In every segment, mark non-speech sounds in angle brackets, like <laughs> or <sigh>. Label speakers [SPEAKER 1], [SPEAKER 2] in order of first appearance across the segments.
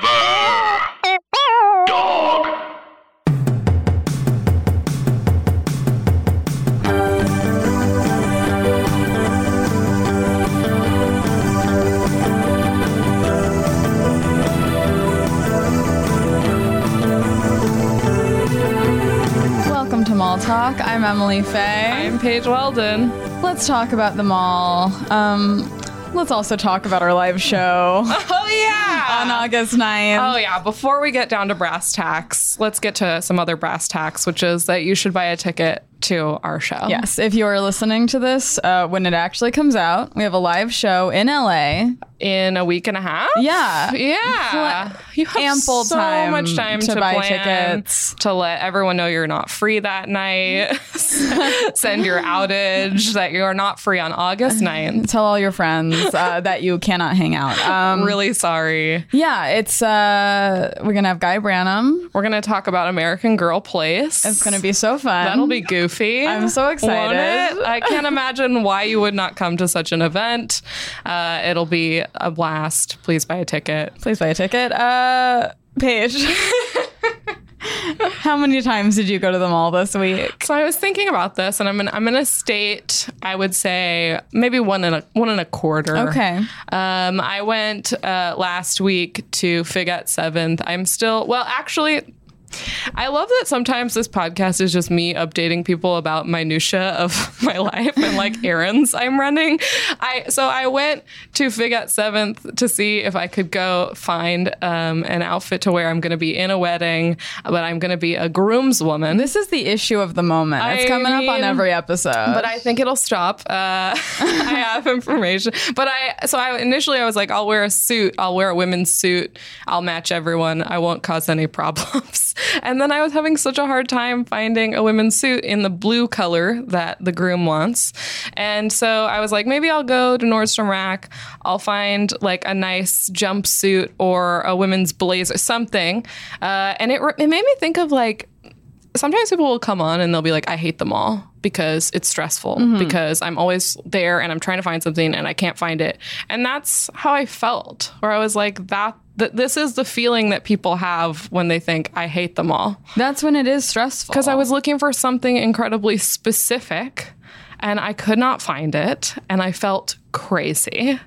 [SPEAKER 1] Forever. Dog.
[SPEAKER 2] Welcome to Mall Talk. I'm Emily Faye.
[SPEAKER 3] I'm Paige Weldon.
[SPEAKER 2] let's talk about the mall. Um, let's also talk about our live
[SPEAKER 3] <laughs>
[SPEAKER 2] show
[SPEAKER 3] Oh yeah.
[SPEAKER 2] on August 9th.
[SPEAKER 3] Oh yeah. Before we get down to brass tacks, let's get to some other brass tacks, which is that you should buy a ticket to our show.
[SPEAKER 2] Yes, if you are listening to this uh, when it actually comes out, we have a live show in LA.
[SPEAKER 3] In a week and a half.
[SPEAKER 2] Yeah.
[SPEAKER 3] Yeah.
[SPEAKER 2] Pl-
[SPEAKER 3] you have
[SPEAKER 2] ample
[SPEAKER 3] so
[SPEAKER 2] time
[SPEAKER 3] much time
[SPEAKER 2] to
[SPEAKER 3] to,
[SPEAKER 2] buy
[SPEAKER 3] plan,
[SPEAKER 2] tickets.
[SPEAKER 3] to let everyone know you're not free
[SPEAKER 2] <laughs>
[SPEAKER 3] that night. <laughs> Send your outage that you're not free on August 9th.
[SPEAKER 2] Tell all your friends
[SPEAKER 3] <laughs>
[SPEAKER 2] uh, that you cannot hang out. Um,
[SPEAKER 3] Really sorry.
[SPEAKER 2] yeah, it's uh, we're gonna have Guy Branum.
[SPEAKER 3] We're gonna talk about American Girl Place.
[SPEAKER 2] It's gonna be so fun.
[SPEAKER 3] That'll be goofy.
[SPEAKER 2] Um, I'm so excited.
[SPEAKER 3] Won't it? I can't imagine why you would not come to such an event. Uh, it'll be a blast. Please buy a ticket.
[SPEAKER 2] Please buy a ticket. Uh, Paige, <laughs> how many times did you go to the mall this week?
[SPEAKER 3] So I was thinking about this, and I'm in, I'm in a state. I would say maybe one and a one and a quarter.
[SPEAKER 2] Okay.
[SPEAKER 3] Um, I went uh, last week to Fig at Seventh. I'm still well, actually. I love that sometimes this podcast is just me updating people about minutia of <laughs> my life and like errands I'm running. I so I went to Fig at Seventh to see if I could go find um, an outfit to wear. I'm going to be in a wedding, but I'm going to be a groomswoman.
[SPEAKER 2] This is the issue of the moment. It's
[SPEAKER 3] I
[SPEAKER 2] coming up on
[SPEAKER 3] mean-
[SPEAKER 2] every episode.
[SPEAKER 3] but I think it'll stop. Uh, <laughs> I have information, but I so I initially I was like, I'll wear a suit. I'll wear a women's suit. I'll match everyone. I won't cause any <laughs> problems. And then I was having such a hard time finding a women's suit in the blue color that the groom wants. And so I was like, maybe I'll go to Nordstrom Rack. I'll find like a nice jumpsuit or a women's blazer, something. Uh, and it re- it made me think of like sometimes people will come on and they'll be like, I hate them all because it's stressful, because I'm always there and I'm trying to find something and I can't find it. And that's how I felt, where I was like, that. th- This is the feeling that people have when they think I hate them all.
[SPEAKER 2] That's when it is stressful.
[SPEAKER 3] Because I was looking for something incredibly specific and I could not find it and I felt crazy.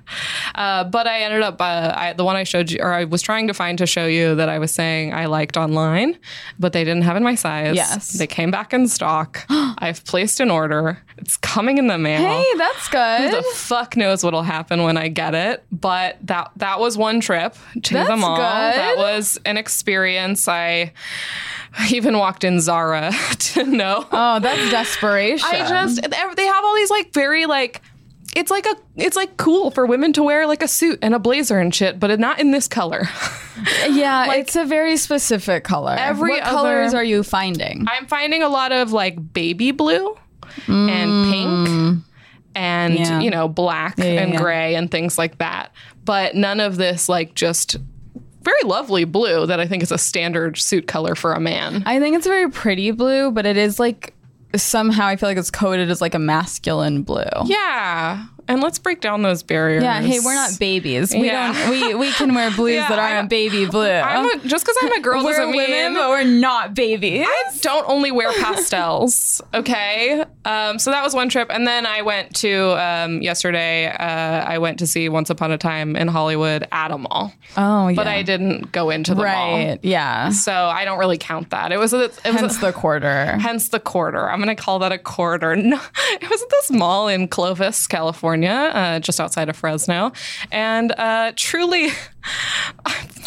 [SPEAKER 3] Uh, but I ended up, uh, I, the one I showed you, or I was trying to find to show you that I was saying I liked online, but they didn't have it in my size.
[SPEAKER 2] Yes.
[SPEAKER 3] They came back in
[SPEAKER 2] <gasps>
[SPEAKER 3] stock. I've placed an order, it's coming in the mail.
[SPEAKER 2] hey, that's good.
[SPEAKER 3] The fuck knows what'll happen when I get it, but that that was one trip to
[SPEAKER 2] That's
[SPEAKER 3] the mall.
[SPEAKER 2] good.
[SPEAKER 3] That was an experience. I even walked in Zara <laughs> to know.
[SPEAKER 2] oh, that's desperation.
[SPEAKER 3] I just they have all these like very like it's like a it's like cool for women to wear like a suit and a blazer and shit, but not in this color. <laughs>
[SPEAKER 2] yeah, it's a very specific color.
[SPEAKER 3] Every
[SPEAKER 2] what
[SPEAKER 3] other-
[SPEAKER 2] colors are you finding?
[SPEAKER 3] I'm finding a lot of like baby blue and pink and
[SPEAKER 2] Mm. Yeah.
[SPEAKER 3] you know black
[SPEAKER 2] yeah,
[SPEAKER 3] and
[SPEAKER 2] yeah.
[SPEAKER 3] gray and things like that. But none of this like just very lovely blue that I think is a standard suit color for a man.
[SPEAKER 2] I think it's a very pretty blue, but it is like somehow I feel like it's coded as like a masculine blue.
[SPEAKER 3] yeah. And let's break down those barriers.
[SPEAKER 2] Yeah, hey, we're not babies. We
[SPEAKER 3] Yeah.
[SPEAKER 2] don't we we can <laughs> wear blues
[SPEAKER 3] Yeah,
[SPEAKER 2] that
[SPEAKER 3] I'm-
[SPEAKER 2] aren't baby blue.
[SPEAKER 3] I'm a, just because I'm a girl
[SPEAKER 2] <laughs> we're
[SPEAKER 3] doesn't
[SPEAKER 2] women,
[SPEAKER 3] mean
[SPEAKER 2] but we're not babies.
[SPEAKER 3] don't only wear pastels.
[SPEAKER 2] <laughs>
[SPEAKER 3] Okay. Um, so that was one trip. And then I went to, um, yesterday, uh, I went to see Once Upon a Time in Hollywood at a mall,
[SPEAKER 2] oh, yeah.
[SPEAKER 3] but I didn't go into the mall.
[SPEAKER 2] right. Yeah.
[SPEAKER 3] So I don't really count that. It was, a, it was
[SPEAKER 2] Hence
[SPEAKER 3] a,
[SPEAKER 2] the quarter.
[SPEAKER 3] hence the quarter. I'm going to call that a quarter. <laughs> No, it was at this mall in Clovis, California, uh, just outside of Fresno. And uh, truly, <laughs>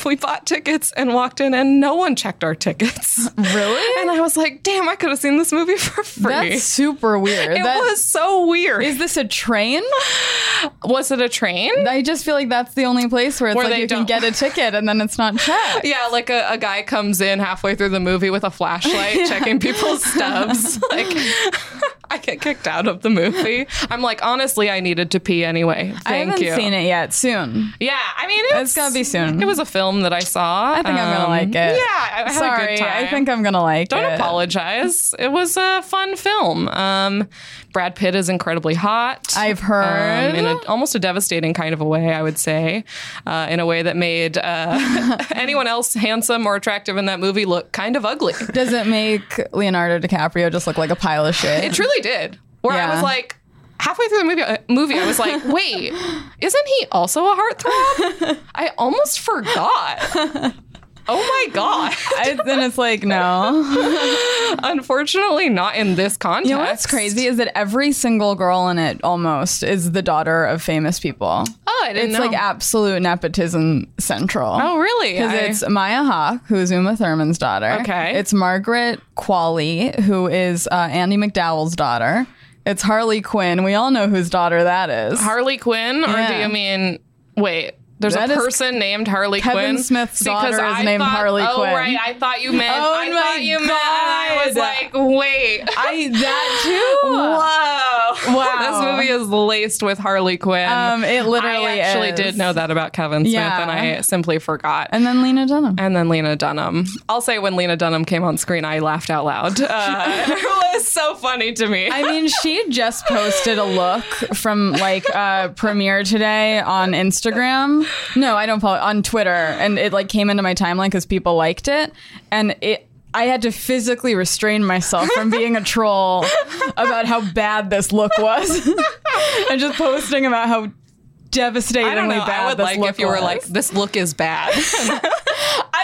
[SPEAKER 3] we bought tickets and walked in, and no one checked our tickets.
[SPEAKER 2] <laughs> Really?
[SPEAKER 3] And I was like, damn, I could have seen this movie for free.
[SPEAKER 2] That's super weird.
[SPEAKER 3] <laughs> it
[SPEAKER 2] That-
[SPEAKER 3] was so weird.
[SPEAKER 2] Is this a train?
[SPEAKER 3] was it a train?
[SPEAKER 2] I just feel like that's the only place where it's
[SPEAKER 3] Where
[SPEAKER 2] like
[SPEAKER 3] they
[SPEAKER 2] you
[SPEAKER 3] don't-
[SPEAKER 2] can get a ticket and then it's not checked.
[SPEAKER 3] yeah, like a, a guy
[SPEAKER 2] <laughs>
[SPEAKER 3] comes in halfway through the movie with a flashlight checking people's stubs. Like, <laughs> I get kicked out of the movie. I'm like, honestly, I needed to pee anyway. <laughs> Thank
[SPEAKER 2] I haven't
[SPEAKER 3] you.
[SPEAKER 2] seen it yet. Soon.
[SPEAKER 3] Yeah, I mean,
[SPEAKER 2] It's gonna be soon.
[SPEAKER 3] It was a film that I saw. um,
[SPEAKER 2] I think I'm gonna like it.
[SPEAKER 3] Yeah, I had
[SPEAKER 2] Sorry,
[SPEAKER 3] a good time.
[SPEAKER 2] I think I'm gonna like
[SPEAKER 3] Don't
[SPEAKER 2] it.
[SPEAKER 3] apologize. It was a fun film. Um, Brad Pitt is incredibly hot.
[SPEAKER 2] I've heard.
[SPEAKER 3] Um, in a, almost a devastating kind of a way, I would say, uh, in a way that made uh, <laughs> anyone else handsome or attractive in that movie look kind of ugly.
[SPEAKER 2] Does it make Leonardo DiCaprio just look like a pile of shit?
[SPEAKER 3] It truly did. Where I
[SPEAKER 2] Yeah.
[SPEAKER 3] was like, halfway through the movie, uh, movie I
[SPEAKER 2] <laughs>
[SPEAKER 3] was like, wait, isn't he also a heartthrob? I almost forgot. Oh my god! <laughs>
[SPEAKER 2] I, then it's like no.
[SPEAKER 3] Unfortunately, not in this context.
[SPEAKER 2] You know what's crazy is that every single girl in it almost is the daughter of famous people.
[SPEAKER 3] Oh, I didn't
[SPEAKER 2] It's
[SPEAKER 3] know.
[SPEAKER 2] like absolute nepotism central.
[SPEAKER 3] Oh, really?
[SPEAKER 2] Because
[SPEAKER 3] I-
[SPEAKER 2] it's Maya Hawke, who's Uma Thurman's daughter.
[SPEAKER 3] Okay.
[SPEAKER 2] It's Margaret Qualley, who is uh, Andy McDowell's daughter. It's Harley Quinn. We all know whose daughter that is.
[SPEAKER 3] Harley Quinn, or do
[SPEAKER 2] Yeah.
[SPEAKER 3] you mean wait? There's
[SPEAKER 2] That
[SPEAKER 3] a
[SPEAKER 2] is-
[SPEAKER 3] person named Harley
[SPEAKER 2] Kevin
[SPEAKER 3] Quinn.
[SPEAKER 2] Smith's daughter is named
[SPEAKER 3] thought,
[SPEAKER 2] Harley
[SPEAKER 3] oh,
[SPEAKER 2] Quinn.
[SPEAKER 3] right, I thought you meant.
[SPEAKER 2] Oh
[SPEAKER 3] I
[SPEAKER 2] my
[SPEAKER 3] thought you meant. And I was
[SPEAKER 2] God.
[SPEAKER 3] like, wait.
[SPEAKER 2] I that too.
[SPEAKER 3] Whoa!
[SPEAKER 2] Wow.
[SPEAKER 3] <laughs> this movie is laced with Harley Quinn.
[SPEAKER 2] Um, it literally
[SPEAKER 3] I actually
[SPEAKER 2] is.
[SPEAKER 3] did know that about Kevin Smith,
[SPEAKER 2] Yeah.
[SPEAKER 3] and I simply forgot.
[SPEAKER 2] And then Lena Dunham.
[SPEAKER 3] and then Lena Dunham. I'll say when Lena Dunham came on screen, I laughed out loud. Uh,
[SPEAKER 2] <laughs>
[SPEAKER 3] <laughs> it was so funny to me.
[SPEAKER 2] I mean, she just posted a look from like uh, premiere today on Instagram. No, I don't follow on Twitter, and it like came into my timeline because people liked it, and it. I had to physically restrain myself from being a troll about how bad this look was, <laughs> and just posting about how devastatingly
[SPEAKER 3] I don't know.
[SPEAKER 2] bad
[SPEAKER 3] I would
[SPEAKER 2] this
[SPEAKER 3] like
[SPEAKER 2] look
[SPEAKER 3] if you were
[SPEAKER 2] was.
[SPEAKER 3] like, "This look is bad." <laughs>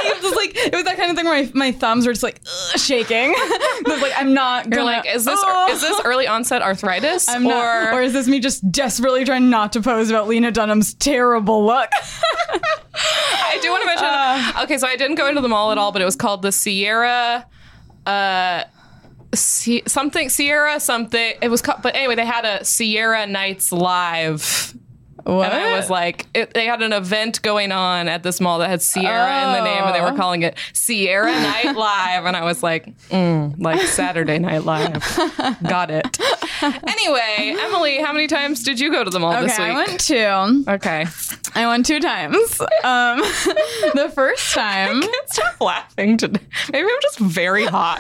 [SPEAKER 2] I was like, it was that kind of thing where my, my thumbs were just like ugh, shaking. <laughs> It was like I'm not.
[SPEAKER 3] You're
[SPEAKER 2] gonna-
[SPEAKER 3] like, "Is this er,
[SPEAKER 2] Oh.
[SPEAKER 3] is this early onset arthritis?"
[SPEAKER 2] I'm not, or is this me just desperately trying not to pose about Lena Dunham's terrible look?
[SPEAKER 3] I do want to mention.
[SPEAKER 2] Uh.
[SPEAKER 3] okay, so I didn't go into the mall at all, but it was called the Sierra. Uh, Si- something Sierra something it was called, but anyway they had a Sierra Nights Live
[SPEAKER 2] What?
[SPEAKER 3] and I was like it, they had an event going on at this mall that had Sierra in the name and they were
[SPEAKER 2] Oh.
[SPEAKER 3] calling it Sierra Night Live and I was like mm, like Saturday Night Live
[SPEAKER 2] <laughs>
[SPEAKER 3] got it anyway Emily how many times did you go to the mall this
[SPEAKER 2] okay,
[SPEAKER 3] week
[SPEAKER 2] I went two.
[SPEAKER 3] <laughs> okay
[SPEAKER 2] I went two times. Um, <laughs> the first
[SPEAKER 3] <laughs>
[SPEAKER 2] time,
[SPEAKER 3] Stop laughing today. Maybe I'm just very <laughs> hot.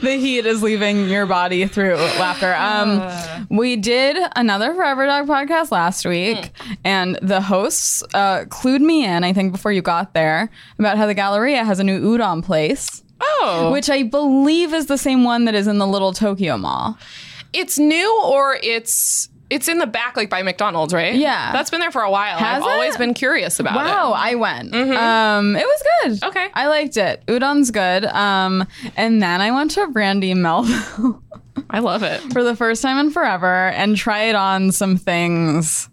[SPEAKER 2] the heat is leaving your body through laughter.
[SPEAKER 3] <sighs>
[SPEAKER 2] Um, we did another Forever Dog podcast last week,
[SPEAKER 3] Hmm.
[SPEAKER 2] and the hosts uh, clued me in, I think, before you got there, about how the Galleria has a new udon place.
[SPEAKER 3] Oh,
[SPEAKER 2] Which I believe is the same one that is in the little Tokyo Mall.
[SPEAKER 3] it's new or it's it's in the back, like by McDonald's, right?
[SPEAKER 2] Yeah.
[SPEAKER 3] that's been there for a while.
[SPEAKER 2] Has
[SPEAKER 3] I've always
[SPEAKER 2] it?
[SPEAKER 3] been curious about
[SPEAKER 2] Wow,
[SPEAKER 3] it.
[SPEAKER 2] Oh,
[SPEAKER 3] Mm-hmm.
[SPEAKER 2] I went. Um, it was good.
[SPEAKER 3] Okay.
[SPEAKER 2] I liked it. Udon's good. Um, and then I went to Brandy Melville <laughs>
[SPEAKER 3] I love it.
[SPEAKER 2] for the first time in forever and tried on some things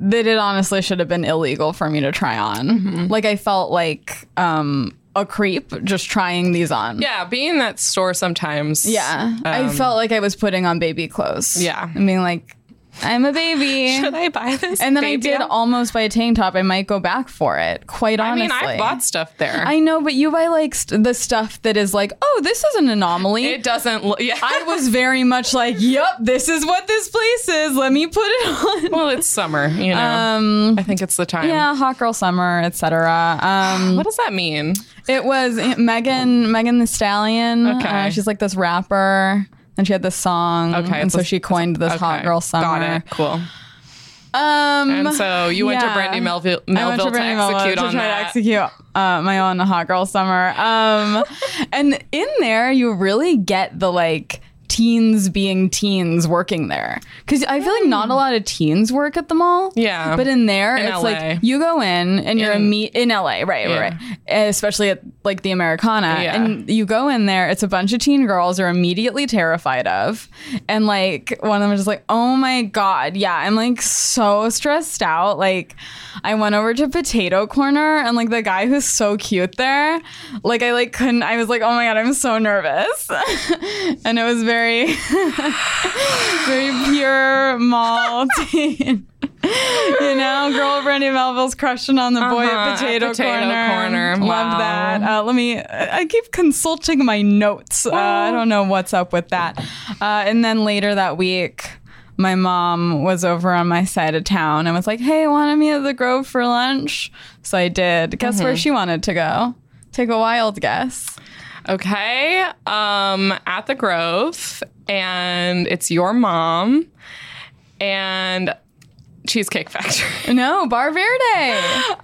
[SPEAKER 2] that it honestly should have been illegal for me to try on.
[SPEAKER 3] Mm-hmm.
[SPEAKER 2] Like I felt like um, a creep just trying these on.
[SPEAKER 3] Yeah, being in that store sometimes.
[SPEAKER 2] Yeah. I felt like I was putting on baby clothes.
[SPEAKER 3] Um, Yeah.
[SPEAKER 2] And being like, I'm a baby.
[SPEAKER 3] <laughs> Should I buy this?
[SPEAKER 2] and then I
[SPEAKER 3] baby
[SPEAKER 2] did
[SPEAKER 3] out?
[SPEAKER 2] almost buy a tank top. I might go back for it. Quite
[SPEAKER 3] I
[SPEAKER 2] honestly,
[SPEAKER 3] mean, I bought stuff there.
[SPEAKER 2] I know, but you buy like st- the stuff that is like, oh, this is an anomaly.
[SPEAKER 3] it doesn't. Look, yeah.
[SPEAKER 2] <laughs> I was very much like, yup, this is what this place is. Let me put it on.
[SPEAKER 3] <laughs> well, it's summer. You know.
[SPEAKER 2] Um,
[SPEAKER 3] I think it's the time.
[SPEAKER 2] yeah, hot girl summer, etc. Um,
[SPEAKER 3] What does that mean?
[SPEAKER 2] it was Megan, Megan the Stallion.
[SPEAKER 3] Okay.
[SPEAKER 2] Uh, she's like this rapper. And she had this song,
[SPEAKER 3] Okay,
[SPEAKER 2] and
[SPEAKER 3] it's
[SPEAKER 2] so
[SPEAKER 3] a-
[SPEAKER 2] she coined this hot
[SPEAKER 3] Okay,
[SPEAKER 2] girl summer.
[SPEAKER 3] Got it. Cool.
[SPEAKER 2] Um,
[SPEAKER 3] And so you went to
[SPEAKER 2] yeah.
[SPEAKER 3] Brandy Melville,
[SPEAKER 2] I went
[SPEAKER 3] Melville to,
[SPEAKER 2] Brandy Melville
[SPEAKER 3] execute
[SPEAKER 2] to
[SPEAKER 3] on
[SPEAKER 2] try
[SPEAKER 3] that.
[SPEAKER 2] to execute uh, my own hot girl summer.
[SPEAKER 3] <laughs>
[SPEAKER 2] Um, and in there, you really get the like teens being teens working there because I feel like not a lot of teens work at the mall.
[SPEAKER 3] Mm. Yeah.
[SPEAKER 2] but in there,
[SPEAKER 3] In
[SPEAKER 2] it's
[SPEAKER 3] LA.
[SPEAKER 2] like you go in and you're a
[SPEAKER 3] In-
[SPEAKER 2] meet in LA, right,
[SPEAKER 3] Yeah.
[SPEAKER 2] right, right, especially at like the Americana,
[SPEAKER 3] Yeah.
[SPEAKER 2] and you go in there. It's a bunch of teen girls you're immediately terrified of, and like one of them is just like, oh my god, yeah, I'm like so stressed out. Like, I went over to Potato Corner, and like the guy who's so cute there, like I like couldn't. I was like, oh my god, I'm so nervous, <laughs> and it was very, very pure mall teen. you know, girl Brandy Melville's crushing on the boy
[SPEAKER 3] Uh-huh,
[SPEAKER 2] at
[SPEAKER 3] at
[SPEAKER 2] Potato,
[SPEAKER 3] Potato Corner.
[SPEAKER 2] Loved
[SPEAKER 3] Wow.
[SPEAKER 2] that. Uh, let me. I keep consulting my notes. Uh, I don't know what's up with that. Uh, and then later that week. My mom was over on my side of town and was like, "Hey, want to meet at the Grove for lunch?" So I did. Guess
[SPEAKER 3] Mm-hmm.
[SPEAKER 2] where she wanted to go? Take a wild guess.
[SPEAKER 3] Okay. Um, at the Grove, and it's your mom and Cheesecake Factory. <laughs>
[SPEAKER 2] No, Bar Verde.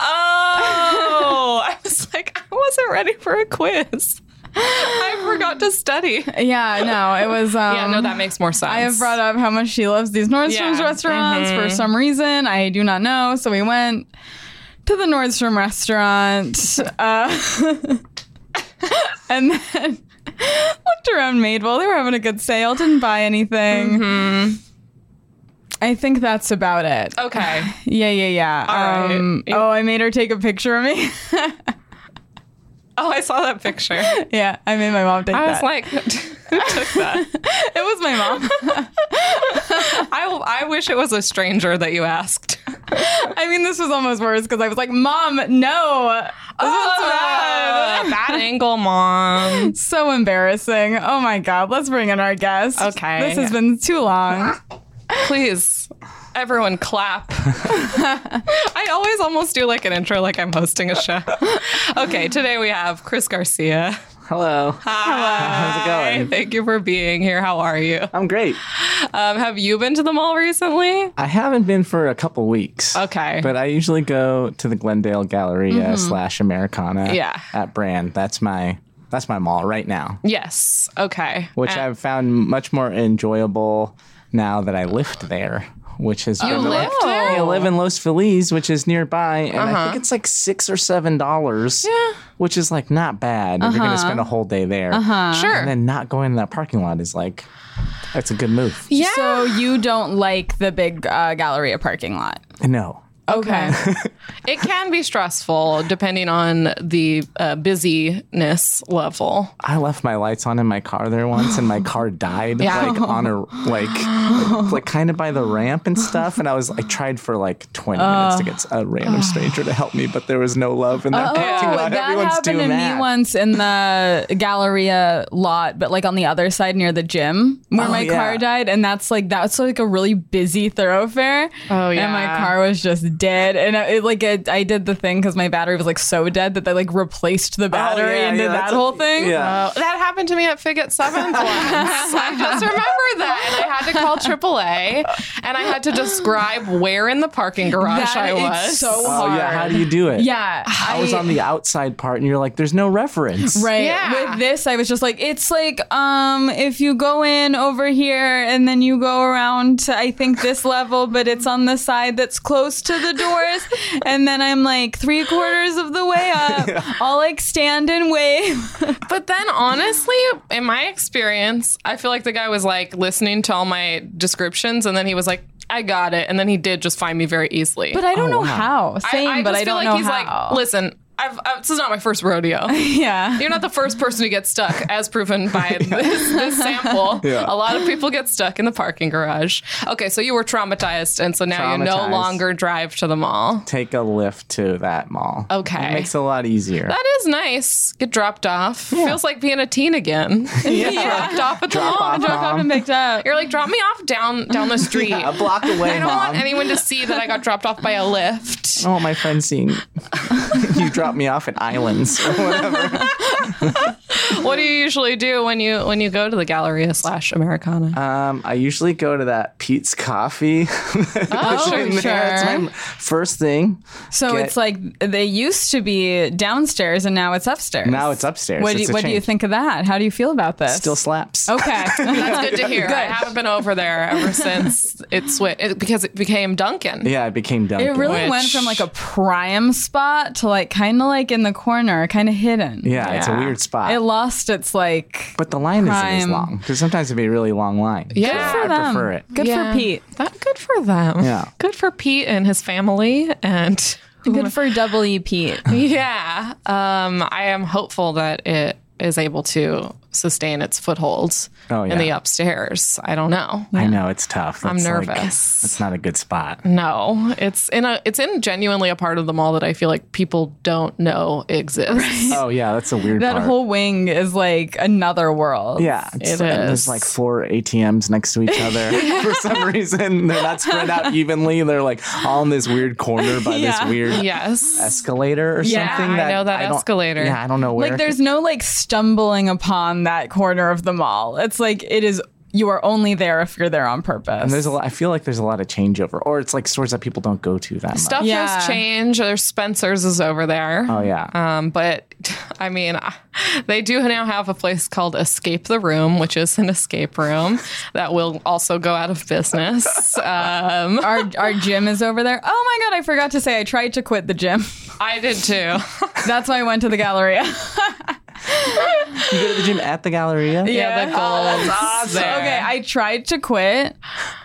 [SPEAKER 3] Oh, I was like, I wasn't ready for a quiz. I forgot to study.
[SPEAKER 2] Yeah, no, it was. Um,
[SPEAKER 3] Yeah, no, that makes more sense.
[SPEAKER 2] I have brought up how much she loves these Nordstrom's
[SPEAKER 3] Yeah. mm-hmm.
[SPEAKER 2] restaurants for some reason. I do not know. So we went to the Nordstrom restaurant. Uh, <laughs> and then <laughs> looked around Madewell. They were having a good sale. Didn't buy anything.
[SPEAKER 3] Mm-hmm.
[SPEAKER 2] I think that's about it.
[SPEAKER 3] Okay.
[SPEAKER 2] Yeah, yeah, yeah.
[SPEAKER 3] All right.
[SPEAKER 2] um, Oh, I made her take a picture of me.
[SPEAKER 3] <laughs>
[SPEAKER 2] <laughs>
[SPEAKER 3] Oh, I saw that picture.
[SPEAKER 2] yeah, I made my mom take
[SPEAKER 3] I was
[SPEAKER 2] that.
[SPEAKER 3] like, who <laughs> took that?
[SPEAKER 2] it was my mom. <laughs>
[SPEAKER 3] I, I wish it was a stranger that you asked.
[SPEAKER 2] I mean, this was almost worse because I was like, "Mom, no, this
[SPEAKER 3] Oh,
[SPEAKER 2] one's bad."
[SPEAKER 3] <laughs> bad angle, mom.
[SPEAKER 2] So embarrassing. Oh my god, let's bring in our guest.
[SPEAKER 3] Okay.
[SPEAKER 2] this has been too long.
[SPEAKER 3] Please, everyone clap. <laughs> I always almost do like an intro like I'm hosting a show. Okay, today we have Chris Garcia.
[SPEAKER 4] Hello. How's it going?
[SPEAKER 3] Thank you for being here. How are you?
[SPEAKER 4] I'm great.
[SPEAKER 3] Um, have you been to the mall recently?
[SPEAKER 4] I haven't been for a couple weeks.
[SPEAKER 3] Okay. Mm-hmm.
[SPEAKER 4] But I usually go to the Glendale Galleria slash Americana.
[SPEAKER 3] Yeah.
[SPEAKER 4] At Brand. That's my that's my mall right now,
[SPEAKER 3] Yes. Okay.
[SPEAKER 4] which
[SPEAKER 3] And
[SPEAKER 4] I've found much more enjoyable now that I lived there, which has been
[SPEAKER 3] you
[SPEAKER 4] the-
[SPEAKER 3] lived Uh-huh.
[SPEAKER 2] Oh.
[SPEAKER 3] there?
[SPEAKER 4] I live in Los Feliz, which is nearby, and I think it's like six or seven dollars. Yeah. Which is like not bad if you're gonna spend a whole day there. Uh-huh.
[SPEAKER 3] Sure.
[SPEAKER 4] And then not going to that parking lot is like that's a good move.
[SPEAKER 3] yeah.
[SPEAKER 2] So you don't like the big uh, Galleria parking lot?
[SPEAKER 4] No.
[SPEAKER 2] Okay.
[SPEAKER 3] It can be stressful depending on the uh, busyness level.
[SPEAKER 4] I left my lights on in my car there once,
[SPEAKER 2] <gasps>
[SPEAKER 4] and my car died
[SPEAKER 3] Yeah.
[SPEAKER 4] like on a like like kind of by the ramp and stuff. And I was I tried for like twenty minutes to get s- a random stranger to help me, but there was no love in that parking
[SPEAKER 2] Oh,
[SPEAKER 4] lot.
[SPEAKER 2] that
[SPEAKER 4] Everyone's
[SPEAKER 2] happened to
[SPEAKER 4] doing
[SPEAKER 2] me
[SPEAKER 4] that.
[SPEAKER 2] once in the Galleria lot, but like on the other side near the gym where
[SPEAKER 4] Oh,
[SPEAKER 2] my
[SPEAKER 4] yeah.
[SPEAKER 2] car died, and that's like that's like a really busy thoroughfare.
[SPEAKER 3] Oh,
[SPEAKER 2] and my
[SPEAKER 3] yeah.
[SPEAKER 2] car was just dead, and it, like it, I did the thing because my battery was like so dead that they like replaced the battery
[SPEAKER 4] Oh, yeah,
[SPEAKER 2] and did
[SPEAKER 4] yeah,
[SPEAKER 2] that
[SPEAKER 4] that's a-
[SPEAKER 2] whole thing.
[SPEAKER 4] Yeah.
[SPEAKER 3] Oh, that happened to me at Fig
[SPEAKER 2] <laughs>
[SPEAKER 3] at Sevens once. I just remember that. And I had to call AAA and I had to describe where in the parking garage
[SPEAKER 2] That
[SPEAKER 3] I
[SPEAKER 2] is
[SPEAKER 3] was.
[SPEAKER 2] so
[SPEAKER 4] oh yeah. How
[SPEAKER 2] hard.
[SPEAKER 4] do you do it?
[SPEAKER 2] Yeah,
[SPEAKER 4] I was on the outside part, and you're like, "There's no reference."
[SPEAKER 2] Right.
[SPEAKER 3] Yeah.
[SPEAKER 2] With this, I was just like, it's like, um, if you go in over here and then you go around to I think <laughs> this level, but it's on the side that's close to the doors, and then I'm like three quarters of the way <laughs> up. I'll like stand and wait.
[SPEAKER 3] But then, honestly, in my experience, I feel like the guy was like listening to all my descriptions and then he was like, I got it. And then he did just find me very easily.
[SPEAKER 2] But I don't know
[SPEAKER 4] Oh, wow.
[SPEAKER 2] how. Same,
[SPEAKER 3] I, I
[SPEAKER 2] but
[SPEAKER 3] just
[SPEAKER 2] I
[SPEAKER 3] feel
[SPEAKER 2] don't
[SPEAKER 3] like
[SPEAKER 2] know
[SPEAKER 3] he's
[SPEAKER 2] how.
[SPEAKER 3] like, listen, I've, i this is not my first rodeo.
[SPEAKER 2] <laughs> yeah.
[SPEAKER 3] You're not the first person to get stuck, as proven
[SPEAKER 4] <laughs>
[SPEAKER 3] by this, this sample.
[SPEAKER 4] Yeah.
[SPEAKER 3] A lot of people get stuck in the parking garage. Okay, so you were traumatized, and so now you no
[SPEAKER 4] Traumatized.
[SPEAKER 3] longer drive to the mall.
[SPEAKER 4] Take a lift to that mall.
[SPEAKER 3] Okay.
[SPEAKER 4] It makes it a lot easier.
[SPEAKER 3] That is nice. Get dropped off. Feels like being a
[SPEAKER 4] <laughs>
[SPEAKER 3] teen again. Dropped off at the
[SPEAKER 4] Drop
[SPEAKER 3] mall.
[SPEAKER 4] off,
[SPEAKER 3] Drop-
[SPEAKER 4] Mom.
[SPEAKER 2] Haven't picked up.
[SPEAKER 3] You're like, drop me off down down the street.
[SPEAKER 4] a block away,
[SPEAKER 3] I don't
[SPEAKER 4] mom.
[SPEAKER 3] want anyone to see that I got dropped off by a lift.
[SPEAKER 4] I don't want my friend seeing <laughs> you drop me off at islands or whatever.
[SPEAKER 2] <laughs>
[SPEAKER 4] Oh.
[SPEAKER 3] What do you usually do when you when you go to the Galleria slash Americana?
[SPEAKER 4] Um, I usually go to that Pete's Coffee. <laughs>
[SPEAKER 2] Oh,
[SPEAKER 4] That's
[SPEAKER 2] sure.
[SPEAKER 4] my first thing.
[SPEAKER 2] So
[SPEAKER 4] Get-
[SPEAKER 2] it's like they used to be downstairs and now it's upstairs.
[SPEAKER 4] Now it's upstairs.
[SPEAKER 2] What, do
[SPEAKER 4] It's
[SPEAKER 2] you,
[SPEAKER 4] a
[SPEAKER 2] what do you
[SPEAKER 4] change.
[SPEAKER 2] think of that? How do you feel about this?
[SPEAKER 4] Still slaps. <laughs>
[SPEAKER 2] okay. <laughs>
[SPEAKER 3] That's good to hear. I haven't been over there ever since it switched because it became Duncan.
[SPEAKER 4] Yeah, it became Dunkin'.
[SPEAKER 2] It really went
[SPEAKER 3] Which-
[SPEAKER 2] from like a prime spot to like kind of like in the corner, kind of hidden.
[SPEAKER 4] Yeah, it's a
[SPEAKER 3] Yeah.
[SPEAKER 4] weird spot.
[SPEAKER 2] It lost its like.
[SPEAKER 4] but the line isn't as
[SPEAKER 2] Prime.
[SPEAKER 4] long because sometimes it'd be a really long line.
[SPEAKER 3] Yeah.
[SPEAKER 4] So
[SPEAKER 3] Good for
[SPEAKER 4] I
[SPEAKER 2] them.
[SPEAKER 4] prefer it.
[SPEAKER 2] Good
[SPEAKER 3] Yeah.
[SPEAKER 2] for Pete.
[SPEAKER 3] That good for them.
[SPEAKER 4] Yeah.
[SPEAKER 3] Good for Pete and his family
[SPEAKER 4] <laughs>
[SPEAKER 3] and
[SPEAKER 2] Good for W Pete.
[SPEAKER 3] yeah. Um I am hopeful that it is able to sustain its foothold
[SPEAKER 4] Oh, yeah.
[SPEAKER 3] in the upstairs. I don't know.
[SPEAKER 4] I know it's tough.
[SPEAKER 3] I'm
[SPEAKER 4] That's like-
[SPEAKER 3] nervous.
[SPEAKER 4] It's not a good
[SPEAKER 2] <laughs>
[SPEAKER 4] spot.
[SPEAKER 3] No, it's in a it's in genuinely a part of the mall that I feel like people don't know exists.
[SPEAKER 4] Oh yeah, that's a weird
[SPEAKER 2] <laughs> That
[SPEAKER 4] part.
[SPEAKER 2] whole wing is like another world.
[SPEAKER 4] yeah, it's,
[SPEAKER 3] It
[SPEAKER 4] and
[SPEAKER 3] is.
[SPEAKER 4] there's like four ATMs next to each
[SPEAKER 3] <laughs>
[SPEAKER 4] other. For some reason, they're not spread out evenly. They're like all in this weird corner by
[SPEAKER 2] Yeah.
[SPEAKER 4] this weird <laughs>
[SPEAKER 3] Yes.
[SPEAKER 4] escalator or
[SPEAKER 3] Yeah,
[SPEAKER 4] something.
[SPEAKER 3] I
[SPEAKER 4] that
[SPEAKER 3] know that
[SPEAKER 4] don't-
[SPEAKER 3] escalator.
[SPEAKER 4] Yeah, I don't know where.
[SPEAKER 2] Like there's no like stumbling upon that corner of the mall. It's like it is you are only there if you're there on purpose.
[SPEAKER 4] And there's a lot, I feel like there's a lot of changeover, or it's like stores that people don't go to that much.
[SPEAKER 3] Stuff
[SPEAKER 2] Yeah.
[SPEAKER 3] has changed. There's Spencer's is over there.
[SPEAKER 4] Oh yeah,
[SPEAKER 3] Um, but <laughs> I mean, I- they do now have a place called Escape the Room, which is an escape room that will also go out of
[SPEAKER 2] <laughs>
[SPEAKER 3] business. Um,
[SPEAKER 2] our our gym is over there. Oh my god, I forgot to say I tried to quit the gym. <laughs>
[SPEAKER 3] I did too. <laughs>
[SPEAKER 2] That's why I went to the Galleria.
[SPEAKER 4] you go to the gym at the Galleria.
[SPEAKER 3] Yeah, the goals. there.
[SPEAKER 2] Okay, I tried to quit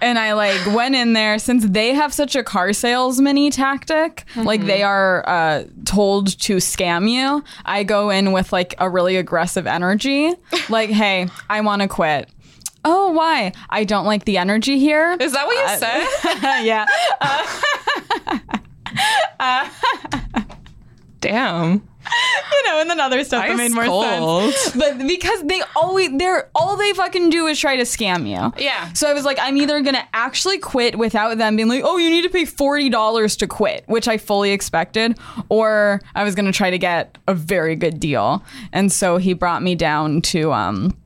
[SPEAKER 2] and I like went in there since they have such a car sales mini tactic. Like they are uh, told to scam you. I go in with like a really aggressive energy. Like, hey, I want to quit. Oh, why? I don't like the energy here.
[SPEAKER 3] Is that what you
[SPEAKER 2] <laughs>
[SPEAKER 3] said?
[SPEAKER 2] yeah.
[SPEAKER 3] Damn.
[SPEAKER 2] You know, and then other stuff that
[SPEAKER 3] Ice
[SPEAKER 2] made more
[SPEAKER 3] cold.
[SPEAKER 2] sense. But because they always they're all they fucking do is try to scam you.
[SPEAKER 3] Yeah.
[SPEAKER 2] So I was like, I'm either gonna actually quit without them being like, oh, you need to pay forty dollars to quit, which I fully expected, or I was gonna try to get a very good deal. And so he brought me down to um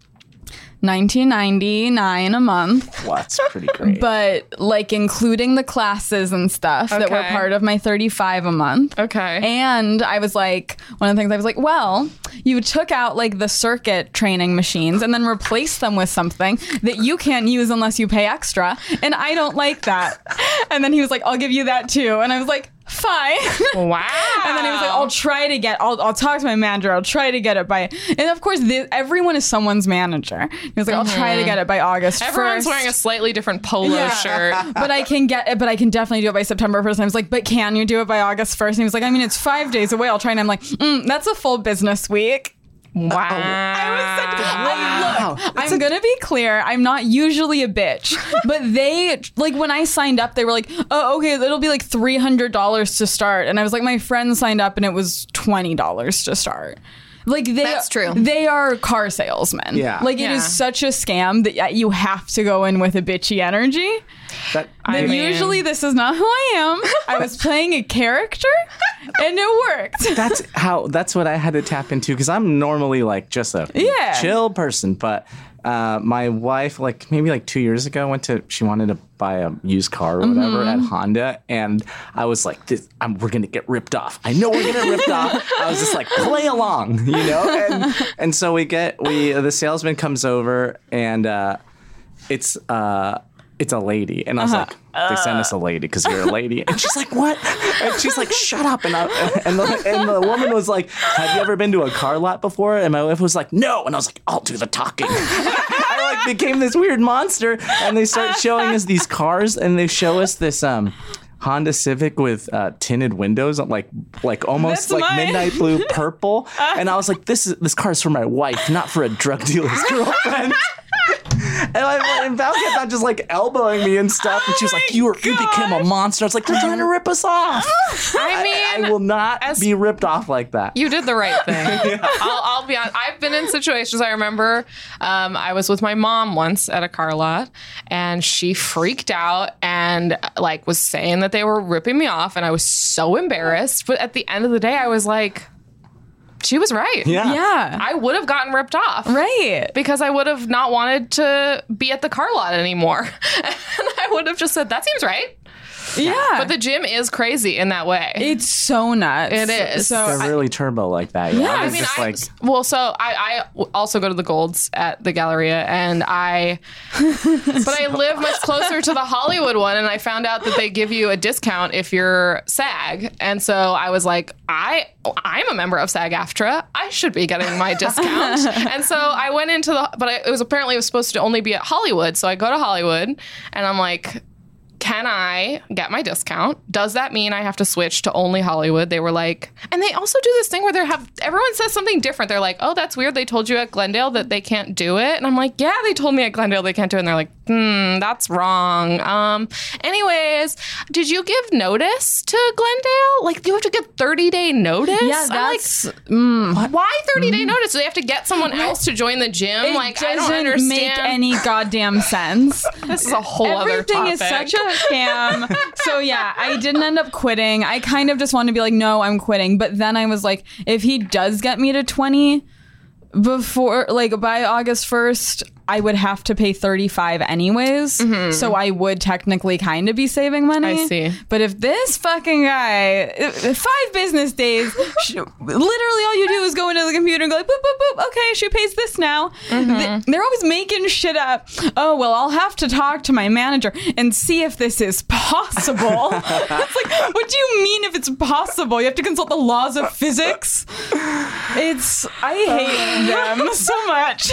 [SPEAKER 2] 1999 a month
[SPEAKER 4] Well, that's pretty great.
[SPEAKER 2] but like including the classes and stuff that were
[SPEAKER 3] Okay.
[SPEAKER 2] part of my 35 a month
[SPEAKER 3] Okay.
[SPEAKER 2] and I was like, one of the things I was like, well, you took out like the circuit training machines and then replaced them with something that you can't use unless you pay extra. And I don't like that. And then he was like, I'll give you that too. And I was like, fine. <laughs>
[SPEAKER 3] wow.
[SPEAKER 2] And then he was like, I'll try to get, I'll, I'll talk to my manager. I'll try to get it by, and of course, the, everyone is someone's manager. He was like, I'll try to get it by August.
[SPEAKER 3] Mm-hmm. Everyone's
[SPEAKER 2] 1st."
[SPEAKER 3] wearing a slightly different polo
[SPEAKER 2] Yeah. <laughs>
[SPEAKER 3] shirt.
[SPEAKER 2] but I can get it, but I can definitely do it by September 1st. And I was like, but can you do it by August 1st? And he was like, I mean, it's five days away. I'll try. And I'm like, mm, that's a full business week.
[SPEAKER 3] Wow.
[SPEAKER 2] I was such, I, look, I'm going to be clear. I'm not usually a bitch, but they, like, when I signed up, they were like, oh, okay, it'll be like $300 to start. And I was like, my friend signed up and it was $20 to start. Like they,
[SPEAKER 5] That's true.
[SPEAKER 2] They are car salesmen.
[SPEAKER 4] Yeah.
[SPEAKER 2] Like it
[SPEAKER 3] Yeah.
[SPEAKER 2] is such a scam that uh, you have to go in with a bitchy energy.
[SPEAKER 4] that,
[SPEAKER 3] I
[SPEAKER 2] And
[SPEAKER 3] mean-
[SPEAKER 2] usually this is not who I am. I was playing a character and it
[SPEAKER 3] <laughs>
[SPEAKER 2] worked.
[SPEAKER 4] that's how. That's what I had to tap into because I'm normally like just a
[SPEAKER 2] Yeah.
[SPEAKER 4] chill person, but. Uh, my wife, like maybe like two years ago, went to she wanted to buy a used car or whatever at Honda, and I was like, this, I'm, "We're gonna get ripped off. I know we're gonna get ripped off." I was just like, "Play along," you know. And, and so we get we the salesman comes over and uh, it's uh it's a lady and i was
[SPEAKER 2] Uh-huh.
[SPEAKER 4] like they sent us a lady because you're a lady and she's like what and she's like shut up and I, and, the, and the woman was like have you ever been to a car lot before and my wife was like no and i was like i'll do the talking <laughs> i like became this weird monster and they start showing us these cars and they show us this um Honda Civic with uh, tinted windows, like like almost
[SPEAKER 2] That's
[SPEAKER 4] like
[SPEAKER 2] mine. Uh.
[SPEAKER 4] midnight blue
[SPEAKER 2] <laughs>
[SPEAKER 4] purple, and I was like, "This is this car is for my wife, not for a drug dealer's <laughs> girlfriend." And, I, and Val kept on just like elbowing me and stuff. And she was like, "You were you became a monster." I was like, "They're trying to rip us off."
[SPEAKER 3] I
[SPEAKER 4] I
[SPEAKER 3] mean,
[SPEAKER 4] will not
[SPEAKER 3] Oh, as-
[SPEAKER 4] be ripped off like that.
[SPEAKER 3] You did the right thing. I'll, I'll be honest. I've been in situations. I remember um, I was with my mom once at a car lot, and she freaked out and like was saying that they were ripping me off, and I was so embarrassed. But at the end of the day, I was like, she was right.
[SPEAKER 4] yeah.
[SPEAKER 2] Yeah.
[SPEAKER 3] I would have gotten ripped off,
[SPEAKER 2] Right.
[SPEAKER 3] Because I would have not wanted to be at the car lot anymore, <laughs> and I would have just said, "That seems right."
[SPEAKER 2] Yeah.
[SPEAKER 3] But the gym is crazy in that way.
[SPEAKER 2] it's so nuts.
[SPEAKER 3] It is.
[SPEAKER 2] So
[SPEAKER 4] They're really turbo like that. Yeah, I
[SPEAKER 3] I
[SPEAKER 4] was
[SPEAKER 3] mean,
[SPEAKER 4] just
[SPEAKER 3] I,
[SPEAKER 4] like,
[SPEAKER 3] well, so I, I also go to the Golds at the Galleria, and
[SPEAKER 4] <laughs>
[SPEAKER 3] I, but I live much closer to the Hollywood one, and I found out that they give you a discount if you're SAG, and so I was like, I, I'm a member of SAG-AFTRA, I should be
[SPEAKER 4] <laughs>
[SPEAKER 3] getting my discount, and so I went into the, but I, it was apparently it was supposed to only be at Hollywood, so I go to Hollywood, and I'm like. can I get my discount? Does that mean I have to switch to only Hollywood? They were like, and they also do this thing where they have everyone says something different. They're like, oh, that's weird. They told you at Glendale that they can't do it, and I'm like, yeah, they told me at Glendale they can't do it. And they're like, hmm, that's wrong. Um, anyways, did you give notice to Glendale? Like, do you have to give 30 day notice?
[SPEAKER 2] Yeah,
[SPEAKER 3] I'm like,
[SPEAKER 2] that's Mm-hmm.
[SPEAKER 3] why 30 day notice? Do they have to get someone else to join the gym?
[SPEAKER 2] it
[SPEAKER 3] like, I don't
[SPEAKER 2] doesn't
[SPEAKER 3] understand.
[SPEAKER 2] make any
[SPEAKER 3] <laughs>
[SPEAKER 2] goddamn sense.
[SPEAKER 3] this is a whole other
[SPEAKER 2] Everything
[SPEAKER 3] topic.
[SPEAKER 2] is such a scam. so yeah, I didn't end up quitting. I kind of just wanted to be like, no, I'm quitting. But then I was like, if he does get me to 20 before, like by August 1st, I would have to pay 35 anyways. So I would technically kind of be saving money.
[SPEAKER 3] Mm-hmm. I see.
[SPEAKER 2] But if this fucking guy, i- five business days, sh- literally all you do is go into the computer and go like, boop, boop, boop, okay, she pays this now.
[SPEAKER 3] Mm-hmm.
[SPEAKER 2] Th- They're always making shit up. Oh, well, I'll have to talk to my manager and see if this is possible. <laughs> it's like, what do you mean if it's possible? You have to consult the laws of physics? It's, I hate them <laughs> so much.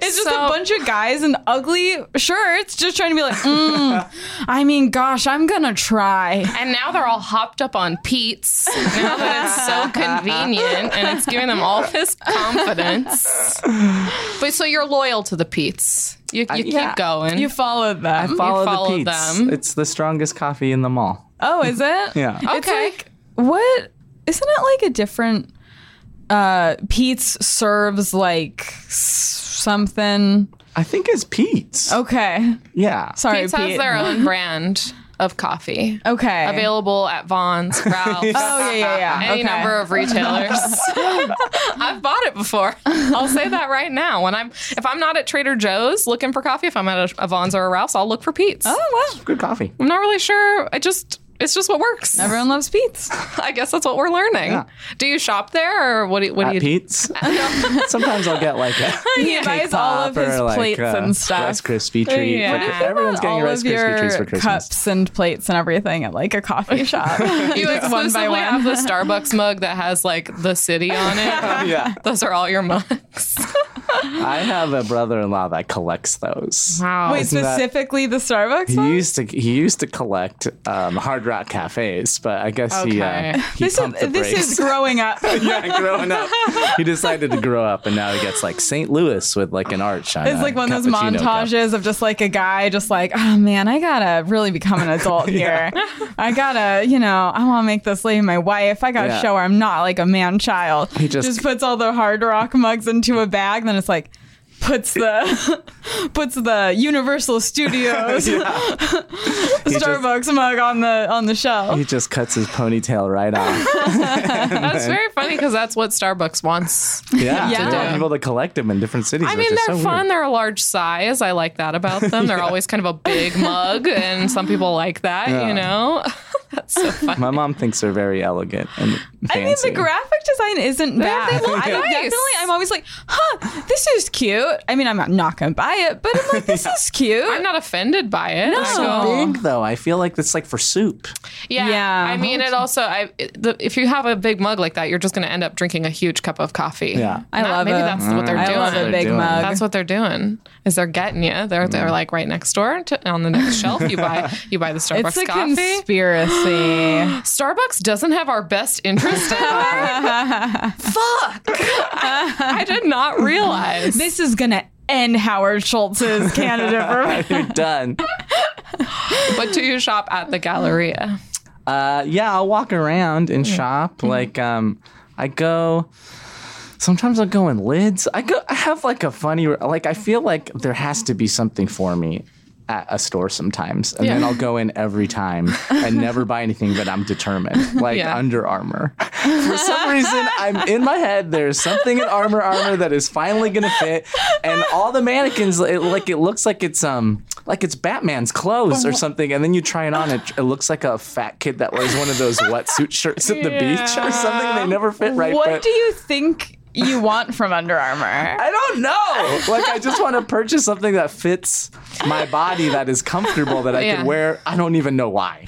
[SPEAKER 2] It's just
[SPEAKER 3] So-
[SPEAKER 2] a bunch of guys in ugly shirts just trying to be like, mm, I mean, gosh, I'm gonna try.
[SPEAKER 3] And now they're all hopped up on Pete's. Now that it's so convenient and it's giving them all this confidence. But so you're loyal to the Pete's. You, you keep
[SPEAKER 4] yeah.
[SPEAKER 3] going.
[SPEAKER 2] You followed them.
[SPEAKER 4] Follow the
[SPEAKER 3] followed
[SPEAKER 4] Pete's.
[SPEAKER 3] them.
[SPEAKER 4] It's the strongest coffee in the mall.
[SPEAKER 2] oh, is it?
[SPEAKER 4] Yeah.
[SPEAKER 2] It's
[SPEAKER 3] Okay.
[SPEAKER 2] like what isn't it like a different uh Pete's serves like s- something.
[SPEAKER 4] I think it's Pete's.
[SPEAKER 2] Oh. Okay.
[SPEAKER 4] Yeah.
[SPEAKER 2] Sorry,
[SPEAKER 3] Pete's
[SPEAKER 2] Pete.
[SPEAKER 3] has their
[SPEAKER 2] <laughs>
[SPEAKER 3] own brand of coffee.
[SPEAKER 2] okay.
[SPEAKER 3] Available
[SPEAKER 2] <laughs>
[SPEAKER 3] at Vaughn's, Ralph's,
[SPEAKER 2] Oh yeah, yeah, yeah.
[SPEAKER 3] any
[SPEAKER 2] okay.
[SPEAKER 3] number
[SPEAKER 2] <laughs>
[SPEAKER 3] of retailers. I've bought it before. I'll say that right now. When I'm, if I'm not at Trader Joe's looking for coffee, if I'm at a, a Vaughn's or a Ralph's, I'll look for Pete's.
[SPEAKER 2] Oh wow.
[SPEAKER 4] Good coffee.
[SPEAKER 3] I'm not really sure. I just it's just what works.
[SPEAKER 2] Everyone loves Pete's.
[SPEAKER 3] <laughs> I guess that's what we're learning.
[SPEAKER 4] Yeah.
[SPEAKER 3] Do you shop there or what do you, what do
[SPEAKER 4] At
[SPEAKER 3] you
[SPEAKER 4] Pete's. <laughs> Sometimes I'll get like a
[SPEAKER 2] He buys all of
[SPEAKER 4] pop or,
[SPEAKER 2] his
[SPEAKER 4] like,
[SPEAKER 2] plates
[SPEAKER 4] uh,
[SPEAKER 2] and stuff.
[SPEAKER 4] Rice Krispie treat.
[SPEAKER 3] Yeah.
[SPEAKER 4] for
[SPEAKER 3] What if
[SPEAKER 4] Chris-
[SPEAKER 3] you
[SPEAKER 4] everyone's getting
[SPEAKER 2] all
[SPEAKER 4] Rice
[SPEAKER 2] of your
[SPEAKER 4] Krispie treats for Christmas.
[SPEAKER 2] cups and plates and everything at like
[SPEAKER 4] <laughs>
[SPEAKER 2] a coffee shop.
[SPEAKER 3] You
[SPEAKER 2] Just one by
[SPEAKER 3] exclusively
[SPEAKER 2] one.
[SPEAKER 3] have the Starbucks mug that has like the city
[SPEAKER 2] <laughs>
[SPEAKER 3] on it.
[SPEAKER 4] Yeah.
[SPEAKER 3] Those are all your mugs.
[SPEAKER 4] I have a brother-in-law that collects those.
[SPEAKER 3] Wow.
[SPEAKER 2] Wait,
[SPEAKER 4] Isn't that-
[SPEAKER 2] specifically the Starbucks
[SPEAKER 4] He
[SPEAKER 2] one?
[SPEAKER 4] used to he used to collect um, Hard Rock cafes, but I guess he uh,
[SPEAKER 3] Okay.
[SPEAKER 4] he
[SPEAKER 2] This is
[SPEAKER 4] pumped the
[SPEAKER 2] this
[SPEAKER 4] brakes.
[SPEAKER 2] is growing up. It's
[SPEAKER 4] <laughs> yeah, growing
[SPEAKER 2] <laughs>
[SPEAKER 4] up, he decided to grow up, and now he gets like St. Louis with like an arch on. a
[SPEAKER 2] like one of those
[SPEAKER 4] cappuccino cup. <laughs>
[SPEAKER 2] montages of just like a guy just like, oh man, I gotta really become an
[SPEAKER 4] <laughs>
[SPEAKER 2] adult here. I gotta, you know, I wanna make this lady my wife. I gotta
[SPEAKER 4] Yeah.
[SPEAKER 2] show her I'm not like a man child. He
[SPEAKER 4] just-
[SPEAKER 2] puts all the hard rock mugs into a bag, then it's like puts
[SPEAKER 4] <laughs>
[SPEAKER 2] the <laughs> puts the Universal Studios
[SPEAKER 4] just-
[SPEAKER 2] Starbucks mug on the on the shelf.
[SPEAKER 4] He just cuts his ponytail right
[SPEAKER 2] <laughs>
[SPEAKER 4] off. <laughs>
[SPEAKER 3] That's very funny because that's what Starbucks wants.
[SPEAKER 4] Yeah,
[SPEAKER 2] Yeah.
[SPEAKER 4] They want people to collect them in different cities.
[SPEAKER 3] I mean,
[SPEAKER 4] which is
[SPEAKER 3] they're
[SPEAKER 4] so
[SPEAKER 3] fun.
[SPEAKER 4] weird.
[SPEAKER 3] They're a large size. I like that about
[SPEAKER 4] <laughs>
[SPEAKER 3] them. They're always kind of a big mug, and some people like that,
[SPEAKER 4] Yeah.
[SPEAKER 3] you know? <laughs> that's so funny.
[SPEAKER 4] My mom thinks they're very elegant and fancy.
[SPEAKER 2] I mean, the graphic design isn't bad.
[SPEAKER 3] they look
[SPEAKER 2] I
[SPEAKER 3] nice.
[SPEAKER 2] definitely, I'm always like, huh, this is cute. I mean, I'm not- not going to buy it, but I'm
[SPEAKER 4] <laughs>
[SPEAKER 2] like, this is cute.
[SPEAKER 3] I'm not offended by it. No.
[SPEAKER 4] It's so big though. I feel like it's like for soup.
[SPEAKER 3] Yeah,
[SPEAKER 2] Yeah.
[SPEAKER 3] I mean, it also. I it, the, if you have a big mug like that, you're just going to end up drinking a huge cup of coffee.
[SPEAKER 4] Yeah.
[SPEAKER 2] <laughs> I
[SPEAKER 3] That-
[SPEAKER 2] love
[SPEAKER 3] maybe
[SPEAKER 2] it.
[SPEAKER 3] that's what they're
[SPEAKER 2] I
[SPEAKER 3] doing.
[SPEAKER 2] love a
[SPEAKER 4] They're
[SPEAKER 2] big
[SPEAKER 4] doing it.
[SPEAKER 2] mug.
[SPEAKER 3] That's what they're doing. Is they're getting you? They're they're like right next door to, on the next shelf. You buy you buy the Starbucks
[SPEAKER 2] it's a
[SPEAKER 3] coffee.
[SPEAKER 2] <gasps> conspiracy.
[SPEAKER 3] Starbucks doesn't have our best interest in mind. <laughs> Fuck! I, I did not realize.
[SPEAKER 2] this is going to end Howard
[SPEAKER 4] <laughs>
[SPEAKER 2] Schultz's Canada for
[SPEAKER 4] You're done.
[SPEAKER 3] But do you shop at the Galleria?
[SPEAKER 4] Uh, yeah, I'll walk around and shop.
[SPEAKER 2] Mm-hmm.
[SPEAKER 4] Like, um, I go. Sometimes I'll go in lids. I go. I have like a funny. Like, I feel like there has to be something for me at a store sometimes, and then
[SPEAKER 3] Yeah.
[SPEAKER 4] I'll go in every time and never buy anything. But I'm determined. Like
[SPEAKER 3] Yeah.
[SPEAKER 4] Under Armour. For some reason, I'm in my head. There's something in Armour Armour that is finally gonna fit, and all the mannequins. It, like it looks like it's um like it's Batman's clothes or
[SPEAKER 3] Uh-huh.
[SPEAKER 4] something, and then you try it on. It, it looks like a fat kid that wears one of those wetsuit shirts at the beach or something. They never fit right.
[SPEAKER 2] What
[SPEAKER 4] but
[SPEAKER 2] do you think you want from Under Armour?
[SPEAKER 4] I don't
[SPEAKER 3] <laughs>
[SPEAKER 4] know. Like, I just want to purchase something that fits my body, that is comfortable, that I
[SPEAKER 3] Yeah.
[SPEAKER 4] can wear. I don't even know why.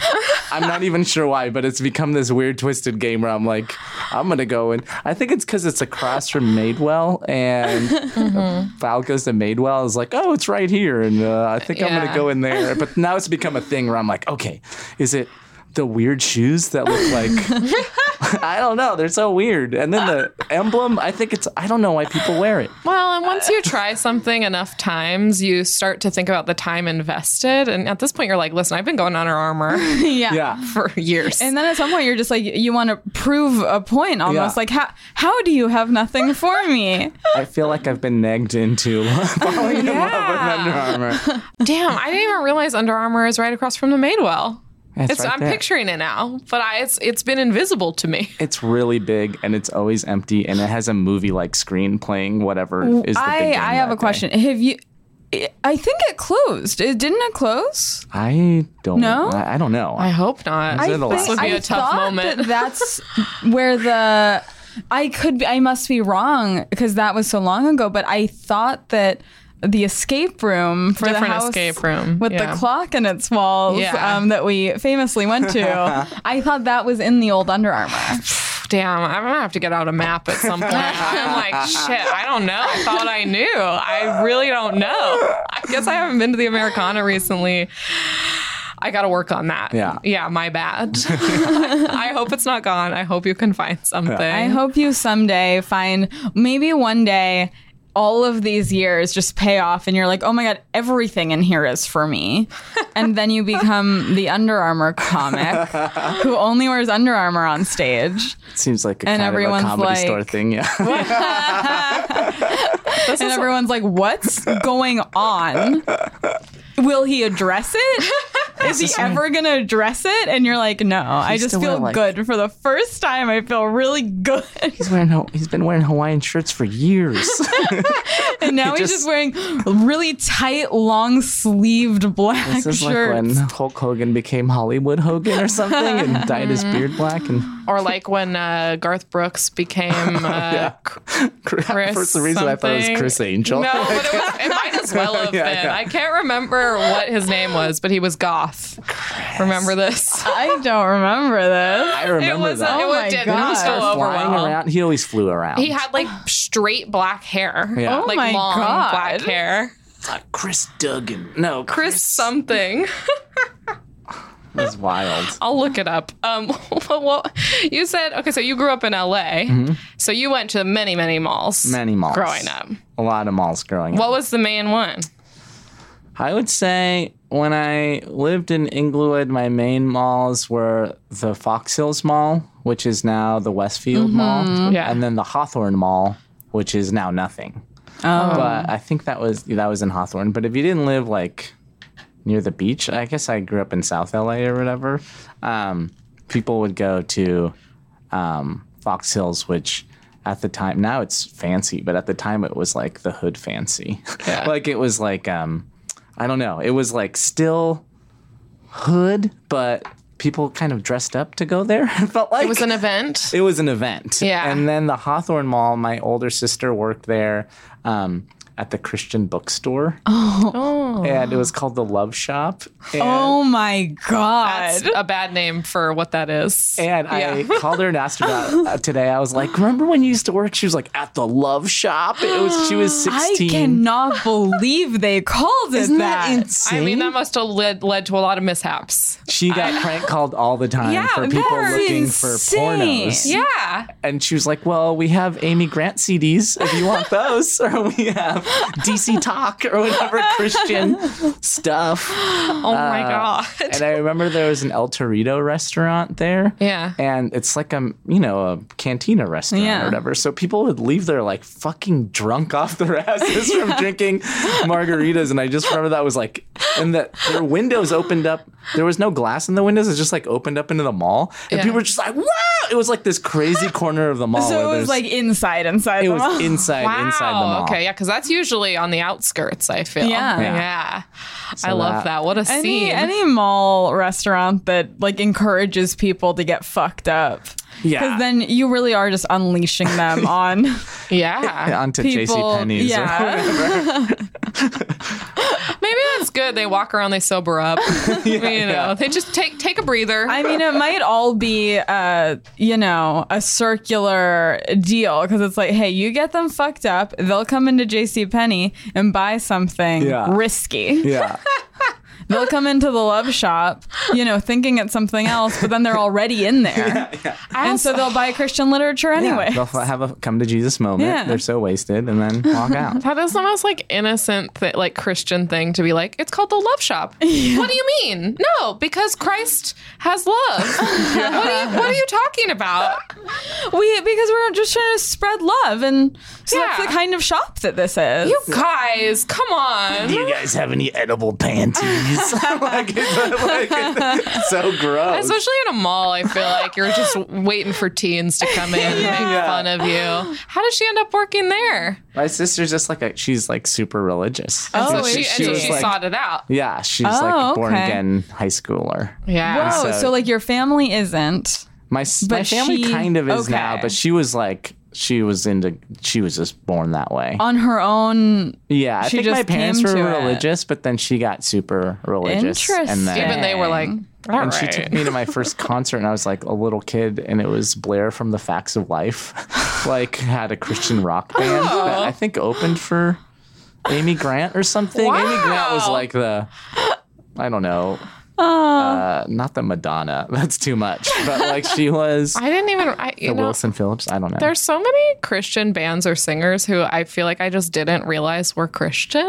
[SPEAKER 4] I'm not even sure why, but it's become this weird, twisted game where I'm like, I'm gonna go and I think it's because it's across from Madewell,
[SPEAKER 3] <laughs>
[SPEAKER 4] and
[SPEAKER 3] Mm-hmm.
[SPEAKER 4] Falco's to Madewell is like, oh, it's right here, and uh, I think I'm
[SPEAKER 3] Yeah.
[SPEAKER 4] gonna go in there. But now it's become a thing where I'm like, okay, is it? The weird shoes that look like <laughs>
[SPEAKER 3] <laughs>
[SPEAKER 4] I don't know. They're so weird. And then the emblem, I think it's, I don't know why people wear it.
[SPEAKER 3] Well, and once you try something enough times, you start to think about the time invested. And at this point, you're like, listen, I've been going Under <laughs>
[SPEAKER 2] <laughs>
[SPEAKER 3] Armour
[SPEAKER 2] yeah.
[SPEAKER 4] Yeah.
[SPEAKER 3] for years.
[SPEAKER 2] And then at some point you're just like you want to prove a point almost
[SPEAKER 4] Yeah.
[SPEAKER 2] like how how do you have nothing for me?
[SPEAKER 4] I feel like I've been negged into <laughs> falling in love with Under Armour.
[SPEAKER 3] Damn, I didn't even realize Under Armour is right across from the Madewell.
[SPEAKER 4] It's
[SPEAKER 3] It's,
[SPEAKER 4] right
[SPEAKER 3] I'm
[SPEAKER 4] there.
[SPEAKER 3] picturing it now, but I, it's it's been invisible to me.
[SPEAKER 4] It's really big and it's always empty and it has a movie like screen playing whatever is the big
[SPEAKER 2] I
[SPEAKER 4] game
[SPEAKER 2] I have
[SPEAKER 4] that
[SPEAKER 2] a question. Have you I think it closed. It didn't it close?
[SPEAKER 4] day. I don't
[SPEAKER 2] No?
[SPEAKER 4] I, I don't know.
[SPEAKER 3] I hope not.
[SPEAKER 4] Is it allowed?
[SPEAKER 3] this would be
[SPEAKER 2] a
[SPEAKER 3] a tough moment. <laughs>
[SPEAKER 2] that's where the I could be, I must be wrong because that was so long ago, but I thought that the escape room for the
[SPEAKER 3] Different
[SPEAKER 2] house
[SPEAKER 3] escape room,
[SPEAKER 2] with
[SPEAKER 3] yeah.
[SPEAKER 2] the clock in its walls
[SPEAKER 3] Yeah.
[SPEAKER 2] um, that we famously went
[SPEAKER 4] <laughs>
[SPEAKER 2] to. I thought that was in the old Under Armour.
[SPEAKER 3] Damn, I'm gonna have to get out a map at
[SPEAKER 4] <laughs>
[SPEAKER 3] some point. I'm like, shit, I don't know. I thought I knew. I really don't know. I guess I haven't been to the Americana recently. I gotta work on that.
[SPEAKER 4] Yeah.
[SPEAKER 3] Yeah, my
[SPEAKER 4] <laughs>
[SPEAKER 3] bad. I hope it's not gone. I hope you can find something.
[SPEAKER 2] I hope you someday find maybe one day all of these years just pay off and you're like, oh my God, everything in here is for me. And then you become the Under Armour comic who only wears Under Armour on stage.
[SPEAKER 4] It seems like a kind of
[SPEAKER 2] And
[SPEAKER 4] a
[SPEAKER 2] everyone's
[SPEAKER 4] comedy
[SPEAKER 2] like-
[SPEAKER 4] store thing.
[SPEAKER 2] <laughs>
[SPEAKER 4] Yeah.
[SPEAKER 2] and everyone's like, what's going on? Will he address it?
[SPEAKER 4] <laughs>
[SPEAKER 2] Is he ever going to address it? And you're like, no, I just
[SPEAKER 4] still
[SPEAKER 2] feel
[SPEAKER 4] wearing, like-
[SPEAKER 2] good. For the first time, I feel really good.
[SPEAKER 4] he's wearing Ho- he's been wearing Hawaiian shirts for
[SPEAKER 2] <laughs>
[SPEAKER 4] years. <laughs>
[SPEAKER 2] And <laughs> now he's just,
[SPEAKER 4] just-
[SPEAKER 2] wearing really tight, long sleeved black
[SPEAKER 4] this is like
[SPEAKER 2] shirts.
[SPEAKER 4] when Hulk Hogan became Hollywood Hogan or something and dyed
[SPEAKER 2] <laughs>
[SPEAKER 4] his beard black and
[SPEAKER 3] Or like when uh, Garth
[SPEAKER 4] <laughs>
[SPEAKER 3] Brooks became. Uh, Chris
[SPEAKER 4] for some reason I thought it
[SPEAKER 3] something.
[SPEAKER 4] was Chris Angel. <laughs>
[SPEAKER 3] No, but it, was, it might as well have
[SPEAKER 4] Yeah,
[SPEAKER 3] been.
[SPEAKER 4] yeah.
[SPEAKER 3] I can't remember what his name was, but he was goth. Remember this?
[SPEAKER 2] I don't remember this.
[SPEAKER 4] I remember
[SPEAKER 3] it was
[SPEAKER 4] that.
[SPEAKER 3] it
[SPEAKER 2] Oh my
[SPEAKER 3] did
[SPEAKER 2] God.
[SPEAKER 3] not
[SPEAKER 2] Started
[SPEAKER 3] go over
[SPEAKER 4] flying
[SPEAKER 3] well.
[SPEAKER 4] around. He always flew around.
[SPEAKER 3] He had like
[SPEAKER 2] <sighs>
[SPEAKER 3] straight black hair.
[SPEAKER 4] Yeah. Oh
[SPEAKER 3] like
[SPEAKER 2] my
[SPEAKER 3] long
[SPEAKER 2] God.
[SPEAKER 3] black hair.
[SPEAKER 4] Uh, Chris Duggan. No,
[SPEAKER 3] Chris something.
[SPEAKER 4] was wild.
[SPEAKER 3] <laughs> I'll look it up. Um, <laughs> well, well, you said okay. So you grew up in LA. So you went to many, many malls.
[SPEAKER 4] Many malls.
[SPEAKER 3] Growing up,
[SPEAKER 4] A lot of malls growing up.
[SPEAKER 3] what was the main one?
[SPEAKER 4] I would say when I lived in Inglewood, my main malls were the Fox Hills Mall, which is now the Westfield Mall,
[SPEAKER 3] Mm-hmm. Yeah.
[SPEAKER 4] and then the Hawthorne Mall, which is now nothing.
[SPEAKER 3] Oh.
[SPEAKER 4] But I think that was that was in Hawthorne. But if you didn't live like near the beach, I guess I grew up in South LA or whatever. Um, people would go to um, Fox Hills, which at the time now it's fancy, but at the time it was like the hood fancy. <laughs> like it was like um, I don't know. It was like still hood, but people kind of dressed up to go there. <laughs> It felt like
[SPEAKER 3] It was an event.
[SPEAKER 4] it was an event.
[SPEAKER 3] Yeah.
[SPEAKER 4] And then the Hawthorne Mall, my older sister worked there um, at the Christian bookstore. Oh. And it was called the Love Shop. And,
[SPEAKER 2] Oh my
[SPEAKER 3] That's
[SPEAKER 2] god.
[SPEAKER 3] a bad name for what that is.
[SPEAKER 4] and I
[SPEAKER 3] Yeah.
[SPEAKER 4] <laughs> called her and asked her about uh, today. I was like, remember when you used to work? She was like, at the Love Shop. It was she was
[SPEAKER 3] <gasps>
[SPEAKER 4] 16.
[SPEAKER 2] I cannot believe they called it
[SPEAKER 4] Isn't that,
[SPEAKER 2] that.
[SPEAKER 4] insane?
[SPEAKER 3] I mean, that must have led, led to a lot of mishaps.
[SPEAKER 4] she got
[SPEAKER 3] <laughs>
[SPEAKER 4] prank called all the time
[SPEAKER 3] Yeah,
[SPEAKER 4] for people
[SPEAKER 2] that's
[SPEAKER 4] looking for
[SPEAKER 2] insane.
[SPEAKER 4] pornos.
[SPEAKER 3] Yeah.
[SPEAKER 4] And she was like, "Well, we have Amy Grant CDs if you want those, or we have DC Talk or
[SPEAKER 3] <laughs>
[SPEAKER 4] whatever Christian stuff."
[SPEAKER 3] Oh my
[SPEAKER 4] Uh,
[SPEAKER 3] God.
[SPEAKER 4] And I remember there was an El Torito restaurant there.
[SPEAKER 3] Yeah.
[SPEAKER 4] And it's like a you know a cantina restaurant
[SPEAKER 2] Yeah.
[SPEAKER 4] or whatever. So people would leave there like fucking drunk off their <laughs> asses from drinking margaritas. And I just remember that was like, and that their windows opened up. There was no glass in the windows. It just like opened up into the mall, and
[SPEAKER 3] Yeah.
[SPEAKER 4] people were just like, "Wow!" It was like this crazy corner of the mall.
[SPEAKER 2] <laughs> so
[SPEAKER 4] where
[SPEAKER 2] it was
[SPEAKER 4] there's-
[SPEAKER 2] like inside inside
[SPEAKER 4] it
[SPEAKER 2] the <laughs>
[SPEAKER 4] was
[SPEAKER 2] mall.
[SPEAKER 4] <laughs> inside inside the mall.
[SPEAKER 3] Okay, yeah, because that's usually on the outskirts, I feel.
[SPEAKER 2] Yeah.
[SPEAKER 4] Yeah.
[SPEAKER 3] Yeah. I love
[SPEAKER 4] that-
[SPEAKER 3] that. What a
[SPEAKER 2] Any
[SPEAKER 3] scene.
[SPEAKER 2] any mall restaurant that like encourages people to get fucked up.
[SPEAKER 4] Yeah.
[SPEAKER 2] Because then you really are just unleashing
[SPEAKER 4] <laughs>
[SPEAKER 2] them on
[SPEAKER 3] yeah.
[SPEAKER 4] onto
[SPEAKER 2] people.
[SPEAKER 4] JC Penney's.
[SPEAKER 2] yeah.
[SPEAKER 3] Maybe that's good. They walk around, they
[SPEAKER 4] <laughs>
[SPEAKER 3] sober up. <laughs> you know, they just take take a breather.
[SPEAKER 2] I mean, it might all be, uh, you know, a circular deal because it's like, hey, you get them fucked up, they'll come into J.C. Penney and buy something
[SPEAKER 4] Yeah.
[SPEAKER 2] risky.
[SPEAKER 4] <laughs> yeah.
[SPEAKER 2] They'll come into the love shop, you know, thinking it's something else, but then they're already
[SPEAKER 4] <laughs>
[SPEAKER 2] in there, and so they'll buy Christian literature anyway.
[SPEAKER 4] They'll f- have a come to Jesus moment.
[SPEAKER 2] Yeah.
[SPEAKER 4] They're so wasted and then walk
[SPEAKER 2] <laughs>
[SPEAKER 4] out.
[SPEAKER 3] That is the most like innocent, th- like Christian thing to be like. It's called the love shop.
[SPEAKER 2] <laughs>
[SPEAKER 3] What do you mean? No, because Christ
[SPEAKER 2] <laughs>
[SPEAKER 3] has love. what, are you, what are you talking about?
[SPEAKER 2] We because we're just trying to spread love, and so that's
[SPEAKER 3] Yeah.
[SPEAKER 2] the kind of shop that this is.
[SPEAKER 3] You guys, come on.
[SPEAKER 4] you guys have any edible <laughs>
[SPEAKER 2] <laughs>
[SPEAKER 4] panties? like, it's, like, it's <laughs> so gross.
[SPEAKER 3] Especially in a mall, I feel like you're just waiting for teens to come in and make
[SPEAKER 4] Yeah.
[SPEAKER 3] fun of you. How does she end up working there?
[SPEAKER 4] My sister's just like a, she's like super religious.
[SPEAKER 2] Oh,
[SPEAKER 4] So
[SPEAKER 3] so she,
[SPEAKER 2] she-
[SPEAKER 3] and so
[SPEAKER 4] was
[SPEAKER 3] she
[SPEAKER 4] like-
[SPEAKER 3] sought it out.
[SPEAKER 4] Yeah, she's
[SPEAKER 2] Oh,
[SPEAKER 4] like born
[SPEAKER 2] okay.
[SPEAKER 4] again high schooler.
[SPEAKER 3] Yeah.
[SPEAKER 2] Whoa!
[SPEAKER 4] So-
[SPEAKER 2] so like your family isn't.
[SPEAKER 4] My s-
[SPEAKER 2] But
[SPEAKER 4] my family
[SPEAKER 2] she-
[SPEAKER 4] kind of is
[SPEAKER 2] okay.
[SPEAKER 4] now, but she was like she was into she was just born that way.
[SPEAKER 2] on her own.
[SPEAKER 4] yeah, I
[SPEAKER 2] she
[SPEAKER 4] think my
[SPEAKER 2] just
[SPEAKER 4] parents
[SPEAKER 2] came
[SPEAKER 4] were
[SPEAKER 2] to it.
[SPEAKER 4] religious, but then she got super religious. And then,
[SPEAKER 2] Interesting.
[SPEAKER 3] Even they were like, all
[SPEAKER 4] and she
[SPEAKER 3] right.
[SPEAKER 4] took me to my first concert, and I was like a little kid, and it was Blair from the Facts of
[SPEAKER 3] <laughs>
[SPEAKER 4] Life, like had a Christian rock band
[SPEAKER 3] Oh.
[SPEAKER 4] that I think opened for Amy Grant or something. Amy Grant was
[SPEAKER 3] Wow.
[SPEAKER 4] like the, I don't know, uh, not the Madonna. <laughs> That's too much, but like she was
[SPEAKER 3] I didn't even. I, you
[SPEAKER 4] the
[SPEAKER 3] know,
[SPEAKER 4] Wilson Phillips. I don't know.
[SPEAKER 3] There's so many Christian bands or singers who I feel like I just didn't realize were Christian.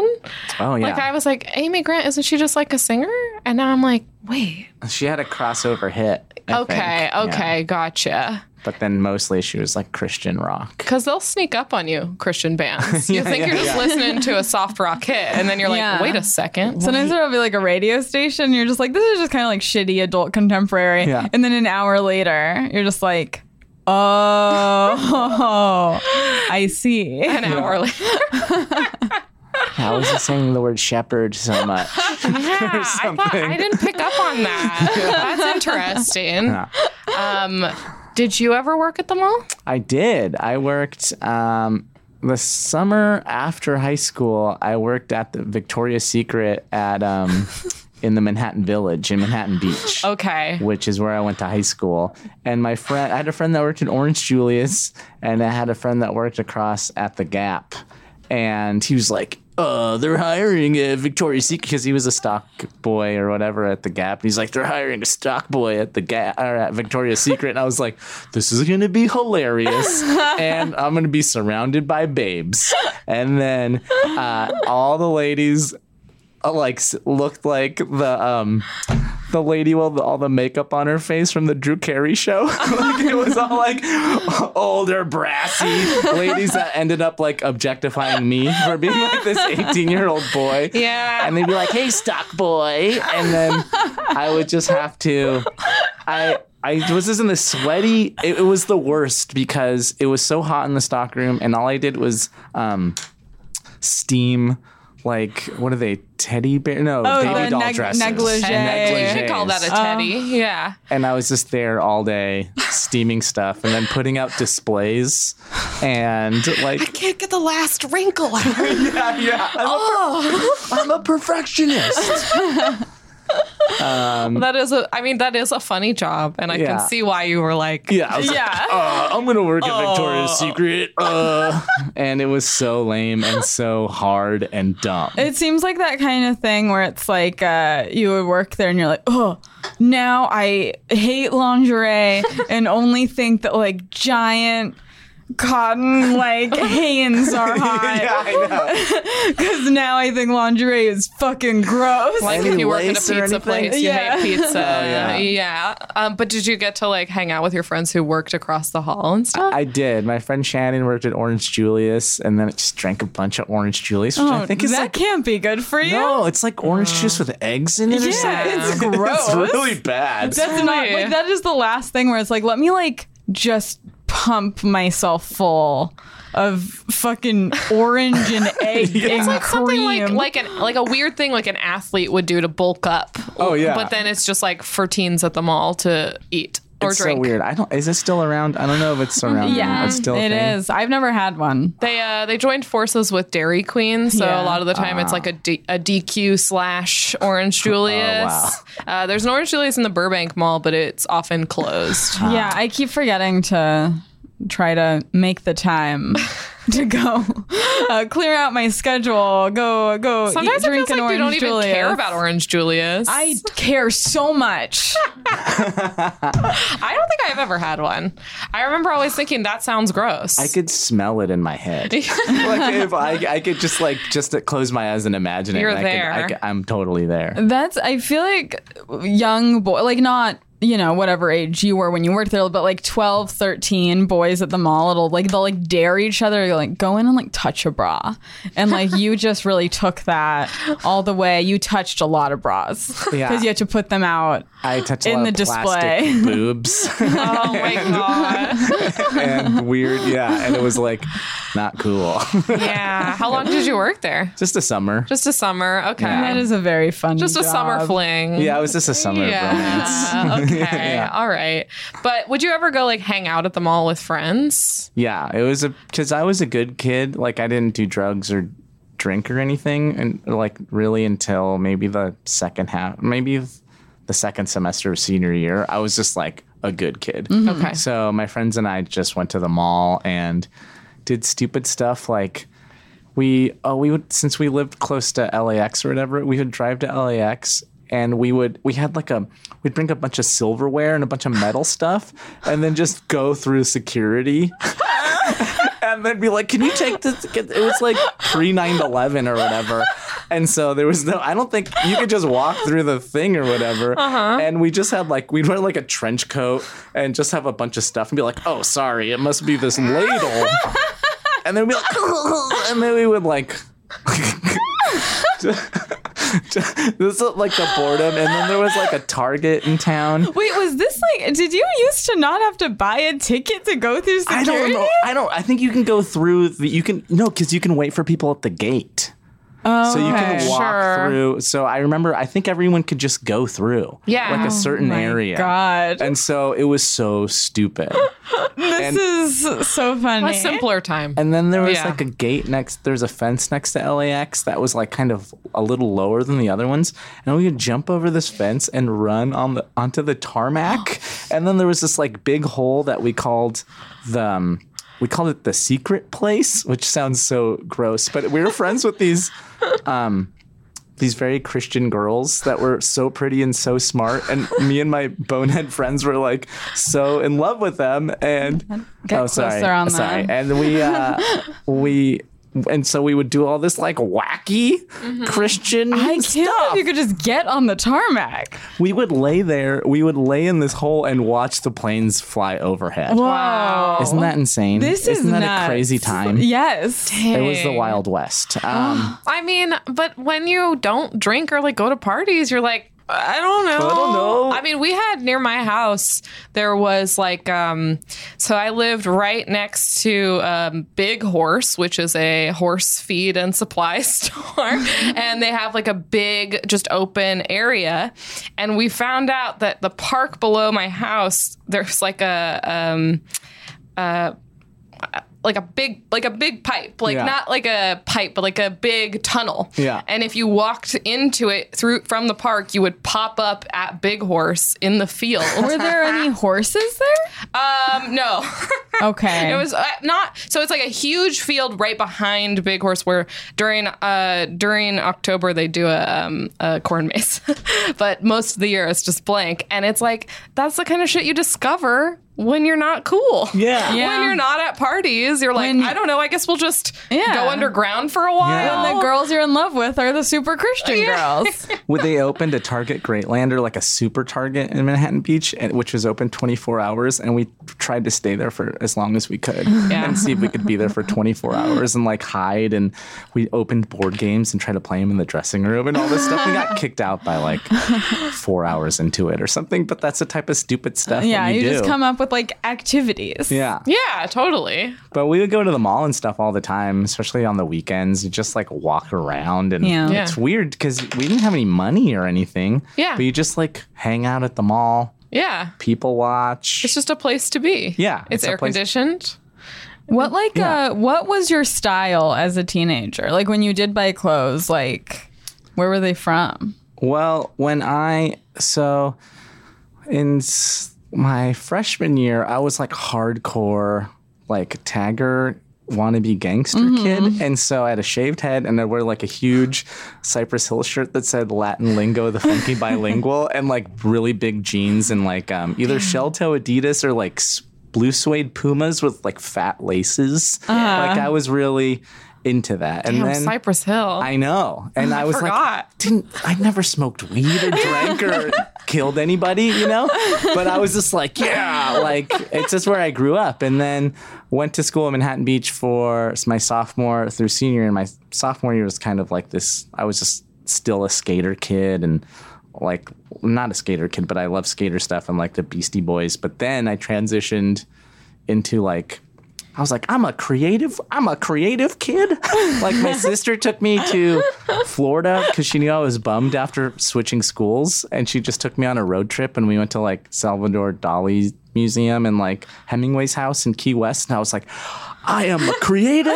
[SPEAKER 4] oh yeah,
[SPEAKER 3] Like I was like, Amy Grant, isn't she just like a singer? And now I'm like, wait,
[SPEAKER 4] she had a crossover hit. I think.
[SPEAKER 3] okay,
[SPEAKER 4] Yeah.
[SPEAKER 3] okay, gotcha.
[SPEAKER 4] But then mostly she was like Christian rock.
[SPEAKER 3] Because they'll sneak up on you, Christian <laughs> bands. You think you're just listening to a soft rock hit, and then you're like,
[SPEAKER 2] Yeah.
[SPEAKER 3] wait a second.
[SPEAKER 2] Sometimes there'll be like a radio station. You're just like, this is just kind of like shitty adult contemporary.
[SPEAKER 4] Yeah.
[SPEAKER 2] And then an hour later, you're just like, oh, <laughs> I see.
[SPEAKER 3] <laughs> An hour later,
[SPEAKER 4] How is he saying the word shepherd so much?
[SPEAKER 3] yeah, I thought I didn't pick up on <laughs> that. That's interesting. Um, did you ever work at the mall?
[SPEAKER 4] I did. I worked um, the summer after high school. I worked at the Victoria's Secret at um, in the Manhattan Village in Manhattan Beach.
[SPEAKER 3] Okay.
[SPEAKER 4] Which is where I went to high school. And my friend, I had a friend that worked at Orange Julius, and I had a friend that worked across at the Gap. And he was like, uh, they're hiring a Victoria's Secret because he was a stock boy or whatever at the Gap. And he's like, they're hiring a stock boy at the Gap or at Victoria's Secret. And I was like, this is going to be hilarious. and I'm going to be surrounded by babes. And then uh, all the ladies uh, like s- looked like the um the lady with all the makeup on her face from the Drew Carey show. <laughs> like it was all like older brassy ladies that ended up like objectifying me for being like this 18 year old boy.
[SPEAKER 3] Yeah.
[SPEAKER 4] And they'd be like, "Hey, stock boy," and then I would just have to. I I was just in the sweaty. It, it was the worst because it was so hot in the stock room, and all I did was um, steam. Like what are they? Teddy bear? No, baby
[SPEAKER 2] Oh, the
[SPEAKER 4] doll
[SPEAKER 2] neg-
[SPEAKER 4] dresses.
[SPEAKER 2] negligee.
[SPEAKER 3] You
[SPEAKER 2] Negligee.
[SPEAKER 3] could call that a teddy. Oh. yeah.
[SPEAKER 4] and I was just there all day steaming stuff and then putting up displays and like
[SPEAKER 3] Can't get the last wrinkle
[SPEAKER 4] <laughs>
[SPEAKER 3] out.
[SPEAKER 4] yeah, yeah. I'm,
[SPEAKER 2] Oh.
[SPEAKER 4] a, per- I'm a perfectionist.
[SPEAKER 3] <laughs> that is a I mean, that is a funny job. And I
[SPEAKER 4] Yeah.
[SPEAKER 3] can see why you were
[SPEAKER 4] <laughs>
[SPEAKER 3] like
[SPEAKER 4] Yeah, I was like,
[SPEAKER 2] Yeah. Oh.
[SPEAKER 4] uh, I'm gonna work at Victoria's Secret. Uh. And it was so lame and so hard and dumb. <laughs>
[SPEAKER 2] It seems like that kind of thing where it's like uh, you would work there and you're like, oh, now I
[SPEAKER 4] <laughs>
[SPEAKER 2] hate lingerie and only think that like giant cotton
[SPEAKER 4] <laughs>
[SPEAKER 2] like Hanes are hot.
[SPEAKER 4] yeah, I know.
[SPEAKER 2] Because now I think lingerie is fucking gross.
[SPEAKER 3] like
[SPEAKER 4] Any
[SPEAKER 3] if you work in a
[SPEAKER 4] lace or
[SPEAKER 3] pizza
[SPEAKER 4] anything?
[SPEAKER 3] place, you
[SPEAKER 2] Yeah.
[SPEAKER 3] hate pizza.
[SPEAKER 4] yeah.
[SPEAKER 3] <laughs> yeah. Um, but did you get to like hang out with your friends who worked across the hall and stuff?
[SPEAKER 4] I did. My friend Shannon worked at Orange Julius, and then I just drank a bunch of Orange Julius, which I think is
[SPEAKER 2] Oh, that
[SPEAKER 4] like
[SPEAKER 2] can't be good for you.
[SPEAKER 4] no, it's like orange juice with eggs in it or something.
[SPEAKER 2] Yeah, it's
[SPEAKER 4] <laughs>
[SPEAKER 2] gross.
[SPEAKER 4] really bad.
[SPEAKER 2] That's not
[SPEAKER 3] Totally.
[SPEAKER 2] like that is the last thing where it's like, let me like just pump myself full of fucking orange and egg and
[SPEAKER 3] <laughs> It's like
[SPEAKER 2] cream.
[SPEAKER 3] something like like an like a weird thing like an athlete would do to bulk up.
[SPEAKER 4] Oh, yeah.
[SPEAKER 3] But then it's just like for teens at the mall to eat or
[SPEAKER 4] it's
[SPEAKER 3] drink.
[SPEAKER 4] so weird. I don't. Is it still around? I don't know if it's around.
[SPEAKER 2] yeah,
[SPEAKER 4] anymore. it's still. a
[SPEAKER 2] it
[SPEAKER 4] thing.
[SPEAKER 2] is. I've never had one.
[SPEAKER 3] They uh, they joined forces with Dairy Queen, so
[SPEAKER 2] Yeah.
[SPEAKER 3] a lot of the time it's like a, D- a DQ slash Orange Julius. uh, there's an Orange Julius in the Burbank Mall, but it's
[SPEAKER 2] <gasps>
[SPEAKER 3] often closed.
[SPEAKER 2] Yeah, I keep forgetting to try to make the
[SPEAKER 3] <laughs>
[SPEAKER 2] time to go uh, clear out my schedule. Go go.
[SPEAKER 3] Sometimes
[SPEAKER 2] eat,
[SPEAKER 3] it
[SPEAKER 2] drink
[SPEAKER 3] feels like
[SPEAKER 2] an
[SPEAKER 3] you don't
[SPEAKER 2] Orange
[SPEAKER 3] even
[SPEAKER 2] Julius.
[SPEAKER 3] care about Orange Julius.
[SPEAKER 2] I care so much.
[SPEAKER 3] I don't think I've ever had one. I remember always thinking that sounds gross.
[SPEAKER 4] I could smell it in my
[SPEAKER 2] <laughs>
[SPEAKER 4] head. like if I, I could just like just close my eyes and imagine it.
[SPEAKER 3] You're
[SPEAKER 4] and I could- I
[SPEAKER 3] there.
[SPEAKER 4] could- I'm totally there.
[SPEAKER 2] That's I feel like young boy like not you know whatever age you were when you worked there but like 12 13 boys at the mall it'll like they'll like dare each other to like go in and like touch a bra and like
[SPEAKER 4] <laughs>
[SPEAKER 2] you just really took that all the way you touched a lot of bras because
[SPEAKER 4] Yeah.
[SPEAKER 2] you had to put them out
[SPEAKER 4] I touch a
[SPEAKER 2] In
[SPEAKER 4] lot
[SPEAKER 2] the
[SPEAKER 4] of plastic
[SPEAKER 2] display.
[SPEAKER 4] boobs
[SPEAKER 3] <laughs>
[SPEAKER 2] <laughs>
[SPEAKER 3] oh my god!
[SPEAKER 4] and weird. Yeah, and it was like not cool. <laughs>
[SPEAKER 3] Yeah. How long did you work there?
[SPEAKER 4] just a summer.
[SPEAKER 3] Just a summer. Okay.
[SPEAKER 2] that is a very fun
[SPEAKER 3] Just a summer
[SPEAKER 2] job.
[SPEAKER 3] fling.
[SPEAKER 4] yeah, it was just a summer romance.
[SPEAKER 3] Yeah.
[SPEAKER 4] <laughs>
[SPEAKER 3] <laughs> Okay.
[SPEAKER 4] Yeah.
[SPEAKER 3] All right. But would you ever go like hang out at the mall with friends?
[SPEAKER 4] Yeah, it was a because I was a good kid. Like I didn't do drugs or drink or anything, and like really until maybe the second half, maybe the second semester of senior year, I was just like a good kid.
[SPEAKER 3] Okay.
[SPEAKER 4] So my friends and I just went to the mall and did stupid stuff like we oh we would since we lived close to LAX or whatever, we would drive to LAX and we would we had like a we'd bring a bunch of silverware and a bunch of metal stuff and then just go through security. And then be like, can you take this? It was like pre 9 11 or whatever. And so there was no, I don't think you could just walk through the thing or whatever. And we just had like, we'd wear like a trench coat and just have a bunch of stuff and be like, oh, sorry, it must be this ladle. and then we'd be like, <laughs> and then we would like, this is like the boredom. And then there was like a Target in town.
[SPEAKER 2] wait was this like did you used to not have to buy a ticket to go through
[SPEAKER 4] I
[SPEAKER 2] security
[SPEAKER 4] don't know. I don't. I think you can go through the. You can no, because you can wait for people at the gate. Oh, so you
[SPEAKER 2] okay.
[SPEAKER 4] can walk
[SPEAKER 3] Sure.
[SPEAKER 4] through. So I remember. I think everyone could just go through.
[SPEAKER 3] Yeah.
[SPEAKER 4] like a certain
[SPEAKER 2] Oh my
[SPEAKER 4] area.
[SPEAKER 2] God.
[SPEAKER 4] And so it was so stupid. and,
[SPEAKER 2] <laughs> this is so funny
[SPEAKER 3] A simpler time.
[SPEAKER 4] and then there was
[SPEAKER 3] Yeah.
[SPEAKER 4] like a gate next. There's a fence next to LAX that was like kind of a little lower than the other ones. And we could jump over this fence and run on the onto the
[SPEAKER 2] <gasps>
[SPEAKER 4] tarmac. and then there was this like big hole that we called the. um, we called it the secret place, which sounds so gross, but we were friends with these these very Christian girls that were so pretty and so smart. And me and my bonehead friends were like so in love with them. And
[SPEAKER 2] Get
[SPEAKER 4] oh, sorry,
[SPEAKER 2] closer on
[SPEAKER 4] sorry.
[SPEAKER 2] that.
[SPEAKER 4] And we uh, we and so we would do all this like wacky Christian
[SPEAKER 2] Mm-hmm.
[SPEAKER 4] <laughs>
[SPEAKER 2] I can't
[SPEAKER 4] stuff.
[SPEAKER 2] believe you could just get on the tarmac.
[SPEAKER 4] we would lay there. We would lay in this hole and watch the planes fly overhead.
[SPEAKER 2] Wow.
[SPEAKER 4] Isn't that insane?
[SPEAKER 2] This is
[SPEAKER 4] Isn't that
[SPEAKER 2] nuts.
[SPEAKER 4] a crazy time?
[SPEAKER 2] Yes.
[SPEAKER 4] It was the Wild West.
[SPEAKER 2] Oh.
[SPEAKER 4] Um,
[SPEAKER 3] I mean, but when you don't drink or like go to parties, you're like, I don't know.
[SPEAKER 4] I don't know.
[SPEAKER 3] I mean, we had near my house, there was like, um, so I lived right next to um, Big Horse, which is a horse feed and supply <laughs> store. and they have like a big, just open area. And we found out that the park below my house, there's like a, um, like a big like a big pipe like
[SPEAKER 4] Yeah.
[SPEAKER 3] not like a pipe but like a big tunnel
[SPEAKER 4] Yeah.
[SPEAKER 3] and if you walked into it through from the park you would pop up at big horse in the field
[SPEAKER 2] Were there any
[SPEAKER 4] <laughs>
[SPEAKER 2] horses there?
[SPEAKER 3] um no <laughs>
[SPEAKER 2] Okay.
[SPEAKER 3] it was uh, not so it's like a huge field right behind big horse where during uh during october they do a, um, a corn maze <laughs> but most of the year it's just blank and it's like that's the kind of shit you discover when you're not cool
[SPEAKER 4] yeah.
[SPEAKER 2] Yeah.
[SPEAKER 3] <laughs> when you're not at parties, you're like,
[SPEAKER 2] When-
[SPEAKER 3] I don't know, I guess we'll just
[SPEAKER 2] Yeah.
[SPEAKER 3] go underground for a while.
[SPEAKER 4] Yeah. When
[SPEAKER 2] the girls you're in love with are the super
[SPEAKER 4] <laughs>
[SPEAKER 2] Christian girls.
[SPEAKER 4] Would they opened a Target Greatland or like a super Target in Manhattan Beach, and, which was open 24 hours, and we tr- tried to stay there for as long as we
[SPEAKER 2] <laughs>
[SPEAKER 4] could
[SPEAKER 3] Yeah.
[SPEAKER 4] and see if we could be there for 24 hours and like hide. And we opened board games and tried to play them in the dressing room and all this stuff. We got kicked out by like four hours into it or something. But that's the type of stupid stuff. that
[SPEAKER 2] Yeah,
[SPEAKER 4] you,
[SPEAKER 2] you,
[SPEAKER 4] do.
[SPEAKER 2] just come up with like activities.
[SPEAKER 4] Yeah.
[SPEAKER 3] Yeah, totally.
[SPEAKER 4] But we would go to the mall and stuff all the time, especially on the weekends. You just like walk around and
[SPEAKER 2] Yeah.
[SPEAKER 3] Yeah.
[SPEAKER 4] it's weird because we didn't have any money or anything.
[SPEAKER 3] Yeah.
[SPEAKER 4] But you just like hang out at the mall,
[SPEAKER 3] Yeah.
[SPEAKER 4] people watch.
[SPEAKER 3] It's just a place to be.
[SPEAKER 4] Yeah,
[SPEAKER 3] It's,
[SPEAKER 4] it's a
[SPEAKER 3] air
[SPEAKER 4] place-
[SPEAKER 3] conditioned.
[SPEAKER 2] What like
[SPEAKER 4] Yeah.
[SPEAKER 2] uh what was your style as a teenager? Like when you did buy clothes, like where were they from?
[SPEAKER 4] Well, when I so in s- my freshman year, I was like hardcore, like tagger wannabe gangster kid, and so I had a shaved head and I wore like a huge Cypress Hill shirt that said Latin lingo, the funky bilingual, and like really big jeans and like um, either shell toe Adidas or like s- blue suede Pumas with like fat laces. Like I was really into that, and
[SPEAKER 3] Damn,
[SPEAKER 4] then
[SPEAKER 3] Cypress Hill.
[SPEAKER 4] I know. And I, was
[SPEAKER 3] forgot.
[SPEAKER 4] like, didn't I never smoked weed or drank <laughs> or killed anybody, you know? But I was just like, <laughs> yeah, like it's just where I grew up. And then went to school in Manhattan Beach for my sophomore through senior. And my sophomore year was kind of like this. I was just still a skater kid and like not a skater kid, but I love skater stuff and like the Beastie Boys. But then I transitioned into like I was like, I'm a creative, I'm a creative kid. <laughs> like my sister took me to Florida because she knew I was bummed after switching schools, and she just took me on a road trip, and we went to like Salvador Dali's museum and like Hemingway's house in Key West, and I was like, I am a
[SPEAKER 2] <laughs>
[SPEAKER 4] creative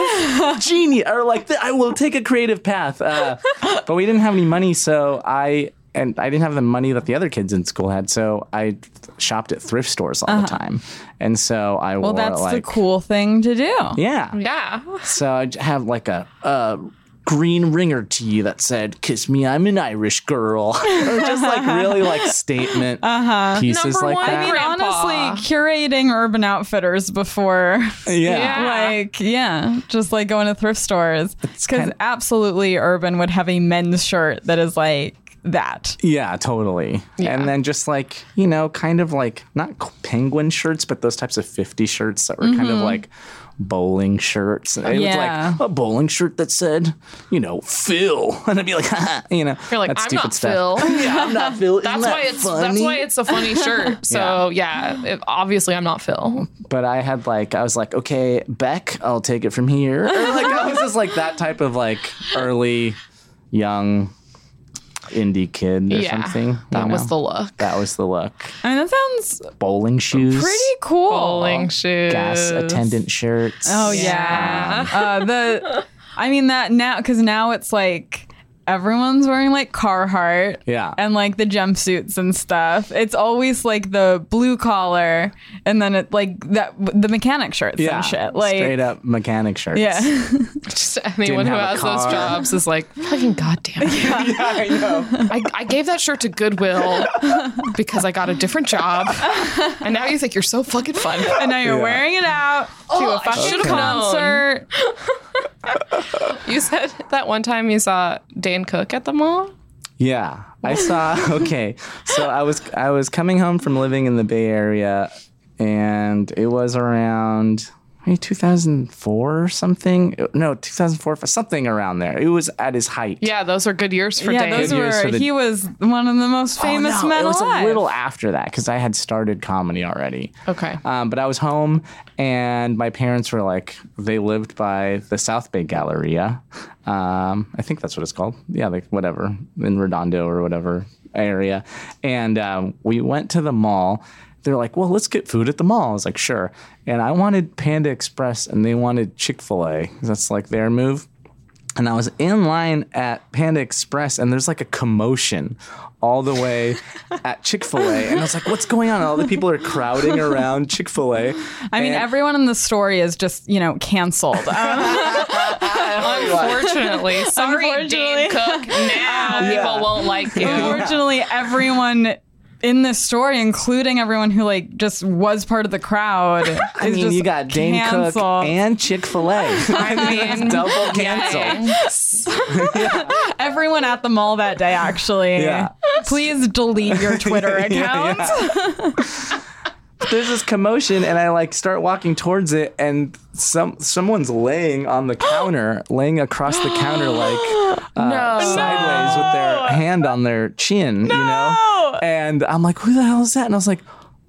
[SPEAKER 4] genius, or like th- I will take a creative path. Uh, but we didn't have any money, so I. And I didn't have the money that the other kids in school had, so I th- shopped at thrift stores all the time. And so I
[SPEAKER 2] Uh-huh. Well,
[SPEAKER 4] wore
[SPEAKER 2] that's
[SPEAKER 4] like
[SPEAKER 2] the cool thing to do.
[SPEAKER 4] yeah.
[SPEAKER 3] yeah.
[SPEAKER 4] So I j- have like a, a green ringer tee that said, Kiss me, I'm an Irish girl. <laughs> or just like really like statement pieces
[SPEAKER 3] Number
[SPEAKER 4] like
[SPEAKER 3] one
[SPEAKER 4] that.
[SPEAKER 3] green- Grandpa.
[SPEAKER 2] Honestly, curating Urban Outfitters before
[SPEAKER 4] Yeah. <laughs>
[SPEAKER 3] Yeah.
[SPEAKER 2] like yeah, just like going to thrift stores because
[SPEAKER 4] kinda-
[SPEAKER 2] absolutely Urban would have a men's shirt that is like that.
[SPEAKER 4] Yeah, totally. And then just like, you know, kind of like not qu- penguin shirts, but those types of 50 shirts that were kind of like bowling shirts. And It
[SPEAKER 2] Yeah.
[SPEAKER 4] was like a bowling shirt that said, you know, Phil. <laughs> And I'd be like, you know,
[SPEAKER 3] You're like,
[SPEAKER 4] that's
[SPEAKER 3] I'm
[SPEAKER 4] stupid
[SPEAKER 3] not
[SPEAKER 4] stuff. <laughs>
[SPEAKER 3] Phil.
[SPEAKER 4] Yeah, I'm not Phil.
[SPEAKER 3] That's why it's that's why it's
[SPEAKER 4] <laughs>
[SPEAKER 3] a funny shirt. So yeah, it- obviously I'm not Phil.
[SPEAKER 4] but I had like I was like, okay, Beck, I'll take it from here. Or like I was just like that type of like early, young, indie kid or
[SPEAKER 3] yeah,
[SPEAKER 4] something.
[SPEAKER 3] that
[SPEAKER 4] you
[SPEAKER 3] was
[SPEAKER 4] know?
[SPEAKER 3] the look.
[SPEAKER 4] that was the look.
[SPEAKER 2] I mean, that sounds
[SPEAKER 4] Bowling shoes,
[SPEAKER 2] pretty cool.
[SPEAKER 3] Bowling shoes.
[SPEAKER 4] gas attendant shirts.
[SPEAKER 2] Oh
[SPEAKER 3] Yeah.
[SPEAKER 2] yeah. Uh, the I mean that now because now it's like everyone's wearing like Carhartt.
[SPEAKER 4] Yeah.
[SPEAKER 2] And like the jumpsuits and stuff. It's always like the blue collar and then it like that the mechanic shirts
[SPEAKER 4] yeah,
[SPEAKER 2] and shit. Like
[SPEAKER 4] straight up mechanic shirts.
[SPEAKER 2] Yeah. <laughs>
[SPEAKER 3] Just <laughs> anyone who
[SPEAKER 4] have a
[SPEAKER 3] has those
[SPEAKER 4] car.
[SPEAKER 3] jobs is like, fucking goddamn it.
[SPEAKER 4] <laughs> yeah, I know.
[SPEAKER 3] <laughs> I, I gave that shirt to Goodwill because I got a different job. And now you think you're so
[SPEAKER 4] <laughs>
[SPEAKER 3] fucking funny.
[SPEAKER 2] And now you're
[SPEAKER 4] Yeah.
[SPEAKER 2] wearing it out to
[SPEAKER 4] Oh,
[SPEAKER 2] a
[SPEAKER 3] I
[SPEAKER 2] fucking
[SPEAKER 3] should've known.
[SPEAKER 2] concert.
[SPEAKER 3] You said that one time you saw Dan Cook at the mall?
[SPEAKER 4] Yeah, I
[SPEAKER 3] <laughs>
[SPEAKER 4] saw. Okay, so I was I was coming home from living in the Bay Area, and it was around maybe 2004 or something. No, 2004 something around there. It was at his height.
[SPEAKER 3] Yeah, those are good years for
[SPEAKER 2] Yeah,
[SPEAKER 3] Dan.
[SPEAKER 2] those
[SPEAKER 4] Good years
[SPEAKER 2] were
[SPEAKER 4] for the-
[SPEAKER 2] he was one of the most
[SPEAKER 4] Oh,
[SPEAKER 2] famous
[SPEAKER 4] no,
[SPEAKER 2] men
[SPEAKER 4] it was
[SPEAKER 2] alive.
[SPEAKER 4] a little after that because I had started comedy already.
[SPEAKER 3] okay.
[SPEAKER 4] Um, but I was home, and my parents were like, they lived by the South Bay Galleria. Um, I think that's what it's called. Yeah, like whatever in Redondo or whatever area. And um, we went to the mall. They're like, well, let's get food at the mall. I was like, sure. And I wanted Panda Express, and they wanted Chick Fil A. That's like their move. And I was in line at Panda Express, and there's like a commotion all the <laughs> way at Chick fil A. And I was like, what's going on? All the people are crowding around Chick fil A.
[SPEAKER 2] I mean, everyone in the story is just, you know,
[SPEAKER 4] <laughs>
[SPEAKER 2] canceled. Um, <laughs>
[SPEAKER 3] Unfortunately, sorry,
[SPEAKER 2] Unfortunately.
[SPEAKER 3] Dan Cook. Now
[SPEAKER 2] <laughs>
[SPEAKER 3] people won't like you.
[SPEAKER 2] unfortunately everyone in this story including everyone who like just was part of the crowd
[SPEAKER 4] <laughs> I mean, you got Dane Cook and Chick fil <laughs> A. I mean, double <laughs> cancel.
[SPEAKER 2] everyone at the mall that day actually
[SPEAKER 4] Yeah. <laughs>
[SPEAKER 2] please delete your twitter
[SPEAKER 4] Yeah,
[SPEAKER 2] account
[SPEAKER 4] yeah. there's this commotion, and I like start walking towards it, and some someone's laying on the counter, laying across the counter like uh, sideways with their hand on their chin, you know. And I'm like, who the hell is that? And I was like.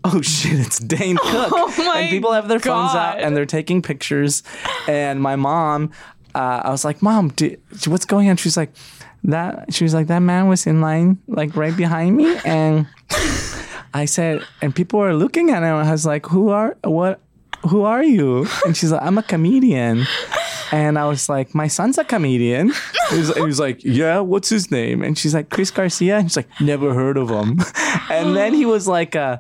[SPEAKER 4] Oh shit! It's Dane Cook,
[SPEAKER 2] <laughs> Oh my
[SPEAKER 4] and people have their phones out
[SPEAKER 2] God.
[SPEAKER 4] and they're taking pictures. And my mom, uh, I was like, "Mom, do, what's going on?" She's like, "That." She was like, "That man was in line, like right behind me,"
[SPEAKER 2] <laughs>
[SPEAKER 4] and I said, and people were looking at him. I was like, "Who are what? Who are you?" And she's like, "I'm a comedian." And I was like, "My son's a comedian." He was, he was like, "Yeah, what's his name?" And she's like, "Chris Garcia." And she's like, "Never heard of him." <laughs> And then he was like, uh,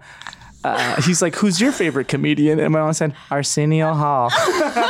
[SPEAKER 4] uh, "He's like, who's your favorite comedian?" And my mom said, "Arsenio Hall." <laughs>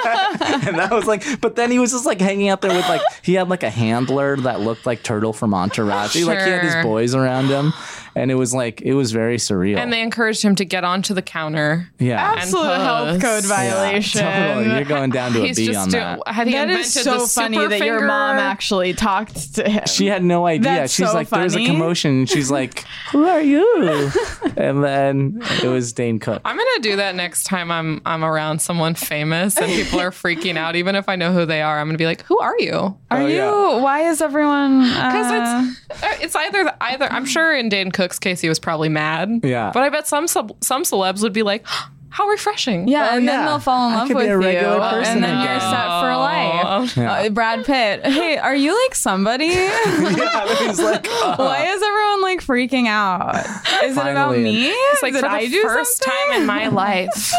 [SPEAKER 4] and I was like, but then he was just like hanging out there with like he had like a handler that looked like Turtle from Entourage. He, Like he had his
[SPEAKER 3] Sure.
[SPEAKER 4] boys around him, and it was like it was very surreal.
[SPEAKER 3] And they encouraged him to get onto the counter.
[SPEAKER 4] yeah,
[SPEAKER 2] Absolute health
[SPEAKER 3] pose.
[SPEAKER 2] code violation.
[SPEAKER 4] totally. You're going down to a
[SPEAKER 3] He's
[SPEAKER 4] B on
[SPEAKER 3] just
[SPEAKER 4] that.
[SPEAKER 3] doing. Had he
[SPEAKER 2] That
[SPEAKER 3] invented
[SPEAKER 2] is
[SPEAKER 3] the
[SPEAKER 2] so funny
[SPEAKER 3] super
[SPEAKER 2] that your
[SPEAKER 3] finger?
[SPEAKER 2] mom actually talked to him.
[SPEAKER 4] she had no idea.
[SPEAKER 2] That's
[SPEAKER 4] she's
[SPEAKER 2] so
[SPEAKER 4] like, there's a
[SPEAKER 2] funny."
[SPEAKER 4] commotion. And she's like, who are you? and then it was Dane Cook. <laughs>
[SPEAKER 3] <laughs> I'm gonna do that next time I'm I'm around someone famous and people are freaking out. Even if I know who they are, I'm gonna be like, "Who are you?"
[SPEAKER 2] Are
[SPEAKER 4] Oh,
[SPEAKER 2] you?
[SPEAKER 4] yeah.
[SPEAKER 2] Why is everyone?
[SPEAKER 3] Because
[SPEAKER 2] uh,
[SPEAKER 3] it's it's either either. I'm sure in Dan Cook's case, he was probably mad.
[SPEAKER 4] Yeah.
[SPEAKER 3] But I bet some sub, some celebs would be like, <gasps> "How refreshing!"
[SPEAKER 2] yeah,
[SPEAKER 4] Oh,
[SPEAKER 2] and
[SPEAKER 4] yeah.
[SPEAKER 2] then they'll fall in
[SPEAKER 4] I
[SPEAKER 2] love
[SPEAKER 4] could be
[SPEAKER 2] with
[SPEAKER 4] a regular
[SPEAKER 2] you,
[SPEAKER 4] person
[SPEAKER 2] and then
[SPEAKER 4] again.
[SPEAKER 2] you're set for life.
[SPEAKER 4] Yeah.
[SPEAKER 2] Uh, <laughs> Brad Pitt. Hey, are you
[SPEAKER 4] <laughs>
[SPEAKER 2] like somebody? <laughs>
[SPEAKER 4] yeah, he's like, "Uh,
[SPEAKER 2] Why is everyone like freaking out? Is it about
[SPEAKER 4] Finally.
[SPEAKER 2] me?
[SPEAKER 3] It's like
[SPEAKER 2] Did
[SPEAKER 3] for the
[SPEAKER 2] I do
[SPEAKER 3] first
[SPEAKER 2] something?
[SPEAKER 3] time in my life,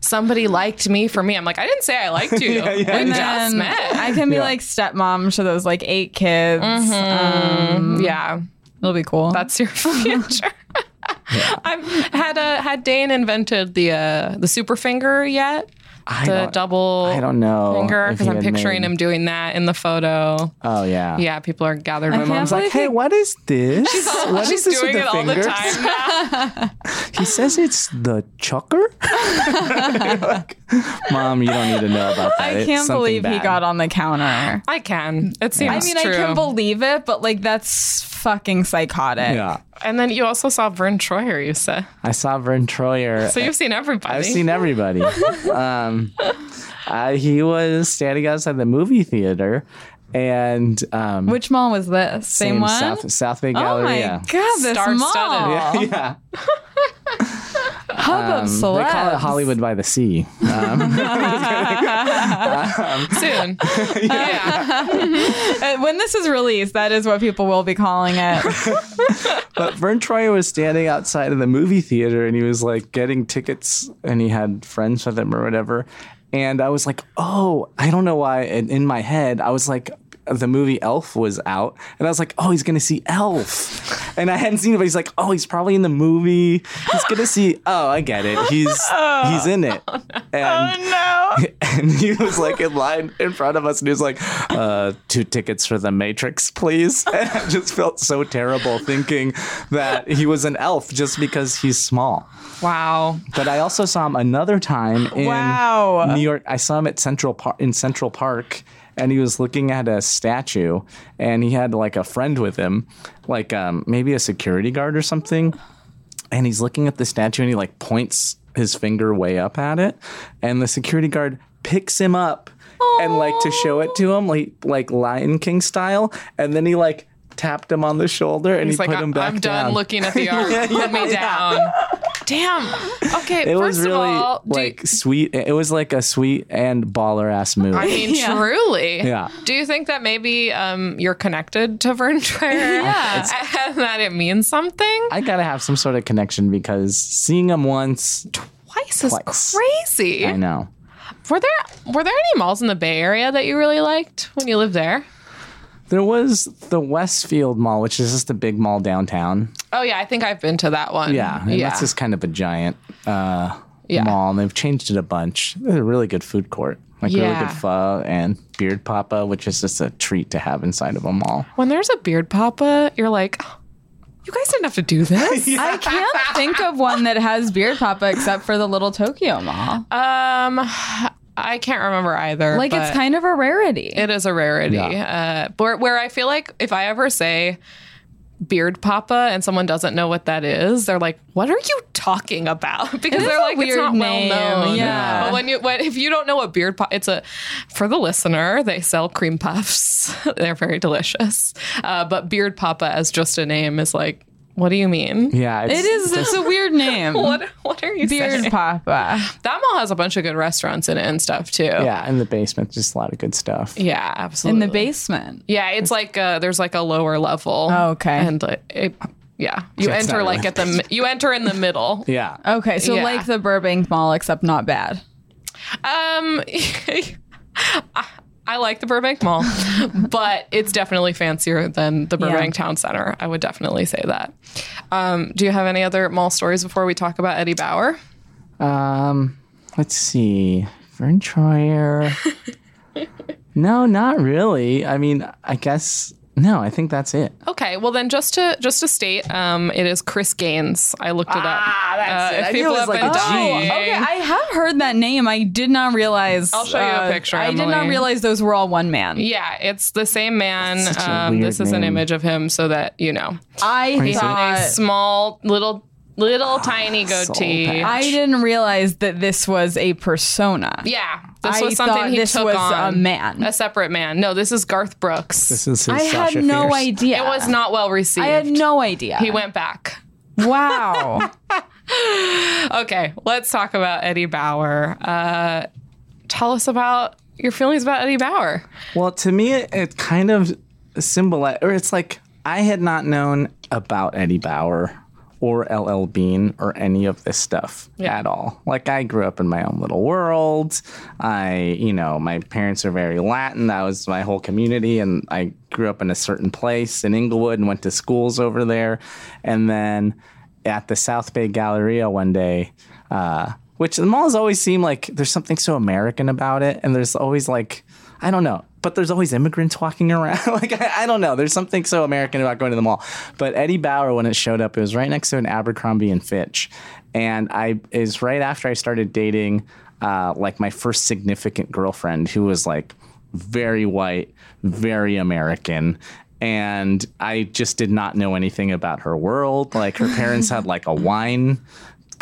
[SPEAKER 3] somebody liked me for me. I'm like, I didn't say I liked
[SPEAKER 4] <laughs>
[SPEAKER 3] you.
[SPEAKER 4] Yeah, yeah, yeah.
[SPEAKER 3] we just
[SPEAKER 2] And
[SPEAKER 3] met.
[SPEAKER 2] I can be
[SPEAKER 4] Yeah.
[SPEAKER 2] like stepmom to those like eight kids. Um,
[SPEAKER 3] yeah,
[SPEAKER 2] it'll be cool.
[SPEAKER 3] Mm-hmm. that's your <laughs> future. I've had uh, had Dane invented the uh, the super finger yet?
[SPEAKER 4] I
[SPEAKER 3] The
[SPEAKER 4] don't-
[SPEAKER 3] double
[SPEAKER 4] I don't know
[SPEAKER 3] finger
[SPEAKER 4] if
[SPEAKER 3] because
[SPEAKER 4] he
[SPEAKER 3] I'm
[SPEAKER 4] had
[SPEAKER 3] picturing
[SPEAKER 4] made-
[SPEAKER 3] him doing that in the photo.
[SPEAKER 4] Oh yeah.
[SPEAKER 3] Yeah, people are gathered.
[SPEAKER 2] I
[SPEAKER 3] by
[SPEAKER 2] can't
[SPEAKER 4] Mom's like,
[SPEAKER 2] believe
[SPEAKER 4] hey,
[SPEAKER 2] he-
[SPEAKER 4] what is this? What is
[SPEAKER 3] She's
[SPEAKER 4] this
[SPEAKER 3] doing
[SPEAKER 4] with
[SPEAKER 3] it
[SPEAKER 4] the
[SPEAKER 3] all the
[SPEAKER 4] fingers?
[SPEAKER 3] time now.
[SPEAKER 4] He says it's the chucker. Like, Mom, you don't need to know about that.
[SPEAKER 2] I can't believe he got on the counter.
[SPEAKER 3] I can. It seems
[SPEAKER 2] I mean,
[SPEAKER 3] true.
[SPEAKER 2] I can believe it, but like that's fucking psychotic.
[SPEAKER 4] Yeah,
[SPEAKER 3] and then you also saw Vern Troyer, you said.
[SPEAKER 4] I saw Vern Troyer.
[SPEAKER 3] So you've seen everybody.
[SPEAKER 4] I've seen everybody. um, uh, he was standing outside the movie theater, and um,
[SPEAKER 2] Which mall was this? Same, one?
[SPEAKER 4] South South Bay
[SPEAKER 2] oh my
[SPEAKER 4] Galleria.
[SPEAKER 2] god, this
[SPEAKER 3] Star-studded.
[SPEAKER 2] mall.
[SPEAKER 3] Yeah,
[SPEAKER 4] <laughs> Yeah,
[SPEAKER 2] Hub of
[SPEAKER 4] Um, they
[SPEAKER 2] celebs.
[SPEAKER 4] call it Hollywood by the Sea. Um, <laughs>
[SPEAKER 3] soon. yeah.
[SPEAKER 2] Uh, when this is released, that is what people will be calling it.
[SPEAKER 4] but Vern Troyer was standing outside of the movie theater, and he was like getting tickets, and he had friends with him or whatever. And I was like, oh, I don't know why. And in my head, I was like, the movie Elf was out, and I was like, oh, he's gonna see Elf, and I hadn't seen it. But he's like, oh, he's probably in the movie. He's gonna see. Oh, I get it. He's he's in it. And
[SPEAKER 2] no.
[SPEAKER 4] <laughs> and he was like in line in front of us and he was like uh, two tickets for the matrix please <laughs> and i just felt so terrible thinking that he was an elf just because he's small
[SPEAKER 3] Wow.
[SPEAKER 4] but i also saw him another time in
[SPEAKER 2] Wow.
[SPEAKER 4] new york i saw him at central park in central park and he was looking at a statue and he had like a friend with him like um, maybe a security guard or something and he's looking at the statue and he like points his finger way up at it and the security guard picks him up and like to show it to him like like lion king style and then he like tapped him on the shoulder and
[SPEAKER 3] He's
[SPEAKER 4] he
[SPEAKER 3] like,
[SPEAKER 4] put
[SPEAKER 3] I'm,
[SPEAKER 4] him back
[SPEAKER 3] I'm
[SPEAKER 4] down
[SPEAKER 3] done
[SPEAKER 4] <laughs>
[SPEAKER 3] looking at the art.
[SPEAKER 4] Yeah,
[SPEAKER 3] Put me down. Damn. Okay.
[SPEAKER 4] it
[SPEAKER 3] first
[SPEAKER 4] was really
[SPEAKER 3] of all, do-
[SPEAKER 4] like sweet it was like a sweet and baller ass move
[SPEAKER 3] I mean,
[SPEAKER 2] Yeah.
[SPEAKER 3] truly.
[SPEAKER 4] <laughs> Yeah.
[SPEAKER 3] Do you think that maybe um, you're connected to
[SPEAKER 4] <laughs>
[SPEAKER 3] Vern Troyer?
[SPEAKER 2] Yeah.
[SPEAKER 3] <laughs> And that it means something?
[SPEAKER 4] I gotta have some sort of connection because seeing him once,
[SPEAKER 3] Twice is
[SPEAKER 4] Twice.
[SPEAKER 3] crazy.
[SPEAKER 4] I know.
[SPEAKER 3] Were there were there any malls in the Bay Area that you really liked when you lived there?
[SPEAKER 4] There was the Westfield Mall, which is just a big mall downtown.
[SPEAKER 3] Oh yeah, I think I've been to that one.
[SPEAKER 4] Yeah, and
[SPEAKER 3] yeah.
[SPEAKER 4] that's just kind of a giant uh,
[SPEAKER 3] Yeah.
[SPEAKER 4] mall, and they've changed it a bunch. There's a really good food court, like really
[SPEAKER 3] Yeah.
[SPEAKER 4] good pho and beard papa, which is just a treat to have inside of a mall.
[SPEAKER 3] when there's a beard papa, you're like, "Oh, you guys didn't have to
[SPEAKER 4] <laughs>
[SPEAKER 3] do this.
[SPEAKER 2] <laughs> I can't think of one that has beard papa except for the little Tokyo Mall.
[SPEAKER 3] um, I can't remember either.
[SPEAKER 2] like it's
[SPEAKER 3] but
[SPEAKER 2] kind of a rarity.
[SPEAKER 3] it is a rarity.
[SPEAKER 4] Yeah.
[SPEAKER 3] Uh, but where I feel like if I ever say beard papa and someone doesn't know what that is, they're like, "What are you talking about?" <laughs> Because
[SPEAKER 2] is
[SPEAKER 3] they're
[SPEAKER 2] a
[SPEAKER 3] like, "It's
[SPEAKER 2] weird
[SPEAKER 3] not
[SPEAKER 2] name,
[SPEAKER 3] well known."
[SPEAKER 2] yeah.
[SPEAKER 3] But when you when, if you don't know what beard pop, it's a for the listener. They sell cream puffs. <laughs> they're very delicious. Uh, but beard papa as just a name is like, what do you mean?
[SPEAKER 4] Yeah, it's,
[SPEAKER 2] It is. It's a weird <laughs> name.
[SPEAKER 3] <laughs> What what are you
[SPEAKER 2] Beard uh,
[SPEAKER 3] saying?
[SPEAKER 2] Papa.
[SPEAKER 3] That mall has a bunch of good restaurants in it and stuff too.
[SPEAKER 4] Yeah, in the basement, just a lot of good stuff.
[SPEAKER 3] Yeah, absolutely.
[SPEAKER 2] In the basement.
[SPEAKER 3] Yeah, it's like uh, there's like a lower level.
[SPEAKER 2] Oh, okay.
[SPEAKER 3] And uh, it, yeah, you
[SPEAKER 4] it's
[SPEAKER 3] enter
[SPEAKER 4] not
[SPEAKER 3] like
[SPEAKER 4] really
[SPEAKER 3] at the mi- you enter in the middle.
[SPEAKER 4] <laughs> Yeah.
[SPEAKER 2] Okay, so
[SPEAKER 3] Yeah.
[SPEAKER 2] like the Burbank Mall, except not bad.
[SPEAKER 3] Um, <laughs> I, I like the Burbank Mall, <laughs> but it's definitely fancier than the Burbank Town Center. I would definitely say that. Um, do you have any other mall stories before we talk about Eddie Bauer?
[SPEAKER 4] Um, let's see. Vern
[SPEAKER 2] <laughs>
[SPEAKER 4] Troyer. no, not really. I mean, I guess no. I think that's it.
[SPEAKER 3] Okay, well then, just to just to state, um, it is Chris Gaines. I looked it up. Ah, that's
[SPEAKER 4] it. I knew it was like a G.
[SPEAKER 2] Oh,
[SPEAKER 4] Oh,
[SPEAKER 2] Okay, I have heard that name. I did not realize. I'll
[SPEAKER 3] show you a picture,
[SPEAKER 2] I did not
[SPEAKER 3] Emily.
[SPEAKER 2] realize those were all one man.
[SPEAKER 3] Yeah, it's the same man.
[SPEAKER 4] Such a
[SPEAKER 3] Um, this
[SPEAKER 4] weird
[SPEAKER 3] is an
[SPEAKER 4] name.
[SPEAKER 3] image of him so that you know.
[SPEAKER 2] I
[SPEAKER 4] Crazy.
[SPEAKER 3] A
[SPEAKER 2] thought
[SPEAKER 3] small, little, little tiny goatee.
[SPEAKER 4] Ah, patch.
[SPEAKER 2] I didn't realize that this was a persona.
[SPEAKER 3] yeah, this
[SPEAKER 2] I
[SPEAKER 3] was
[SPEAKER 2] thought
[SPEAKER 3] something he
[SPEAKER 2] this
[SPEAKER 3] took
[SPEAKER 2] was
[SPEAKER 3] on.
[SPEAKER 2] a man.
[SPEAKER 3] a separate man. No, this is Garth Brooks.
[SPEAKER 4] This is
[SPEAKER 2] I had no idea.
[SPEAKER 3] it was not well received.
[SPEAKER 2] I had no idea.
[SPEAKER 3] He went back. <laughs>
[SPEAKER 2] Wow.
[SPEAKER 3] Okay, let's talk about Eddie Bauer. Uh, tell us about your feelings about Eddie Bauer.
[SPEAKER 4] Well, to me, it, it kind of symbolize, or it's like I had not known about Eddie Bauer or LL Bean or any of this stuff
[SPEAKER 3] Yeah.
[SPEAKER 4] at all. Like I grew up in my own little world. I, you know, my parents are very Latin. That was my whole community, and I grew up in a certain place in Inglewood and went to schools over there, and then at the South Bay Galleria one day. Uh, which the malls always seem like there's something so American about it, and there's always like I don't know. But there's always immigrants walking around. <laughs> like, I, I don't know. There's something so American about going to the mall. But Eddie Bauer, when it showed up, it was right next to an Abercrombie and Fitch. And I is right after I started dating, uh, like, my first significant girlfriend who was like very white, very American. And I just did not know anything about her world. Like, her parents had like a wine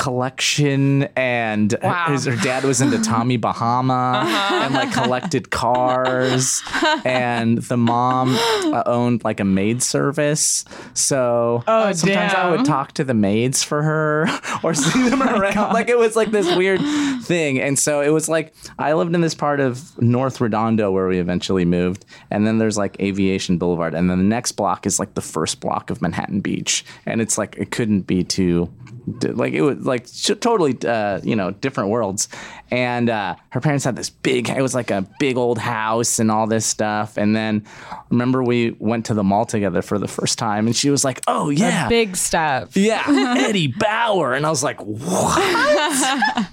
[SPEAKER 4] collection and
[SPEAKER 3] Wow.
[SPEAKER 4] his, her dad was into Tommy Bahama and like collected cars and the mom uh, owned like a maid service so
[SPEAKER 2] Oh,
[SPEAKER 4] sometimes I would
[SPEAKER 2] damn.
[SPEAKER 4] talk to the maids for her <laughs> or see them around like it was like this weird thing and so it was like I lived in this part of North Redondo where we eventually moved and then there's like Aviation Boulevard and then the next block is like the first block of Manhattan Beach and it's like it couldn't be too d- like it was like sh- totally uh, you know different worlds and uh, her parents had this big it was like a big old house and all this stuff and then remember we went to the mall together for the first time and she was like oh <laughs> yeah
[SPEAKER 2] Big step. <laughs>
[SPEAKER 4] yeah Eddie Bauer and I was like what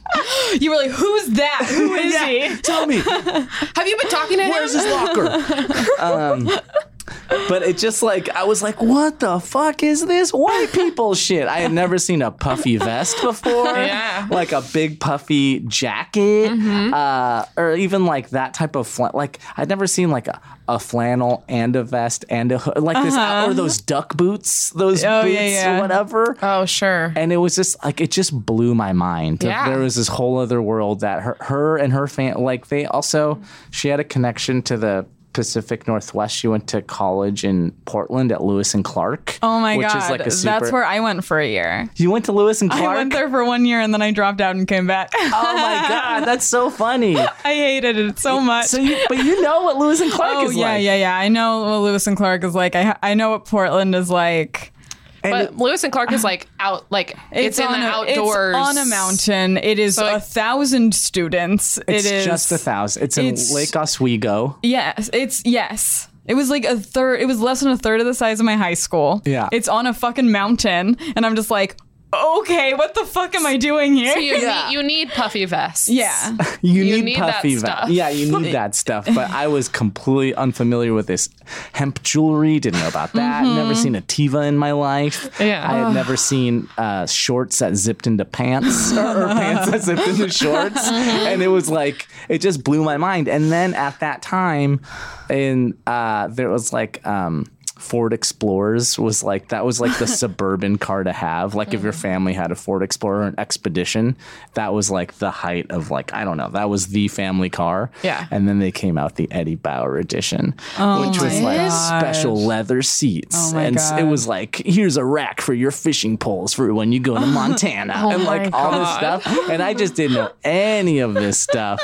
[SPEAKER 2] You were like, who's that?
[SPEAKER 4] <laughs>
[SPEAKER 2] Who is
[SPEAKER 4] Yeah,
[SPEAKER 2] he?
[SPEAKER 4] tell me
[SPEAKER 3] Have you been talking to him?
[SPEAKER 4] Where's his locker? um, but it just like I was like, what the fuck is this white people shit? I had never seen a puffy vest before,
[SPEAKER 3] Yeah.
[SPEAKER 4] like a big puffy jacket,
[SPEAKER 2] Mm-hmm.
[SPEAKER 4] uh, or even like that type of flan. Like I'd never seen like a, a flannel and a vest and a hood, like this, or those duck boots, those
[SPEAKER 2] Uh-huh. Oh,
[SPEAKER 4] boots
[SPEAKER 2] yeah, yeah.
[SPEAKER 4] or whatever
[SPEAKER 3] Oh, sure.
[SPEAKER 4] and it was just like it just blew my mind.
[SPEAKER 3] Yeah.
[SPEAKER 4] There was this whole other world that her, her and her fan like they also she had a connection to the Pacific Northwest. She went to college in Portland at Lewis and Clark.
[SPEAKER 2] Oh my
[SPEAKER 4] which
[SPEAKER 2] god.
[SPEAKER 4] is like a super.
[SPEAKER 2] That's where I went for a year.
[SPEAKER 4] you went to Lewis and Clark.
[SPEAKER 2] I went there for one year and then I dropped out and came back. <laughs>
[SPEAKER 4] Oh my god, that's so funny.
[SPEAKER 2] I hated it so much.
[SPEAKER 4] So, you, but you know what Lewis and Clark
[SPEAKER 2] oh
[SPEAKER 4] is
[SPEAKER 2] yeah,
[SPEAKER 4] like.
[SPEAKER 2] yeah, yeah. I know what Lewis and Clark is like. I I know what Portland is like.
[SPEAKER 4] And
[SPEAKER 3] But Lewis and Clark is like out, like it's, in
[SPEAKER 2] on
[SPEAKER 3] the
[SPEAKER 2] a,
[SPEAKER 3] outdoors,
[SPEAKER 2] It's on a mountain. It is
[SPEAKER 3] like-
[SPEAKER 2] a thousand students.
[SPEAKER 4] it's
[SPEAKER 2] it is
[SPEAKER 4] just a thousand. It's in
[SPEAKER 2] it's-
[SPEAKER 4] Lake Oswego.
[SPEAKER 2] Yes, it's yes. It was like a third. It was less than a third of the size of my high school.
[SPEAKER 4] Yeah.
[SPEAKER 2] it's on a fucking mountain, and I'm just like, okay, what the fuck am I doing here?
[SPEAKER 3] You, need, you need puffy vests.
[SPEAKER 2] yeah,
[SPEAKER 4] <laughs> You,
[SPEAKER 3] You
[SPEAKER 4] need,
[SPEAKER 3] need that
[SPEAKER 4] puffy vest.
[SPEAKER 3] stuff.
[SPEAKER 4] Yeah, you
[SPEAKER 3] <laughs>
[SPEAKER 4] need that stuff. But I was completely unfamiliar with this hemp jewelry. Didn't know about that. Never seen a tiva in my life.
[SPEAKER 3] Mm-hmm. Yeah.
[SPEAKER 4] I had never seen uh, shorts that zipped into pants or,
[SPEAKER 2] <laughs>
[SPEAKER 4] or pants that zipped into shorts. and it was like it just blew my mind. And then at that time, in uh, there was like. Um, Ford Explorers was like that was like
[SPEAKER 2] <laughs>
[SPEAKER 4] the suburban car to have. Like if your
[SPEAKER 2] Mm.
[SPEAKER 4] family had a Ford Explorer or an Expedition, that was like the height of like I don't know, that was the family car.
[SPEAKER 6] Yeah.
[SPEAKER 4] And then they came out the Eddie Bauer edition, which was
[SPEAKER 2] Oh my
[SPEAKER 4] like
[SPEAKER 2] gosh.
[SPEAKER 4] special leather seats,
[SPEAKER 2] Oh my
[SPEAKER 4] and s- it
[SPEAKER 2] God.
[SPEAKER 4] was like here's a rack for your fishing poles for when you go to Montana, and like
[SPEAKER 2] my
[SPEAKER 4] all this stuff. And I just didn't know any of this stuff,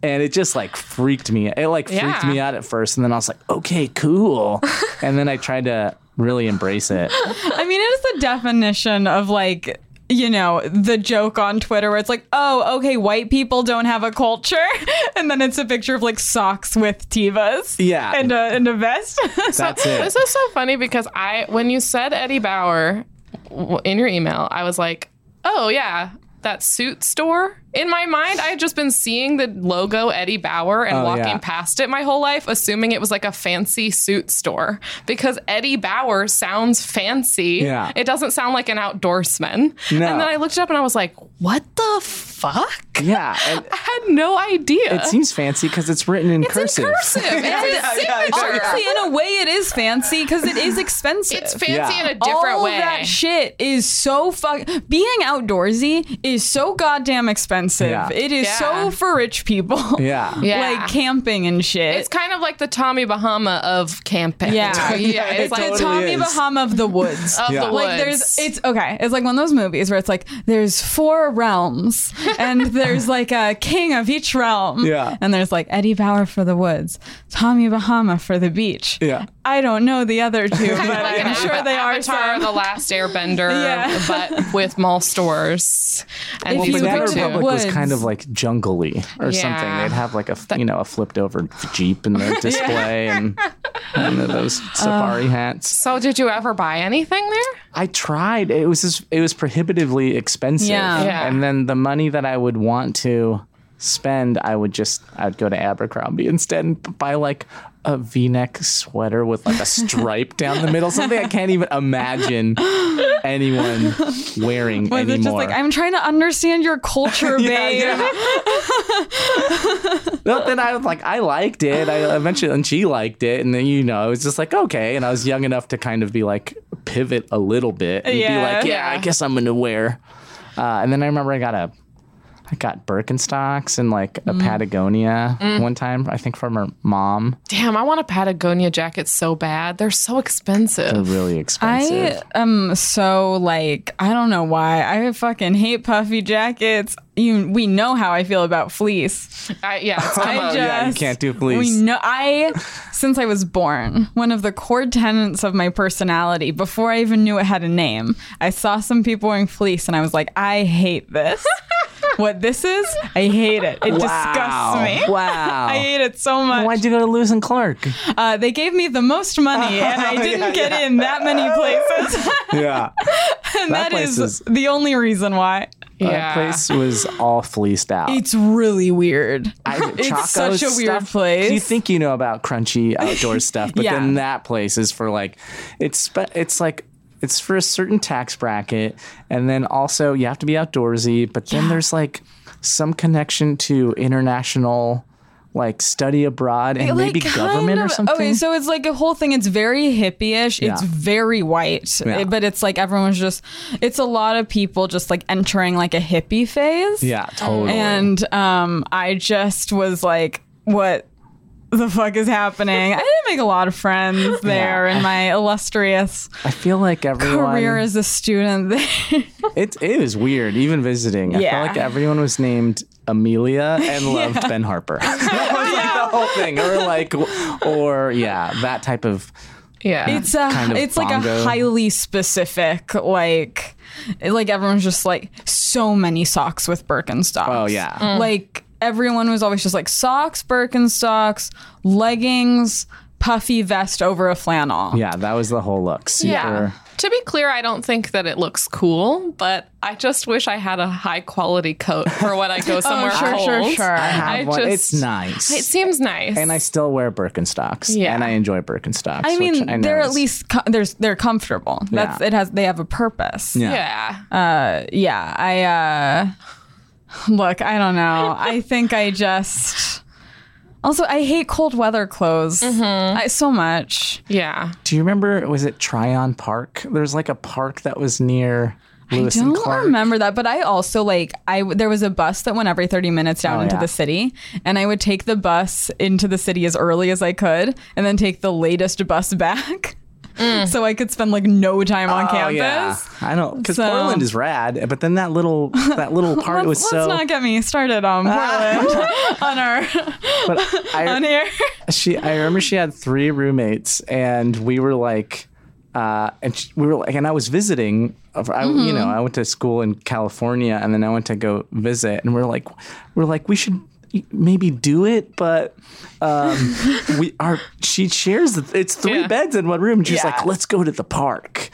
[SPEAKER 4] and it just like freaked me. It like freaked
[SPEAKER 6] Yeah.
[SPEAKER 4] me out at first, and then I was like, okay, cool. and then I tried to really embrace it.
[SPEAKER 2] I mean, it is the definition of like, you know, the joke on Twitter where it's like, oh, okay, white people don't have a culture. <laughs> And then it's a picture of like socks with tivas.
[SPEAKER 4] Yeah.
[SPEAKER 2] And a, and a vest. <laughs>
[SPEAKER 4] That's it.
[SPEAKER 3] This is so funny because I, when you said Eddie Bauer w- in your email, I was like, oh yeah, that suit store. In my mind, I had just been seeing the logo Eddie Bauer and
[SPEAKER 4] Oh,
[SPEAKER 3] walking
[SPEAKER 4] yeah.
[SPEAKER 3] past it my whole life, assuming it was like a fancy suit store because Eddie Bauer sounds fancy.
[SPEAKER 4] Yeah.
[SPEAKER 3] It doesn't sound like an outdoorsman.
[SPEAKER 4] No.
[SPEAKER 3] And then I looked it up and I was like, what the fuck?
[SPEAKER 4] Yeah. And
[SPEAKER 3] I had no idea.
[SPEAKER 4] it seems fancy because it's written in cursive.
[SPEAKER 3] cursive.
[SPEAKER 4] <laughs>
[SPEAKER 3] It's, a signature.
[SPEAKER 2] Honestly, in a way, it is fancy because it is expensive.
[SPEAKER 3] it's fancy
[SPEAKER 4] Yeah.
[SPEAKER 3] in a different
[SPEAKER 2] All
[SPEAKER 3] way.
[SPEAKER 2] that shit is so fuck. Being outdoorsy is so goddamn expensive.
[SPEAKER 4] Yeah.
[SPEAKER 2] It is
[SPEAKER 3] Yeah.
[SPEAKER 2] so for rich people.
[SPEAKER 4] <laughs>
[SPEAKER 2] <laughs>
[SPEAKER 4] Yeah.
[SPEAKER 3] Yeah.
[SPEAKER 2] like camping and shit.
[SPEAKER 3] It's kind of like the Tommy Bahama of camping.
[SPEAKER 2] Yeah.
[SPEAKER 3] <laughs> yeah. It's like
[SPEAKER 4] totally
[SPEAKER 3] Tom-
[SPEAKER 2] Tommy
[SPEAKER 4] is.
[SPEAKER 2] Bahama of the woods.
[SPEAKER 3] <laughs> of
[SPEAKER 4] Yeah.
[SPEAKER 3] the woods.
[SPEAKER 2] like there's it's okay it's like one of those movies where it's like there's four
[SPEAKER 3] <laughs>
[SPEAKER 2] realms and there's like a king of each realm
[SPEAKER 4] Yeah.
[SPEAKER 2] and there's like eddie bauer for the woods tommy bahama for the beach
[SPEAKER 4] Yeah.
[SPEAKER 2] i don't know the other
[SPEAKER 3] <laughs>
[SPEAKER 2] two but
[SPEAKER 3] Kind of like
[SPEAKER 2] i'm
[SPEAKER 3] an
[SPEAKER 2] sure
[SPEAKER 3] Ava-
[SPEAKER 2] they are
[SPEAKER 3] Avatar,
[SPEAKER 2] some.
[SPEAKER 3] the last
[SPEAKER 2] <laughs>
[SPEAKER 3] Airbender,
[SPEAKER 2] Yeah.
[SPEAKER 3] but with mall stores. And
[SPEAKER 2] If
[SPEAKER 3] what
[SPEAKER 2] you
[SPEAKER 3] we
[SPEAKER 2] go
[SPEAKER 4] Banana
[SPEAKER 3] went
[SPEAKER 2] to the
[SPEAKER 4] Republic was
[SPEAKER 2] woods.
[SPEAKER 4] kind of like jungly or something.
[SPEAKER 3] Yeah.
[SPEAKER 4] They'd have like a f- you know a flipped over jeep in their display and one of those safari hats.
[SPEAKER 3] So, did you ever buy anything there?
[SPEAKER 4] I tried. It was just, it was prohibitively expensive.
[SPEAKER 2] Yeah.
[SPEAKER 3] Yeah.
[SPEAKER 4] And then the money that I would want to spend, I would just I'd go to Abercrombie instead and buy like a V-neck sweater with like a stripe down the middle. Something I can't even imagine anyone wearing
[SPEAKER 2] Where they're
[SPEAKER 4] anymore.
[SPEAKER 2] just like i'm trying to understand
[SPEAKER 4] <laughs>
[SPEAKER 2] your culture babe
[SPEAKER 4] Well, then I was like, I liked it. I eventually, and she liked it. And then, you know, I was just like, okay. And I was young enough to kind of be like, pivot a little bit and
[SPEAKER 2] Yeah.
[SPEAKER 4] be like, yeah,
[SPEAKER 3] Yeah.
[SPEAKER 4] I guess I'm going to wear. Uh, and then I remember I got a, I got Birkenstocks and like
[SPEAKER 2] Mm.
[SPEAKER 4] a Patagonia one time, I think from her mom.
[SPEAKER 3] Damn, I want a Patagonia jacket so bad. They're so expensive.
[SPEAKER 4] Really expensive.
[SPEAKER 2] I am so like I don't know why I fucking hate puffy jackets. You we know how I feel about fleece.
[SPEAKER 3] I, yeah, it's come
[SPEAKER 2] I
[SPEAKER 3] up.
[SPEAKER 2] just,
[SPEAKER 4] yeah, you can't do fleece.
[SPEAKER 2] We know I since I was born, one of the core tenets of my personality before I even knew it had a name. I saw some people wearing fleece and I was like, I
[SPEAKER 4] <laughs>
[SPEAKER 2] hate this. what this is, I hate it. It disgusts me.
[SPEAKER 4] Wow.
[SPEAKER 2] <laughs> I hate it so much.
[SPEAKER 4] Why'd you go to Lewis and
[SPEAKER 2] <laughs>
[SPEAKER 4] Clark?
[SPEAKER 2] Uh, they gave me the most
[SPEAKER 4] <laughs>
[SPEAKER 2] money, and I didn't get in that many places.
[SPEAKER 4] yeah.
[SPEAKER 2] <laughs> and
[SPEAKER 4] That
[SPEAKER 2] that is
[SPEAKER 4] place is-
[SPEAKER 2] the only reason why.
[SPEAKER 3] yeah.
[SPEAKER 4] That place was all fleeced out.
[SPEAKER 2] It's really weird. <laughs>
[SPEAKER 4] I, Chaco's
[SPEAKER 2] such a
[SPEAKER 4] stuff,
[SPEAKER 2] weird place.
[SPEAKER 4] You think you know about crunchy outdoor
[SPEAKER 2] <laughs>
[SPEAKER 4] stuff, but
[SPEAKER 2] Yeah.
[SPEAKER 4] then that place is for like, it's spe- it's like it's for a certain tax bracket, and then also you have to be outdoorsy. But then there's like some connection to international, like study abroad and maybe
[SPEAKER 2] like,
[SPEAKER 4] government
[SPEAKER 2] kind
[SPEAKER 4] or
[SPEAKER 2] of- oh,
[SPEAKER 4] something.
[SPEAKER 2] Okay, so it's like a whole thing. It's very hippie-ish.
[SPEAKER 4] Yeah.
[SPEAKER 2] It's very white, eh,
[SPEAKER 4] Yeah.
[SPEAKER 2] but it's like everyone's just. It's a lot of people just like entering like a hippie phase.
[SPEAKER 4] yeah, totally.
[SPEAKER 2] and um, I just was like, what. The fuck is happening? I didn't make a lot of friends there
[SPEAKER 4] <laughs>
[SPEAKER 2] in my illustrious
[SPEAKER 4] I feel like everyone
[SPEAKER 2] career as a student. There.
[SPEAKER 4] It, it was weird, even visiting. I
[SPEAKER 2] Yeah.
[SPEAKER 4] felt like everyone was named Amelia
[SPEAKER 2] <laughs>
[SPEAKER 4] and loved Ben Harper. <laughs> that was like the whole thing. Or like, or yeah, that type of.
[SPEAKER 2] <laughs>
[SPEAKER 3] yeah.
[SPEAKER 2] it's a
[SPEAKER 4] kind of
[SPEAKER 2] it's like a
[SPEAKER 4] bongo.
[SPEAKER 2] highly specific like like everyone's just like so many socks with Birkenstocks.
[SPEAKER 4] Oh, yeah.
[SPEAKER 2] Mm. Like everyone was always just like socks, Birkenstocks, leggings, puffy vest over a flannel.
[SPEAKER 4] Yeah, that was the whole look. Super.
[SPEAKER 3] Yeah. To be clear, I don't think that it looks cool, but I just wish I had a high quality coat for when
[SPEAKER 2] <laughs>
[SPEAKER 3] I go somewhere
[SPEAKER 2] Oh, sure,
[SPEAKER 3] cold.
[SPEAKER 2] sure, sure.
[SPEAKER 4] I have
[SPEAKER 3] I
[SPEAKER 4] one. it's
[SPEAKER 3] just- It
[SPEAKER 4] nice.
[SPEAKER 3] seems nice.
[SPEAKER 4] and I still wear Birkenstocks.
[SPEAKER 3] Yeah.
[SPEAKER 4] And I enjoy Birkenstocks.
[SPEAKER 2] I
[SPEAKER 4] which
[SPEAKER 2] mean,
[SPEAKER 4] I know
[SPEAKER 2] they're at
[SPEAKER 4] is-
[SPEAKER 2] least co- there's they're comfortable. That's
[SPEAKER 4] Yeah.
[SPEAKER 2] it has they have a purpose.
[SPEAKER 4] Yeah.
[SPEAKER 3] yeah.
[SPEAKER 2] yeah i <laughs> uh look i don't know i think i just Also, I hate cold weather clothes I, so much.
[SPEAKER 3] Yeah.
[SPEAKER 4] Do you remember? Was it Tryon Park? There's like a park that was near Lewis
[SPEAKER 2] I
[SPEAKER 4] and
[SPEAKER 2] don't
[SPEAKER 4] Clark.
[SPEAKER 2] remember that, but I also like I there was a bus that went every 30 minutes down
[SPEAKER 4] Oh,
[SPEAKER 2] into
[SPEAKER 4] yeah.
[SPEAKER 2] the city, and I would take the bus into the city as early as I could, and then take the latest bus <laughs> back, so I could spend like no time on
[SPEAKER 4] Oh
[SPEAKER 2] campus.
[SPEAKER 4] yeah, I know because
[SPEAKER 2] So-
[SPEAKER 4] Portland is rad, but then that little that little
[SPEAKER 2] <laughs>
[SPEAKER 4] part
[SPEAKER 2] Let's,
[SPEAKER 4] was
[SPEAKER 2] let's
[SPEAKER 4] so.
[SPEAKER 2] not get me started
[SPEAKER 4] <laughs>
[SPEAKER 2] on Portland on our
[SPEAKER 4] but I,
[SPEAKER 2] <laughs> on here.
[SPEAKER 4] she I remember she had three roommates and we were like uh, and sh we were like, and I was visiting. I, You
[SPEAKER 3] Mm-hmm.
[SPEAKER 4] know, I went to school in California, and then I went to go visit. And we're like, we're like, we should maybe do it, but
[SPEAKER 3] <laughs>
[SPEAKER 4] um, we are. She shares. The, it's three
[SPEAKER 3] Yeah.
[SPEAKER 4] beds in one room. And she's
[SPEAKER 2] Yeah.
[SPEAKER 4] like, let's go to the park.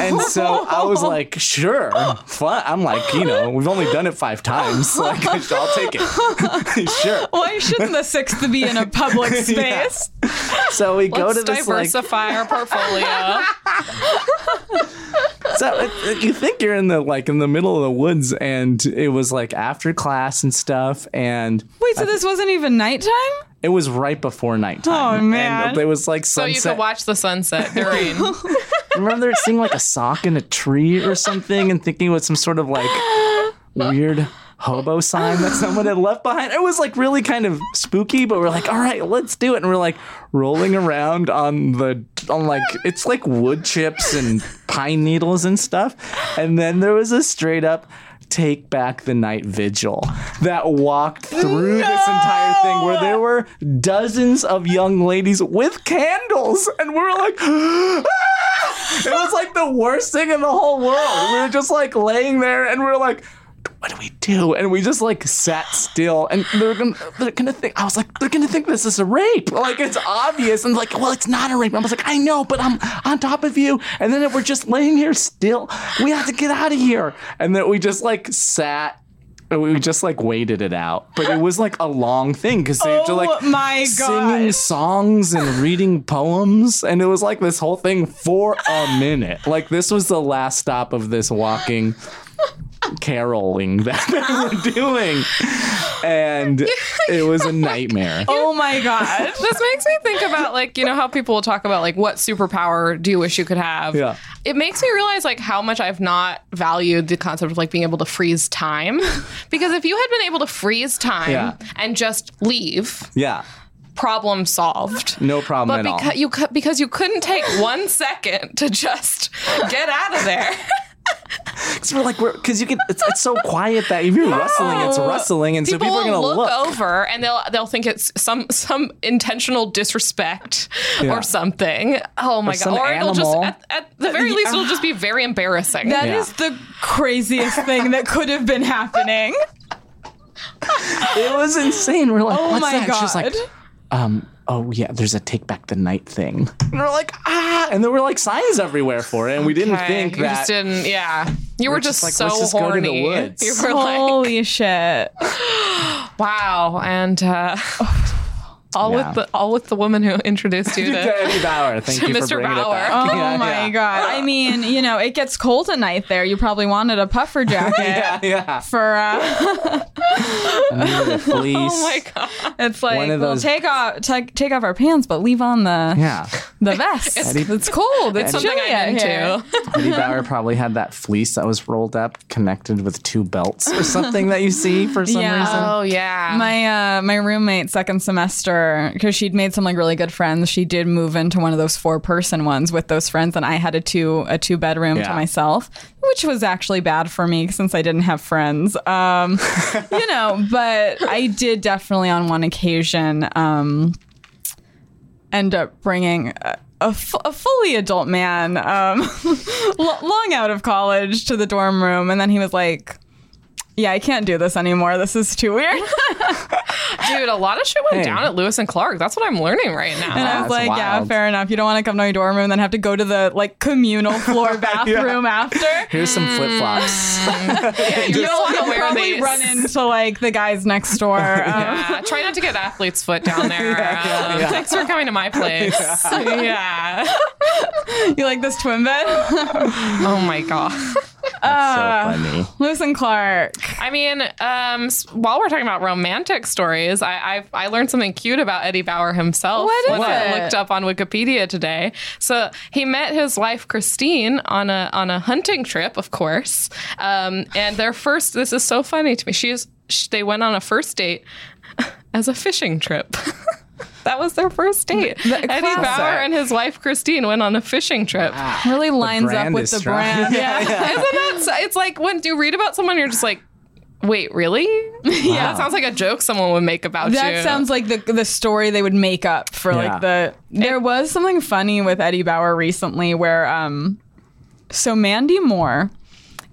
[SPEAKER 4] And so I
[SPEAKER 3] <laughs>
[SPEAKER 4] was like, sure, fun. I'm like, you know, we've only done it five times. <laughs> Like, I'll take it. <laughs> sure.
[SPEAKER 2] Why shouldn't the sixth be in a public space?
[SPEAKER 4] <laughs> Yeah. So we go
[SPEAKER 3] Let's
[SPEAKER 4] to this like
[SPEAKER 3] diversify
[SPEAKER 4] <laughs>
[SPEAKER 3] our portfolio.
[SPEAKER 4] so it, it- you think you're in the like in the middle of the woods and it was like after class and stuff and
[SPEAKER 2] Wait, so this wasn't even nighttime?
[SPEAKER 4] it was right before nighttime
[SPEAKER 2] Oh, man.
[SPEAKER 4] and there was like
[SPEAKER 3] so
[SPEAKER 4] sunset
[SPEAKER 3] you could watch the sunset
[SPEAKER 4] <laughs>
[SPEAKER 3] during.
[SPEAKER 4] remember seeing like a sock in a tree or something and thinking it was some sort of like weird hobo sign that someone had left behind. It was like really kind of spooky, but we're like, all right, let's do it. And we're like rolling around on the on like it's like wood chips and pine needles and stuff. And then there was a straight up Take back the night vigil that walked through this entire thing where there were dozens of young ladies with candles, and we were like, it was like the worst thing in the whole world. We were just like laying there and we were like, what do we do? And we just like sat still and they're gonna they're gonna think I was like, they're gonna think this is a rape. Like it's obvious. And like, well, it's not a rape. I was like, I know, but I'm on top of you. And then we're just laying here still. We have to get out of here. And then we just like sat and we just like waited it out. But it was like a long thing because they
[SPEAKER 2] Oh
[SPEAKER 4] were like
[SPEAKER 2] my
[SPEAKER 4] singing
[SPEAKER 2] God.
[SPEAKER 4] songs and reading poems and it was like this whole thing for a minute like this was the last stop of this walking caroling <laughs> that they were doing and it was a nightmare
[SPEAKER 2] Oh my god.
[SPEAKER 3] this makes me think about like you know how people will talk about like what superpower do you wish you could have
[SPEAKER 4] Yeah.
[SPEAKER 3] it makes me realize like how much i've not valued the concept of like being able to freeze time <laughs> because if you had been able to freeze time
[SPEAKER 4] Yeah.
[SPEAKER 3] and just leave
[SPEAKER 4] yeah
[SPEAKER 3] problem solved
[SPEAKER 4] no problem
[SPEAKER 3] but
[SPEAKER 4] at
[SPEAKER 3] because
[SPEAKER 4] all
[SPEAKER 3] you cou- because you couldn't take one second to just get out of there
[SPEAKER 4] because we're like we're because you can it's, it's so quiet that if you're rustling it's rustling and so people are gonna look,
[SPEAKER 3] will look, over and they'll they'll think it's some some intentional disrespect
[SPEAKER 4] Yeah.
[SPEAKER 3] or something. Oh my god!
[SPEAKER 4] some
[SPEAKER 3] Or it'll just
[SPEAKER 4] animal.
[SPEAKER 3] at, at the very least it'll just be very embarrassing.
[SPEAKER 2] That
[SPEAKER 4] Yeah.
[SPEAKER 2] is the craziest thing that could have been happening.
[SPEAKER 4] it was insane we're like
[SPEAKER 2] Oh
[SPEAKER 4] what's
[SPEAKER 2] my
[SPEAKER 4] that
[SPEAKER 2] god.
[SPEAKER 4] She's like um, oh yeah, there's a take back the night thing. And we're like, ah, and there were like signs everywhere for it, and we didn't
[SPEAKER 3] Okay.
[SPEAKER 4] think
[SPEAKER 3] you just
[SPEAKER 4] that.
[SPEAKER 3] didn't. Yeah, you were,
[SPEAKER 4] just
[SPEAKER 3] just,
[SPEAKER 4] like,
[SPEAKER 3] so
[SPEAKER 4] let's just go to
[SPEAKER 3] horny.
[SPEAKER 4] the woods.
[SPEAKER 3] You were <laughs> like,
[SPEAKER 2] Holy
[SPEAKER 4] <laughs>
[SPEAKER 2] shit.
[SPEAKER 3] wow, and uh, <laughs> all
[SPEAKER 4] Yeah.
[SPEAKER 3] with the all with the woman who introduced
[SPEAKER 4] <laughs>
[SPEAKER 3] you
[SPEAKER 4] Dude,
[SPEAKER 3] to.
[SPEAKER 4] Debbie Bauer, thank you for
[SPEAKER 3] Mr.
[SPEAKER 4] bringing
[SPEAKER 3] Bauer.
[SPEAKER 4] it
[SPEAKER 2] Oh
[SPEAKER 4] back. Yeah,
[SPEAKER 2] my
[SPEAKER 4] yeah.
[SPEAKER 2] god. I mean, you know, it gets cold at night there. You probably wanted
[SPEAKER 4] <laughs>
[SPEAKER 2] a puffer jacket
[SPEAKER 4] Yeah,
[SPEAKER 2] <laughs>
[SPEAKER 4] yeah.
[SPEAKER 2] for uh
[SPEAKER 4] The fleece.
[SPEAKER 3] Oh my god!
[SPEAKER 2] it's like
[SPEAKER 4] One of
[SPEAKER 2] we'll
[SPEAKER 4] those-
[SPEAKER 2] take off take, take off our pants but leave on the
[SPEAKER 4] Yeah. e-
[SPEAKER 2] the vest. it's, cold. It's
[SPEAKER 3] Something
[SPEAKER 2] chilly out
[SPEAKER 3] I'm into.
[SPEAKER 2] here.
[SPEAKER 4] Eddie Bauer probably had that fleece that was rolled up, connected with two belts or something that you see for some
[SPEAKER 2] Yeah.
[SPEAKER 4] reason.
[SPEAKER 3] Oh yeah.
[SPEAKER 2] My uh, my roommate second semester because she'd made some like really good friends. She did move into one of those four person ones with those friends, and I had a two a two bedroom to
[SPEAKER 4] Yeah.
[SPEAKER 2] myself, which was actually bad for me since I didn't have friends. Um, you know, but I did definitely on one occasion um, end up bringing. A, a, f- a fully adult man, um, <laughs> lo- long out of college, to the dorm room, and then he was like, "Yeah, I can't do this anymore. This is too weird."
[SPEAKER 3] Dude, a lot of shit went
[SPEAKER 4] Hey.
[SPEAKER 3] down at Lewis and Clark. That's what I'm learning right now.
[SPEAKER 4] <laughs>
[SPEAKER 2] And I
[SPEAKER 4] Wow,
[SPEAKER 2] was
[SPEAKER 4] that's
[SPEAKER 2] like, yeah,
[SPEAKER 4] wild.
[SPEAKER 2] fair enough. You don't want to come to my dorm room and then have to go to the like communal
[SPEAKER 4] <laughs>
[SPEAKER 2] floor bathroom after.
[SPEAKER 4] Here's some flip
[SPEAKER 2] Mm.
[SPEAKER 4] flops.
[SPEAKER 3] you
[SPEAKER 2] You'll,
[SPEAKER 4] <laughs>
[SPEAKER 3] don't want to
[SPEAKER 2] you'll
[SPEAKER 3] wear
[SPEAKER 2] probably
[SPEAKER 3] these.
[SPEAKER 2] run into like the guys next door. Um,
[SPEAKER 3] Yeah, Uh, try not to get athlete's foot down there. Um, Thanks for coming to my place. Yeah.
[SPEAKER 2] um, You like this twin bed?
[SPEAKER 3] Oh my god.
[SPEAKER 4] That's
[SPEAKER 2] Uh.
[SPEAKER 4] so funny.
[SPEAKER 2] Lewis and Clark.
[SPEAKER 3] I mean, um, s- while we're talking about romantic stories, I I've, I learned something cute about Eddie Bauer himself
[SPEAKER 2] What is
[SPEAKER 3] when I
[SPEAKER 2] it?
[SPEAKER 3] looked up on Wikipedia today. So he met his wife Christine on a on a hunting trip, of course. Um, and their first this is so funny to me. She is sh they went on a first date <laughs> as a fishing trip. <laughs> That was their first date. Eddie
[SPEAKER 2] classic.
[SPEAKER 3] Bauer and his wife Christine went on a fishing trip.
[SPEAKER 2] Really lines up
[SPEAKER 4] brand
[SPEAKER 2] with
[SPEAKER 4] is
[SPEAKER 2] the
[SPEAKER 4] strong. <laughs>
[SPEAKER 2] brand. Yeah.
[SPEAKER 3] Isn't that? so- It's like when you read about someone, you're just like, wait, really? <laughs> Yeah, that sounds like a joke someone would make about you.
[SPEAKER 2] That sounds like the the story they would make up for
[SPEAKER 4] Yeah.
[SPEAKER 2] like the. There was something funny with Eddie Bauer recently where um, so Mandy Moore.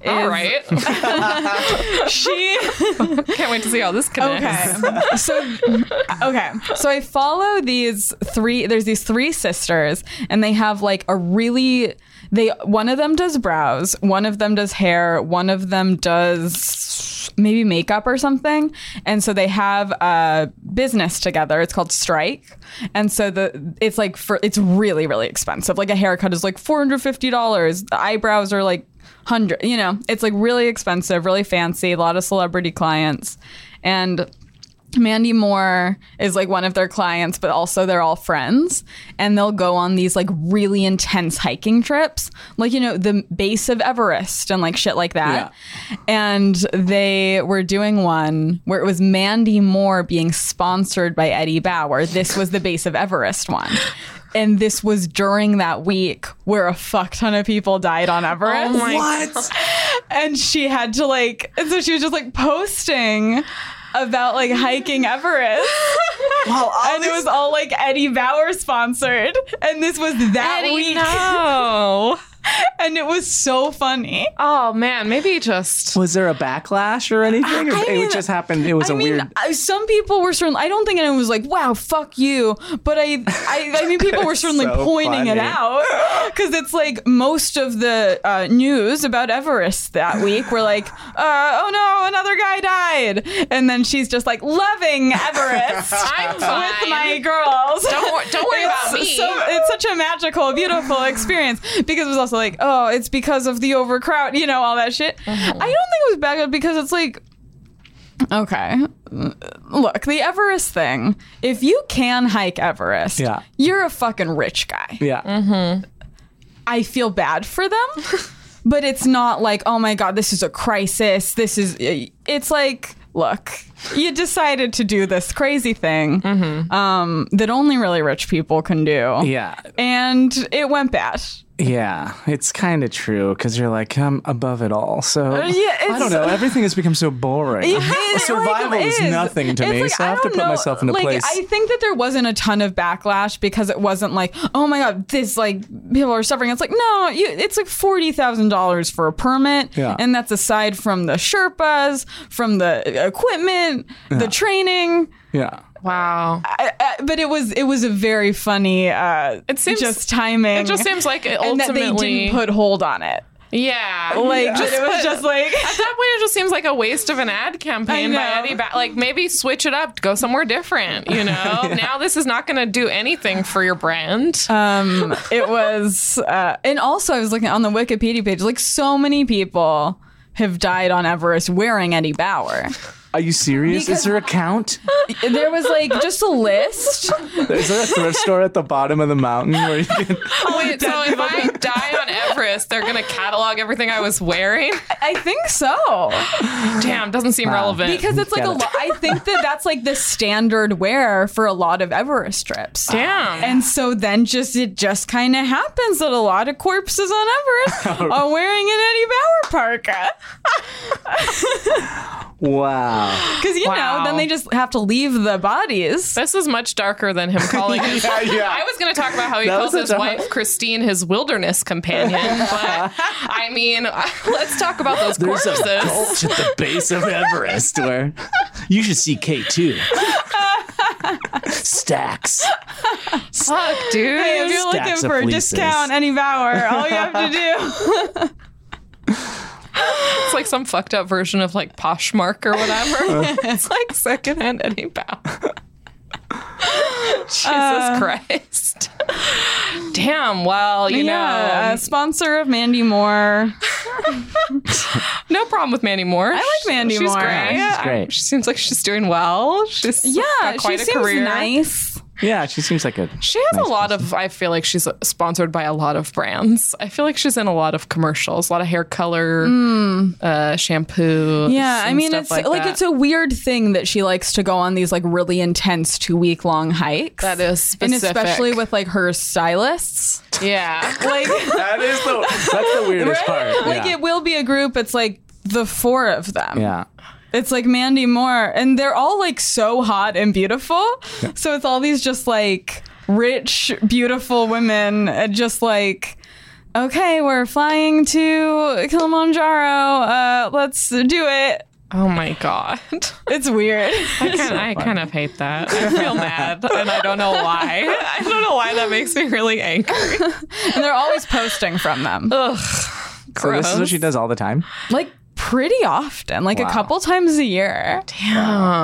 [SPEAKER 2] Is,
[SPEAKER 3] all right. <laughs>
[SPEAKER 2] She
[SPEAKER 4] <laughs>
[SPEAKER 3] Can't wait to see how this connects.
[SPEAKER 2] okay. so okay. So I follow these three. There's these three sisters, and they have like a really. They one of them does brows, one of them does hair, one of them does maybe makeup or something, and so they have a business together. It's called Strike, and so the it's like for it's really really expensive. Like a haircut is like four hundred fifty dollars. The eyebrows are like hundred. You know, it's like really expensive, really fancy. A lot of celebrity clients, and Mandy Moore is like one of their clients, but also they're all friends. And they'll go on these like really intense hiking trips, like, you know, the base of Everest and like shit like that. And they were doing one where it was Mandy Moore being sponsored by Eddie Bauer. This was the base of Everest one. And this was during that week where a fuck ton of people died on Everest
[SPEAKER 4] What?
[SPEAKER 2] and she had to like and so she was just like posting about like hiking Everest.
[SPEAKER 4] Well, all
[SPEAKER 2] And it was all like Eddie Bauer sponsored. And this was that week.
[SPEAKER 3] No.
[SPEAKER 2] <laughs> And it was so funny.
[SPEAKER 3] Oh man, maybe
[SPEAKER 2] <laughs>
[SPEAKER 3] just
[SPEAKER 4] Was there a backlash or anything? Or
[SPEAKER 2] I mean-
[SPEAKER 4] it just happened. It was
[SPEAKER 2] I
[SPEAKER 4] a
[SPEAKER 2] mean,
[SPEAKER 4] weird.
[SPEAKER 2] I- some people were certainly. I don't think anyone was like, "Wow, fuck you," but I, I, I
[SPEAKER 4] <laughs>
[SPEAKER 2] mean, people were certainly
[SPEAKER 4] So
[SPEAKER 2] pointing it
[SPEAKER 4] funny.
[SPEAKER 2] out because it's like most of the uh, news about Everest that week were like, uh, "Oh no, another guy died," and then she's just like loving Everest
[SPEAKER 3] <laughs> I'm
[SPEAKER 2] with
[SPEAKER 3] fine.
[SPEAKER 2] my girls.
[SPEAKER 3] Don't wor- don't worry about
[SPEAKER 2] It's
[SPEAKER 3] me.
[SPEAKER 2] So, it's such a magical, beautiful experience because it was also like, oh, it's because of the overcrowd, you know, all that shit.
[SPEAKER 3] Uh-huh.
[SPEAKER 2] I don't think it was bad because it's like, okay, look, the Everest thing. If you can hike Everest,
[SPEAKER 4] Yeah.
[SPEAKER 2] you're a fucking rich guy.
[SPEAKER 4] yeah.
[SPEAKER 2] I feel bad for
[SPEAKER 3] <laughs>
[SPEAKER 2] them, but it's not like, oh my God, this is a crisis. This is, it's like, look, you decided to do this crazy thing
[SPEAKER 3] Mm-hmm.
[SPEAKER 2] um, that only really rich people can do.
[SPEAKER 4] Yeah.
[SPEAKER 2] And it went bad.
[SPEAKER 4] Yeah. It's kind of true because you're like, I'm above it all. So
[SPEAKER 2] yeah,
[SPEAKER 4] I don't know. Everything has become so boring.
[SPEAKER 2] It-
[SPEAKER 4] Survival
[SPEAKER 2] like, it
[SPEAKER 4] is nothing to
[SPEAKER 2] It's
[SPEAKER 4] me,
[SPEAKER 2] like,
[SPEAKER 4] so I have to
[SPEAKER 2] don't
[SPEAKER 4] put myself in a
[SPEAKER 2] like,
[SPEAKER 4] place-
[SPEAKER 2] I think that there wasn't a ton of backlash because it wasn't like, oh my god, this like people are suffering. It's like no, you, it's like forty thousand dollars for a permit,
[SPEAKER 4] Yeah.
[SPEAKER 2] and that's aside from the Sherpas, from the equipment, the training.
[SPEAKER 4] yeah.
[SPEAKER 3] wow.
[SPEAKER 2] I, I, but it was it was a very funny. Uh, it
[SPEAKER 3] seems-
[SPEAKER 2] just timing.
[SPEAKER 3] It just seems like it
[SPEAKER 2] and that
[SPEAKER 3] ultimately
[SPEAKER 2] they didn't put hold on it.
[SPEAKER 3] yeah.
[SPEAKER 2] Like
[SPEAKER 3] Yeah.
[SPEAKER 2] it was just like.
[SPEAKER 3] At that point, it just seems like a waste of an ad campaign
[SPEAKER 2] I
[SPEAKER 3] by
[SPEAKER 2] know.
[SPEAKER 3] Eddie. Ba- like maybe switch it up, go somewhere
[SPEAKER 2] <laughs>
[SPEAKER 3] different. You know, now this is not going to do anything for your brand.
[SPEAKER 2] um, it was, uh, and also I was looking on the Wikipedia page, like so many people have died on Everest wearing Eddie Bauer.
[SPEAKER 4] Are you serious?
[SPEAKER 2] Because-
[SPEAKER 4] is there a count?
[SPEAKER 2] There was like just a list.
[SPEAKER 4] Is there a thrift store at the bottom of the mountain where you can?
[SPEAKER 3] Wait, so if I die on Everest, they're gonna catalog everything I was wearing?
[SPEAKER 2] I think so.
[SPEAKER 3] Damn, doesn't seem relevant.
[SPEAKER 2] Because it's like a
[SPEAKER 4] Got it.
[SPEAKER 2] lot, I think that that's like the standard wear for a lot of Everest trips.
[SPEAKER 3] Damn.
[SPEAKER 2] And so then just it just kind of happens that a lot of corpses on
[SPEAKER 3] <laughs>
[SPEAKER 2] Everest are wearing an Eddie Bauer parka.
[SPEAKER 4] Wow.
[SPEAKER 2] Because, you
[SPEAKER 3] Wow.
[SPEAKER 2] know, then they just have to leave the bodies.
[SPEAKER 3] this is much darker than him calling his.
[SPEAKER 4] Yeah,
[SPEAKER 2] <laughs>
[SPEAKER 3] I
[SPEAKER 4] yeah.
[SPEAKER 3] was going to talk about how he
[SPEAKER 4] That was
[SPEAKER 3] calls
[SPEAKER 4] a
[SPEAKER 3] his
[SPEAKER 4] dark-
[SPEAKER 3] wife Christine his wilderness companion,
[SPEAKER 4] <laughs>
[SPEAKER 3] but I mean, <laughs> let's talk about those
[SPEAKER 4] There's a
[SPEAKER 3] corpses.
[SPEAKER 4] gulch at the base of Everest where you should see K
[SPEAKER 2] <laughs>
[SPEAKER 4] two. Stacks.
[SPEAKER 3] Fuck, dude.
[SPEAKER 2] Hey, if you're
[SPEAKER 4] Stacks
[SPEAKER 2] looking
[SPEAKER 4] of
[SPEAKER 2] for a
[SPEAKER 4] leases.
[SPEAKER 2] discount any Bauer, all you have
[SPEAKER 3] <laughs>
[SPEAKER 2] to do.
[SPEAKER 3] It's like some fucked up version of like Poshmark or
[SPEAKER 4] Uh.
[SPEAKER 3] whatever. <laughs> it's like secondhand
[SPEAKER 4] <laughs>
[SPEAKER 3] Eddie Bauer. Jesus Christ. <laughs> Damn. Well, you
[SPEAKER 2] yeah,
[SPEAKER 3] know, um, <laughs>
[SPEAKER 2] uh, sponsor of Mandy Moore.
[SPEAKER 3] no problem with Mandy Moore. I
[SPEAKER 2] like Mandy
[SPEAKER 3] she's
[SPEAKER 2] Moore.
[SPEAKER 3] Great.
[SPEAKER 2] Yeah,
[SPEAKER 4] she's great.
[SPEAKER 3] She seems like she's doing well. She's
[SPEAKER 2] Yeah,
[SPEAKER 3] got
[SPEAKER 2] she
[SPEAKER 3] quite a
[SPEAKER 2] seems
[SPEAKER 3] career.
[SPEAKER 2] nice.
[SPEAKER 4] Yeah, she seems like a.
[SPEAKER 3] She has
[SPEAKER 4] nice
[SPEAKER 3] a lot of. I feel like she's sponsored by a lot of brands. I feel like she's in a lot of commercials, a lot of hair color, uh, shampoo.
[SPEAKER 2] Hmm. Yeah, I
[SPEAKER 3] and
[SPEAKER 2] mean,
[SPEAKER 3] stuff
[SPEAKER 2] it's
[SPEAKER 3] like,
[SPEAKER 2] like,
[SPEAKER 3] that.
[SPEAKER 2] it's a weird thing that she likes to go on these like really intense two week long hikes.
[SPEAKER 3] That is
[SPEAKER 2] and especially
[SPEAKER 3] specific.
[SPEAKER 2] with like her stylists.
[SPEAKER 3] yeah.
[SPEAKER 2] <laughs> Like,
[SPEAKER 3] <laughs>
[SPEAKER 4] That is the. That's the weirdest part.
[SPEAKER 2] like
[SPEAKER 4] yeah.
[SPEAKER 2] it will be a group. It's like the four of them.
[SPEAKER 4] yeah.
[SPEAKER 2] It's like Mandy Moore, and they're all like so hot and beautiful. So it's all these just like rich, beautiful women, and just like. Okay, we're flying to Kilimanjaro. Uh, let's do it.
[SPEAKER 3] Oh my god.
[SPEAKER 2] <laughs> It's weird.
[SPEAKER 3] I kind, I kind of hate that. I feel mad, and I don't know why. <laughs> I don't know why that makes me really <laughs> angry.
[SPEAKER 2] and they're always posting from them.
[SPEAKER 4] So this is what she does all the time.
[SPEAKER 2] Like pretty often, like a couple times a year.
[SPEAKER 3] Damn.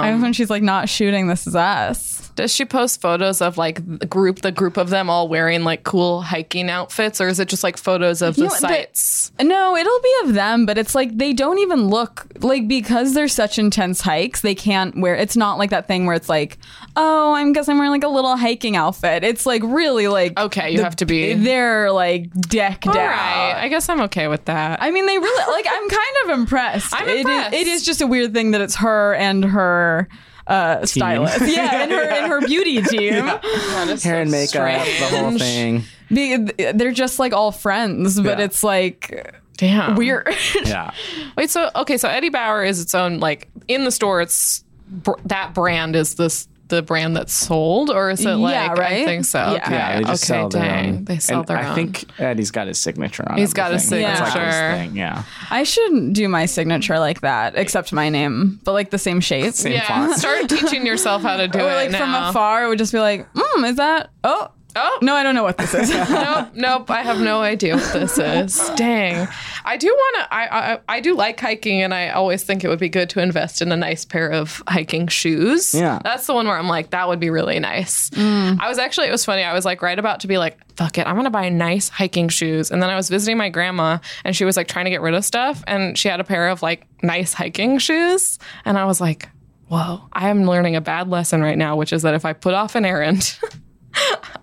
[SPEAKER 2] I when she's like not shooting this is us.
[SPEAKER 3] Does she post photos of like the group, the group of them all wearing like cool hiking outfits, or is it just like photos of the
[SPEAKER 2] You know, the-
[SPEAKER 3] sites?
[SPEAKER 2] No, it'll be of them, but it's like they don't even look like because they're such intense hikes, they can't wear it's not like that thing where it's like, oh, I guess I'm wearing like a little hiking outfit. It's like really like
[SPEAKER 3] Okay, you have to be-
[SPEAKER 2] they're like decked out.
[SPEAKER 3] All right, I guess I'm okay with that.
[SPEAKER 2] I mean, they really like. I'm kind of impressed.
[SPEAKER 3] <laughs> I'm
[SPEAKER 2] It is-
[SPEAKER 3] impressed.
[SPEAKER 2] It is, just a weird thing that it's her and her uh, stylist, yeah, and her and her
[SPEAKER 3] <laughs>
[SPEAKER 2] beauty team.
[SPEAKER 4] Hair and makeup, the whole thing.
[SPEAKER 2] Be- They're just like all friends, but
[SPEAKER 4] Yeah.
[SPEAKER 2] it's like
[SPEAKER 3] Damn.
[SPEAKER 2] weird. <laughs>
[SPEAKER 4] Yeah.
[SPEAKER 3] Wait, so okay, so Eddie Bauer is its own like in the store. It's br- that brand is this the brand that's sold, or is it like I
[SPEAKER 2] right?
[SPEAKER 3] think so.
[SPEAKER 2] Yeah.
[SPEAKER 3] Okay.
[SPEAKER 4] Yeah, they just
[SPEAKER 3] okay,
[SPEAKER 4] sell their
[SPEAKER 3] dang.
[SPEAKER 4] own.
[SPEAKER 3] They sell
[SPEAKER 4] And
[SPEAKER 3] their
[SPEAKER 4] I
[SPEAKER 3] own.
[SPEAKER 4] think Eddie's got his signature on.
[SPEAKER 3] He's got his
[SPEAKER 4] everything. That's like his
[SPEAKER 3] signature.
[SPEAKER 4] thing, Yeah.
[SPEAKER 2] I shouldn't do my signature like that, except my name, but like the same shape.
[SPEAKER 4] Same
[SPEAKER 3] <laughs> yeah,
[SPEAKER 4] font.
[SPEAKER 3] start teaching yourself how to do
[SPEAKER 2] Or
[SPEAKER 3] it
[SPEAKER 2] like from
[SPEAKER 3] now.
[SPEAKER 2] afar, it would just be like, mm, is that? Oh,
[SPEAKER 3] Oh.
[SPEAKER 2] no, I don't know what this <laughs> is.
[SPEAKER 3] nope, nope. I have no idea what this is. Dang, I do want to. I, I I do like hiking, and I always think it would be good to invest in a nice pair of hiking shoes.
[SPEAKER 4] Yeah.
[SPEAKER 3] that's the one where I'm like, that would be really nice. I was actually, it was funny. I was like, right about to be like, fuck it, I'm gonna buy nice hiking shoes. And then I was visiting my grandma, and she was like trying to get rid of stuff, and she had a pair of like nice hiking shoes, and I was like. Whoa, I am learning a bad lesson right now, which is that if I put off an errand, <laughs>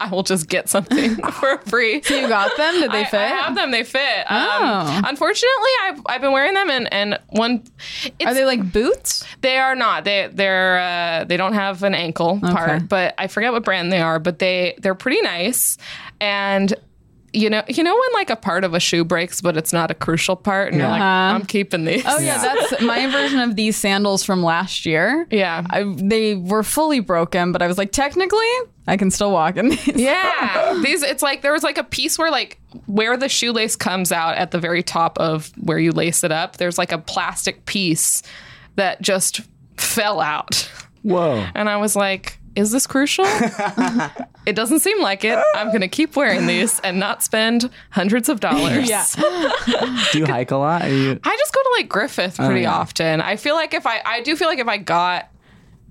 [SPEAKER 3] I will just get something <laughs> for
[SPEAKER 2] <laughs>
[SPEAKER 3] free.
[SPEAKER 2] you got them? Did they
[SPEAKER 3] I,
[SPEAKER 2] fit?
[SPEAKER 3] I have them. They fit. Um,
[SPEAKER 2] Oh.
[SPEAKER 3] Unfortunately, I've, I've been wearing them, and and one, it's,
[SPEAKER 2] Are they like boots?
[SPEAKER 3] they are not. They they're uh, they don't have an ankle part, but I forget what brand they are. But they they're pretty nice, and you know you know when like a part of a shoe breaks, but it's not a crucial part, and you're like, I'm keeping these.
[SPEAKER 2] Oh yeah, that's my version of these sandals from last year.
[SPEAKER 3] Yeah.
[SPEAKER 2] I, they were fully broken, but I was like, technically, I can still walk in these. <laughs>
[SPEAKER 3] Yeah, these. It's like there was like a piece where like where the shoelace comes out at the very top of where you lace it up. There's like a plastic piece that just fell out,
[SPEAKER 4] Whoa.
[SPEAKER 3] and I was like, "Is this
[SPEAKER 2] <laughs>
[SPEAKER 3] crucial?" it doesn't seem like it. I'm gonna keep wearing these and not spend hundreds of dollars.
[SPEAKER 2] Yeah.
[SPEAKER 4] Do you hike a lot? Are you?
[SPEAKER 3] I just go to like Griffith
[SPEAKER 2] Oh,
[SPEAKER 3] pretty
[SPEAKER 4] yeah.
[SPEAKER 3] often. I feel like if I, I do feel like if I got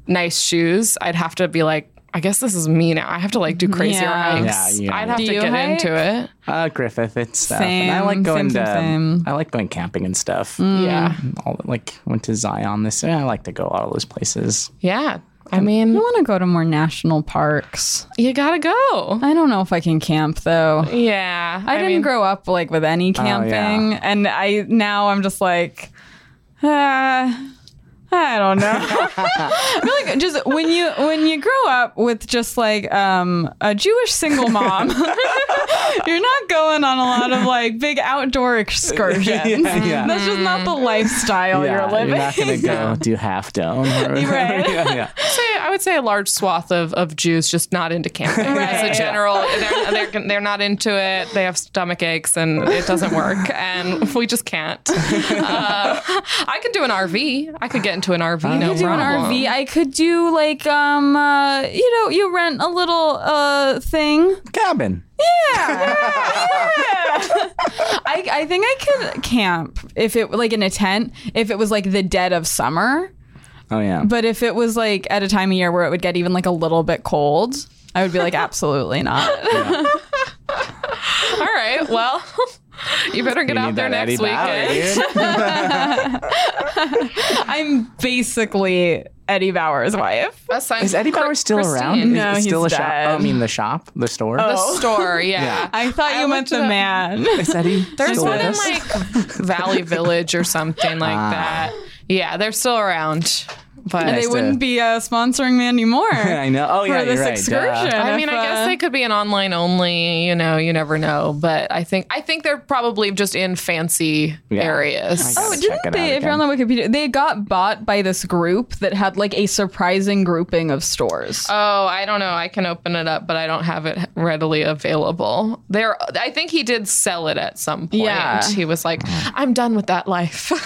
[SPEAKER 3] nice shoes, I'd have to be like, I guess this is me now. I have to like do crazier
[SPEAKER 2] Yeah.
[SPEAKER 3] hikes.
[SPEAKER 4] Yeah, yeah.
[SPEAKER 3] I'd have
[SPEAKER 2] Do
[SPEAKER 3] to
[SPEAKER 2] you
[SPEAKER 3] get
[SPEAKER 2] hike?
[SPEAKER 3] into it.
[SPEAKER 4] Uh, Griffith and stuff. and I
[SPEAKER 2] Same,
[SPEAKER 4] like going to.
[SPEAKER 2] same, same, same.
[SPEAKER 4] I like going camping and stuff.
[SPEAKER 3] Yeah.
[SPEAKER 4] All the- like went to Zion this. Yeah, I like to go all those places.
[SPEAKER 3] Yeah. I mean,
[SPEAKER 2] I want to go to more national parks.
[SPEAKER 3] you gotta go.
[SPEAKER 2] I don't know if I can camp though.
[SPEAKER 3] Yeah.
[SPEAKER 2] I, didn't
[SPEAKER 3] mean,
[SPEAKER 2] grow up like with any
[SPEAKER 4] Oh,
[SPEAKER 2] camping, and I now I'm just like, uh, I don't know. <laughs> I feel like just when you when you grow up with just like um, a Jewish single mom, <laughs> you're not going on a lot of like big
[SPEAKER 4] <laughs>
[SPEAKER 2] outdoor excursions.
[SPEAKER 3] <laughs>
[SPEAKER 4] Yeah, yeah.
[SPEAKER 2] That's just not the lifestyle
[SPEAKER 4] yeah,
[SPEAKER 2] you're living.
[SPEAKER 4] not gonna go
[SPEAKER 3] <laughs>
[SPEAKER 4] do half dome. Or <laughs>
[SPEAKER 2] Right.
[SPEAKER 4] yeah, yeah.
[SPEAKER 3] say- I would say a large swath of, of Jews just not
[SPEAKER 4] <laughs>
[SPEAKER 3] into camping. As a general, they're, they're, they're not into it. They have stomach aches and it doesn't work.
[SPEAKER 4] <laughs>
[SPEAKER 3] And we just can't. Uh, I could do an RV. I could get into an RV. no
[SPEAKER 2] could do an
[SPEAKER 3] problem.
[SPEAKER 2] RV. I could do like um uh, you know you rent a little uh thing.
[SPEAKER 3] <laughs>
[SPEAKER 4] Cabin.
[SPEAKER 2] I, I think I could camp if it like in a tent if it was like the dead of summer,
[SPEAKER 4] Oh yeah.
[SPEAKER 2] but if it was like at a time of year where it would get even like a little bit cold,
[SPEAKER 4] <laughs>
[SPEAKER 2] I would be like absolutely not.
[SPEAKER 3] All right. Well, <laughs> You better get
[SPEAKER 4] You
[SPEAKER 3] out
[SPEAKER 4] need
[SPEAKER 3] there
[SPEAKER 4] that
[SPEAKER 3] next
[SPEAKER 4] Eddie Bauer,
[SPEAKER 3] weekend.
[SPEAKER 4] dude.
[SPEAKER 2] I'm basically Eddie Bauer's wife.
[SPEAKER 3] That sounds-
[SPEAKER 4] Is Eddie Bauer still
[SPEAKER 3] Christine.
[SPEAKER 4] around? Is
[SPEAKER 2] No,
[SPEAKER 4] it
[SPEAKER 2] he's
[SPEAKER 4] still a
[SPEAKER 2] dead.
[SPEAKER 4] shop. I mean, the shop, the store.
[SPEAKER 3] The
[SPEAKER 2] Oh.
[SPEAKER 3] store, yeah.
[SPEAKER 2] I thought you meant
[SPEAKER 3] looked it
[SPEAKER 2] the
[SPEAKER 3] up.
[SPEAKER 2] man.
[SPEAKER 4] Is
[SPEAKER 2] <laughs>
[SPEAKER 4] Eddie
[SPEAKER 3] There's
[SPEAKER 4] still
[SPEAKER 3] one
[SPEAKER 4] with
[SPEAKER 3] in
[SPEAKER 4] us?
[SPEAKER 3] like Valley Village or something like
[SPEAKER 4] Ah.
[SPEAKER 3] that. Yeah, they're still around. But
[SPEAKER 2] they
[SPEAKER 4] Nice to-
[SPEAKER 2] wouldn't be uh, sponsoring me
[SPEAKER 4] <laughs>
[SPEAKER 2] anymore.
[SPEAKER 4] I know. Oh yeah,
[SPEAKER 2] for this
[SPEAKER 4] you're right. duh.
[SPEAKER 2] excursion.
[SPEAKER 3] I
[SPEAKER 2] if,
[SPEAKER 3] mean, I
[SPEAKER 2] uh,
[SPEAKER 3] guess they could be an online only, you know, you never know. But I think I think they're probably just in fancy
[SPEAKER 4] Yeah.
[SPEAKER 3] areas.
[SPEAKER 4] I
[SPEAKER 2] Oh,
[SPEAKER 4] gotta check
[SPEAKER 2] didn't
[SPEAKER 4] it
[SPEAKER 2] they?
[SPEAKER 4] out
[SPEAKER 2] If you're on the Wikipedia, they got bought by this group that had like a surprising grouping
[SPEAKER 4] <laughs>
[SPEAKER 2] of stores.
[SPEAKER 3] Oh, I don't know. I can open it up, but I don't have it readily available. There, I think he did sell it at some point.
[SPEAKER 2] Yeah.
[SPEAKER 3] he was like,
[SPEAKER 4] Mm.
[SPEAKER 3] "I'm done with that life. <laughs>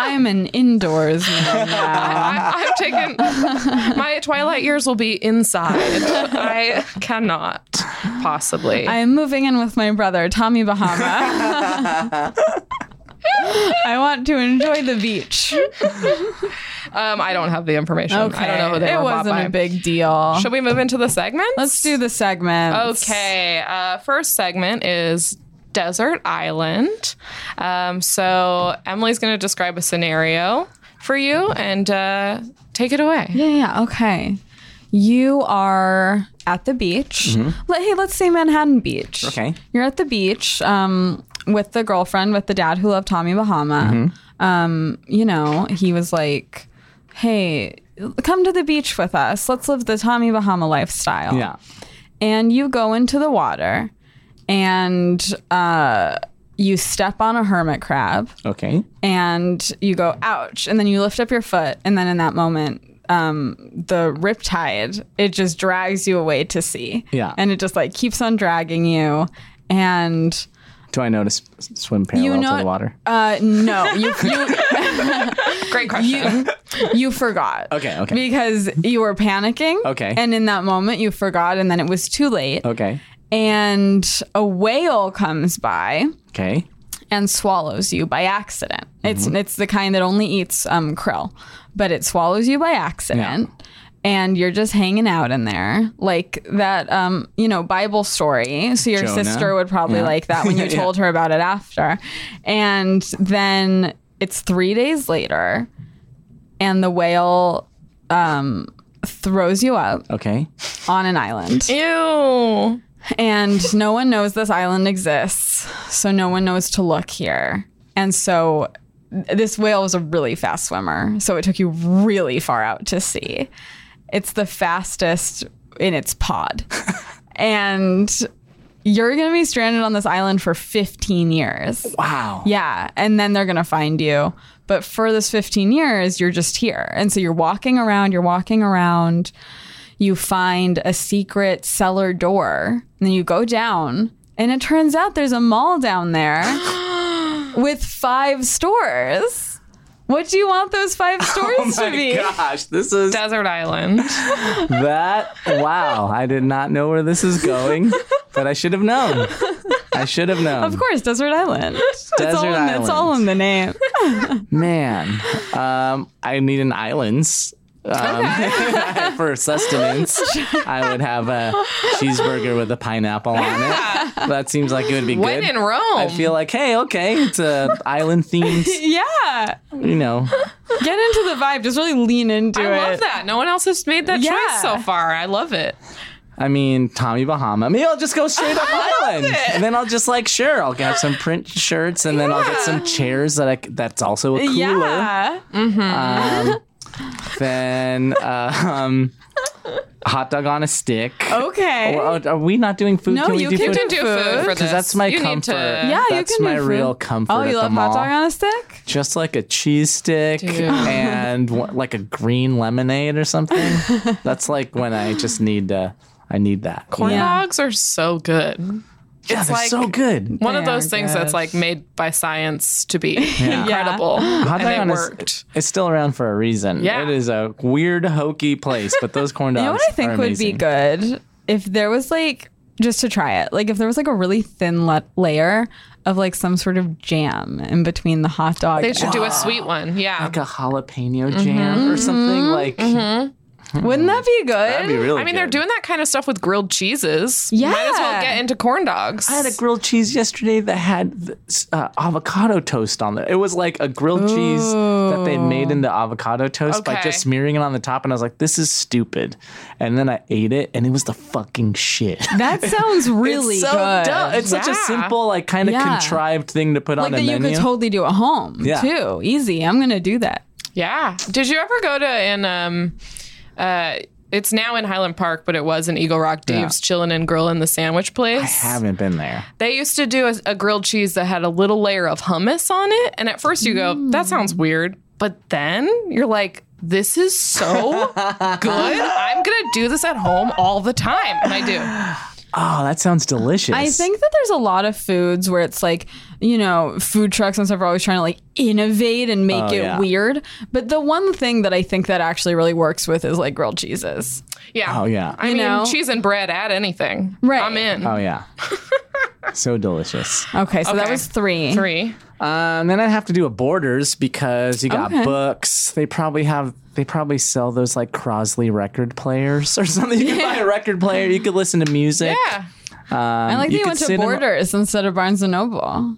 [SPEAKER 2] I'm an indoors man now.
[SPEAKER 3] I, I've taken my twilight years will be inside. I cannot possibly."
[SPEAKER 2] I'm moving in with my brother, Tommy Bahama.
[SPEAKER 3] <laughs>
[SPEAKER 2] I want to enjoy the beach.
[SPEAKER 3] um, I don't have the information. I don't know who they
[SPEAKER 2] it
[SPEAKER 3] were bought
[SPEAKER 2] wasn't
[SPEAKER 3] by.
[SPEAKER 2] a big deal.
[SPEAKER 3] Should we move into the segment?
[SPEAKER 2] Let's do the segment.
[SPEAKER 3] Okay. Uh, first segment is Desert Island. Um, so Emily's going to describe a scenario for you and uh, take it away.
[SPEAKER 2] Yeah, yeah, okay. You are at the beach.
[SPEAKER 3] Mm-hmm.
[SPEAKER 2] Let, hey, let's say Manhattan Beach.
[SPEAKER 4] Okay.
[SPEAKER 2] You're at the beach um, with the girlfriend, with the dad who loved Tommy Bahama.
[SPEAKER 3] Mm-hmm.
[SPEAKER 2] Um, you know, he was like, hey, come to the beach with us. Let's live the Tommy Bahama lifestyle.
[SPEAKER 4] Yeah.
[SPEAKER 2] And you go into the water and uh, you step on a hermit crab
[SPEAKER 4] Okay.
[SPEAKER 2] and you go ouch and then you lift up your foot and then in that moment um the riptide it just drags you away to sea
[SPEAKER 4] Yeah.
[SPEAKER 2] and it just like keeps on dragging you and
[SPEAKER 4] Do I notice swim parallel
[SPEAKER 2] you know
[SPEAKER 4] to the water?
[SPEAKER 2] uh
[SPEAKER 4] <laughs>
[SPEAKER 2] no you you
[SPEAKER 3] Great question.
[SPEAKER 2] you, you forgot
[SPEAKER 4] Okay, okay.
[SPEAKER 2] because you were panicking
[SPEAKER 4] Okay.
[SPEAKER 2] and in that moment you forgot and then it was too late
[SPEAKER 4] Okay.
[SPEAKER 2] and a whale comes by
[SPEAKER 4] Okay.
[SPEAKER 2] and swallows you by accident. It's
[SPEAKER 4] Mm-hmm.
[SPEAKER 2] it's the kind that only eats um, krill, but it swallows you by accident. And you're just hanging out in there, like that, um, you know, Bible story. So your
[SPEAKER 4] Jonah.
[SPEAKER 2] sister would probably
[SPEAKER 4] Yeah.
[SPEAKER 2] like
[SPEAKER 4] <laughs>
[SPEAKER 2] that when you
[SPEAKER 4] Yeah.
[SPEAKER 2] told her about it after. And then it's three days later, and the whale um, throws you up
[SPEAKER 4] Okay.
[SPEAKER 2] on an island
[SPEAKER 3] Ew.
[SPEAKER 2] and no one knows this island exists, so no one knows to look here. And so th- this whale was a really fast swimmer, so it took you really far out to sea. It's the fastest in its pod. and you're going to be stranded on this island for 15 years.
[SPEAKER 4] Wow.
[SPEAKER 2] Yeah, and then they're going to find you. But for this 15 years, you're just here. And so you're walking around, you're walking around, you find a secret cellar door, and then you go down, and it turns out there's a mall
[SPEAKER 4] <gasps>
[SPEAKER 2] down there with five stores. What do you want those five stores
[SPEAKER 4] Oh
[SPEAKER 2] to be?
[SPEAKER 4] my gosh, this is
[SPEAKER 3] Desert Island.
[SPEAKER 4] that. Wow, I did not know where this is going, but I should have known. I should have known.
[SPEAKER 2] Of course,
[SPEAKER 4] <laughs>
[SPEAKER 2] Desert Island. it's, all
[SPEAKER 4] Desert
[SPEAKER 2] in, it's all
[SPEAKER 4] Island.
[SPEAKER 2] in the
[SPEAKER 4] <laughs>
[SPEAKER 2] name.
[SPEAKER 4] Man, um, I need an islands. Um, <laughs> for sustenance, I would have a cheeseburger with a pineapple on it. That seems like it would be
[SPEAKER 3] When
[SPEAKER 4] good.
[SPEAKER 3] in Rome.
[SPEAKER 4] I feel like, hey, okay, it's a island themed,
[SPEAKER 2] yeah.
[SPEAKER 4] you know,
[SPEAKER 2] Get into the vibe. Just really lean into
[SPEAKER 3] I
[SPEAKER 2] it.
[SPEAKER 3] love that. No one else has made that
[SPEAKER 2] Yeah.
[SPEAKER 3] choice so far. I love it.
[SPEAKER 4] I mean, Tommy Bahama. Maybe I'll just go straight
[SPEAKER 3] <laughs>
[SPEAKER 4] up island, and then I'll just like, sure, I'll have some print shirts, and then I'll get some chairs that I c that's also a cooler.
[SPEAKER 2] Yeah.
[SPEAKER 4] Um, then uh, um, hot dog on a stick.
[SPEAKER 3] Oh,
[SPEAKER 2] Okay.
[SPEAKER 4] Well, are we not doing food?
[SPEAKER 2] No,
[SPEAKER 4] can we
[SPEAKER 2] you
[SPEAKER 4] do
[SPEAKER 2] can
[SPEAKER 4] food?
[SPEAKER 2] do
[SPEAKER 3] Do food for this.
[SPEAKER 4] Because that's my
[SPEAKER 3] You need
[SPEAKER 4] comfort.
[SPEAKER 3] to-
[SPEAKER 2] Yeah,
[SPEAKER 4] That's
[SPEAKER 2] you can
[SPEAKER 4] my
[SPEAKER 2] do food.
[SPEAKER 4] real comfort
[SPEAKER 2] Oh, you
[SPEAKER 4] at the
[SPEAKER 2] love hot dog
[SPEAKER 4] mall.
[SPEAKER 2] on a stick?
[SPEAKER 4] Just like a cheese stick and wha- like a green lemonade or
[SPEAKER 2] <laughs>
[SPEAKER 4] something. that's like when I just need to. I need that.
[SPEAKER 3] Corn
[SPEAKER 2] Yeah.
[SPEAKER 3] dogs are so good.
[SPEAKER 4] Yeah,
[SPEAKER 3] It's
[SPEAKER 4] they're
[SPEAKER 3] like-
[SPEAKER 4] so good.
[SPEAKER 3] One of
[SPEAKER 2] They are
[SPEAKER 3] those things that's
[SPEAKER 2] good.
[SPEAKER 3] like made by science to be
[SPEAKER 4] <laughs> Yeah.
[SPEAKER 3] incredible.
[SPEAKER 4] Hot dog
[SPEAKER 3] And
[SPEAKER 4] on
[SPEAKER 3] it
[SPEAKER 4] a-
[SPEAKER 3] worked.
[SPEAKER 4] It's still around for a reason.
[SPEAKER 3] Yeah.
[SPEAKER 4] It is a weird, hokey place, but those corn dogs.
[SPEAKER 2] You know what I think
[SPEAKER 4] are
[SPEAKER 2] would be
[SPEAKER 4] amazing.
[SPEAKER 2] good if there was like just to try it. Like if there was like a really thin le- layer of like some sort of jam in between the hot dog.
[SPEAKER 3] They should do a sweet one. Yeah.
[SPEAKER 2] Mm-hmm.
[SPEAKER 4] Like a jalapeno jam or something like.
[SPEAKER 2] Wouldn't that be good?
[SPEAKER 4] That'd be really
[SPEAKER 3] I mean, they're
[SPEAKER 4] good.
[SPEAKER 3] doing that kind of stuff with grilled cheeses. Might
[SPEAKER 2] Yeah.
[SPEAKER 3] as well get into corn dogs.
[SPEAKER 4] I had a grilled cheese yesterday that had uh, avocado toast on there. It was like a grilled cheese that they made into avocado toast by
[SPEAKER 3] Okay.
[SPEAKER 4] just smearing it on the top. And I was like, this is stupid. And then I ate it and it was the fucking shit. <laughs>
[SPEAKER 2] that sounds really
[SPEAKER 4] it's so
[SPEAKER 2] good.
[SPEAKER 4] dumb. It's such a
[SPEAKER 3] Yeah.
[SPEAKER 4] simple, like kind of
[SPEAKER 2] Yeah.
[SPEAKER 4] contrived thing to put
[SPEAKER 2] Like
[SPEAKER 4] on a
[SPEAKER 2] that you
[SPEAKER 4] menu.
[SPEAKER 2] could totally do at home
[SPEAKER 4] Yeah.
[SPEAKER 2] too. Easy. I'm gonna do that.
[SPEAKER 3] Yeah. Did you ever go to an um uh it's now in Highland Park, but it was in Eagle Rock Dave's Chillin' and Grillin' the sandwich place.
[SPEAKER 4] I haven't been there.
[SPEAKER 3] They used to do a, a grilled cheese that had a little layer of hummus on it, and at first you go, "That sounds weird," but then you're like, "This is
[SPEAKER 2] <laughs>
[SPEAKER 3] so good! I'm gonna do this at home all the time," and I do.
[SPEAKER 4] Oh, that sounds delicious.
[SPEAKER 2] I think that there's a lot of foods where it's like, you know, food trucks and stuff are always trying to like innovate and make
[SPEAKER 4] Oh,
[SPEAKER 2] it
[SPEAKER 4] yeah.
[SPEAKER 2] weird. But the one thing that I think that actually really works with is like grilled cheeses.
[SPEAKER 3] Yeah.
[SPEAKER 4] Oh, yeah.
[SPEAKER 3] I
[SPEAKER 2] You
[SPEAKER 3] mean,
[SPEAKER 2] know?
[SPEAKER 3] cheese and bread. Add anything.
[SPEAKER 2] Right.
[SPEAKER 3] I'm in.
[SPEAKER 4] Oh,
[SPEAKER 2] <laughs>
[SPEAKER 4] yeah. so delicious.
[SPEAKER 2] Okay, so that
[SPEAKER 3] Okay.
[SPEAKER 2] was three.
[SPEAKER 3] Three.
[SPEAKER 4] Um, then I'd have to do a Borders because you got
[SPEAKER 2] Okay.
[SPEAKER 4] books. They probably have. They probably sell those like Crosley record players or <laughs> something. You can buy a record player. You could listen to music.
[SPEAKER 3] Yeah.
[SPEAKER 2] I like that
[SPEAKER 4] you
[SPEAKER 2] you
[SPEAKER 4] could
[SPEAKER 2] went
[SPEAKER 4] sit
[SPEAKER 2] to
[SPEAKER 4] in a-
[SPEAKER 2] Borders instead of Barnes and Noble.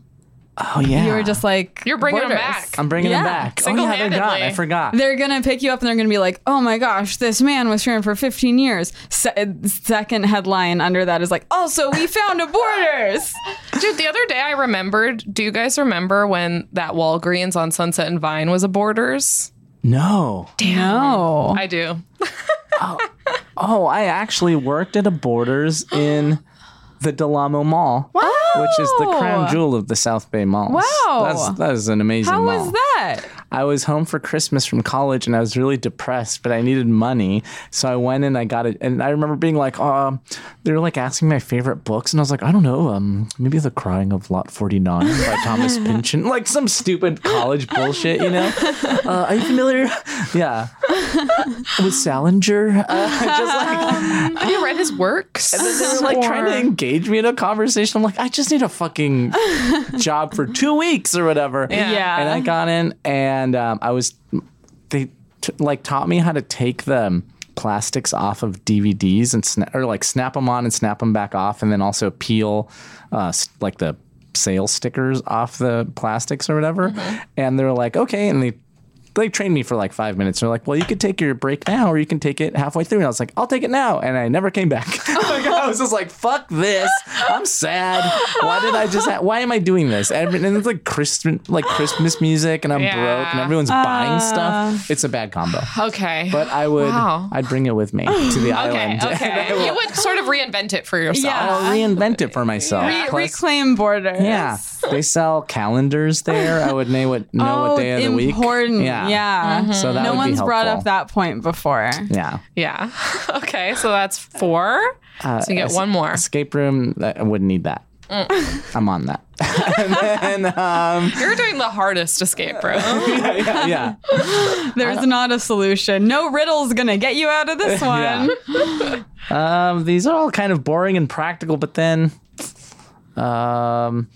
[SPEAKER 4] Oh yeah.
[SPEAKER 2] You were just like
[SPEAKER 3] You're bringing 'em
[SPEAKER 2] Borders.
[SPEAKER 3] back.
[SPEAKER 4] I'm bringing them
[SPEAKER 2] Yeah.
[SPEAKER 4] back. Oh yeah, they're gone. I
[SPEAKER 3] Single-handedly.
[SPEAKER 4] forgot.
[SPEAKER 2] They're gonna pick you up and they're gonna be like, "Oh my gosh, this man was here for 15 years." Se- second headline under that is like, "Also, we found a
[SPEAKER 3] <laughs>
[SPEAKER 2] Borders."
[SPEAKER 3] Dude, the other day I remembered. Do you guys remember when that Walgreens on Sunset and Vine was a Borders?
[SPEAKER 4] no.
[SPEAKER 2] No,
[SPEAKER 3] I do.
[SPEAKER 4] Oh, I actually worked at a
[SPEAKER 2] <gasps>
[SPEAKER 4] Borders in the Delamo Mall, which is the crown jewel of the South Bay Mall.
[SPEAKER 2] Wow.
[SPEAKER 4] That's that is an amazing
[SPEAKER 2] Oh. How
[SPEAKER 4] mall.
[SPEAKER 2] was that?
[SPEAKER 4] I was home for Christmas from college and I was really depressed, but I needed money. So I went and I got it. And I remember being like, um, they were like asking my favorite books. And I was like, I don't know, um, maybe The Crying of Lot 49 by Thomas Pynchon, like some stupid college bullshit, you know? Uh, are you familiar? Yeah. With Salinger? Uh, <laughs> just like,
[SPEAKER 3] Have you read his
[SPEAKER 4] <laughs>
[SPEAKER 3] works?
[SPEAKER 4] they were like trying to engage me in a conversation. I'm like, I just need a <laughs> fucking job for two weeks or whatever.
[SPEAKER 2] Yeah.
[SPEAKER 4] And I got in, and um, I was they t- like taught me how to take the plastics off of DVDs and sna- or like snap them on and snap them back off, and then also peel uh, s- like the sales stickers off the plastics or whatever. And they're like, okay, and they. They trained me for like five minutes. They're like, "Well, you could take your break now, or you can take it halfway through." And I was like, "I'll take it now," and I never came back. <laughs> Like, I was just like, "Fuck this! I'm sad. Why did I just? Ha- why am I doing this?" And and it's like Christmas, like Christmas music, and I'm
[SPEAKER 3] Yeah.
[SPEAKER 4] broke, and everyone's
[SPEAKER 2] Uh.
[SPEAKER 4] buying stuff. It's a bad combo.
[SPEAKER 3] Okay.
[SPEAKER 4] But I would,
[SPEAKER 3] Wow.
[SPEAKER 4] I'd bring it with me to
[SPEAKER 2] <gasps>
[SPEAKER 4] the
[SPEAKER 3] okay.
[SPEAKER 4] island. <laughs>
[SPEAKER 3] <laughs> Okay. you would sort of reinvent it <gasps> for yourself.
[SPEAKER 2] Yeah.
[SPEAKER 4] I'll reinvent it for myself.
[SPEAKER 2] Re-
[SPEAKER 4] Plus-
[SPEAKER 2] reclaim Borders.
[SPEAKER 4] yeah, they sell calendars there. I would know what know
[SPEAKER 2] Oh,
[SPEAKER 4] what day of the week.
[SPEAKER 2] important.
[SPEAKER 4] Yeah.
[SPEAKER 2] Yeah.
[SPEAKER 3] Mm-hmm.
[SPEAKER 4] So that
[SPEAKER 2] no
[SPEAKER 4] would be
[SPEAKER 2] one's brought
[SPEAKER 4] helpful.
[SPEAKER 2] up that point before.
[SPEAKER 4] Yeah.
[SPEAKER 3] Yeah. <laughs> okay. So that's four. so you get
[SPEAKER 4] es-
[SPEAKER 3] one more. Mm.
[SPEAKER 4] Escape room. I wouldn't need that. I'm on
[SPEAKER 3] <laughs>
[SPEAKER 4] that. and then, um,
[SPEAKER 3] You're doing the hardest escape <laughs> room.
[SPEAKER 4] yeah, yeah, yeah.
[SPEAKER 2] There's not a solution. No riddle's gonna get you out of this one.
[SPEAKER 4] <laughs> <laughs> Yeah. um, these are all kind of boring and practical, but then, um,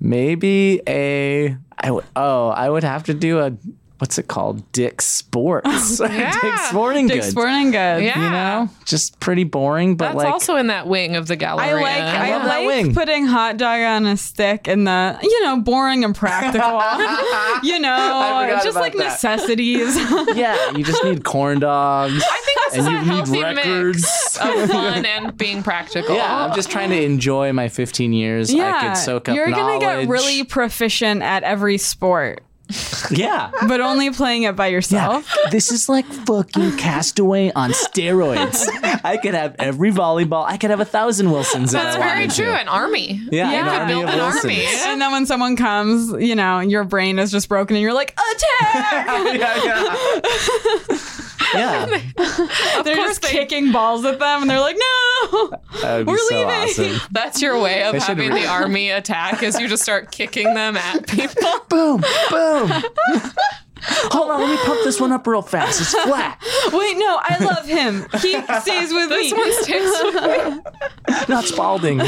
[SPEAKER 4] maybe a I w- oh I would have to do a what's it called Dick Sports <laughs> or Dick Sporting
[SPEAKER 2] Dick
[SPEAKER 4] Goods.
[SPEAKER 2] Sporting Goods.
[SPEAKER 3] Yeah.
[SPEAKER 4] You know, just pretty boring, but
[SPEAKER 3] That's
[SPEAKER 4] like
[SPEAKER 3] also in that wing of the
[SPEAKER 2] I
[SPEAKER 3] gallery.
[SPEAKER 2] like I,
[SPEAKER 4] love that
[SPEAKER 2] like
[SPEAKER 4] wing.
[SPEAKER 2] putting hot dog on a stick and the you know boring
[SPEAKER 4] <laughs>
[SPEAKER 2] and practical <laughs> you know
[SPEAKER 4] forgot
[SPEAKER 2] just
[SPEAKER 4] about
[SPEAKER 2] like
[SPEAKER 4] that.
[SPEAKER 2] necessities
[SPEAKER 4] <laughs> yeah, you just need corn dogs.
[SPEAKER 3] <laughs> I think this is a
[SPEAKER 4] and you need
[SPEAKER 3] healthy
[SPEAKER 4] records.
[SPEAKER 3] mix of <laughs> fun and being practical.
[SPEAKER 4] Yeah, I'm just trying to enjoy my 15 years. I
[SPEAKER 2] yeah
[SPEAKER 4] could soak up
[SPEAKER 2] you're
[SPEAKER 4] knowledge.
[SPEAKER 2] gonna
[SPEAKER 4] <laughs>
[SPEAKER 2] get really proficient at every sport
[SPEAKER 4] yeah.
[SPEAKER 2] but only playing it by
[SPEAKER 4] Yeah,
[SPEAKER 2] yourself
[SPEAKER 4] this is like fucking Castaway on steroids. I could have every volleyball. I could have a thousand Wilsons.
[SPEAKER 3] That's
[SPEAKER 4] if I
[SPEAKER 3] very
[SPEAKER 4] wanted
[SPEAKER 3] true.
[SPEAKER 4] To.
[SPEAKER 3] An army.
[SPEAKER 4] Yeah,
[SPEAKER 2] You
[SPEAKER 4] an
[SPEAKER 2] could
[SPEAKER 4] army
[SPEAKER 3] build
[SPEAKER 4] of
[SPEAKER 3] an
[SPEAKER 4] Wilsons.
[SPEAKER 3] army.
[SPEAKER 2] <laughs> And then when someone comes, you know, your brain is just broken and you're
[SPEAKER 4] <laughs>
[SPEAKER 2] like, attack!
[SPEAKER 4] Oh, yeah, yeah. yeah,
[SPEAKER 2] they're just kicking balls at them and they're like, no! <laughs>
[SPEAKER 4] that would be
[SPEAKER 2] We're
[SPEAKER 4] so
[SPEAKER 2] leaving.
[SPEAKER 4] awesome.
[SPEAKER 3] <laughs> That's your way of
[SPEAKER 4] They should
[SPEAKER 3] having
[SPEAKER 4] re-
[SPEAKER 3] the <laughs> army attack is you just start kicking them at people.
[SPEAKER 4] Boom, boom. Hold on, let me pump this one up real fast. It's flat.
[SPEAKER 2] Wait, no, I love him.
[SPEAKER 4] <laughs>
[SPEAKER 2] He stays with me.
[SPEAKER 3] This one stays with me.
[SPEAKER 4] Not Spalding.
[SPEAKER 3] All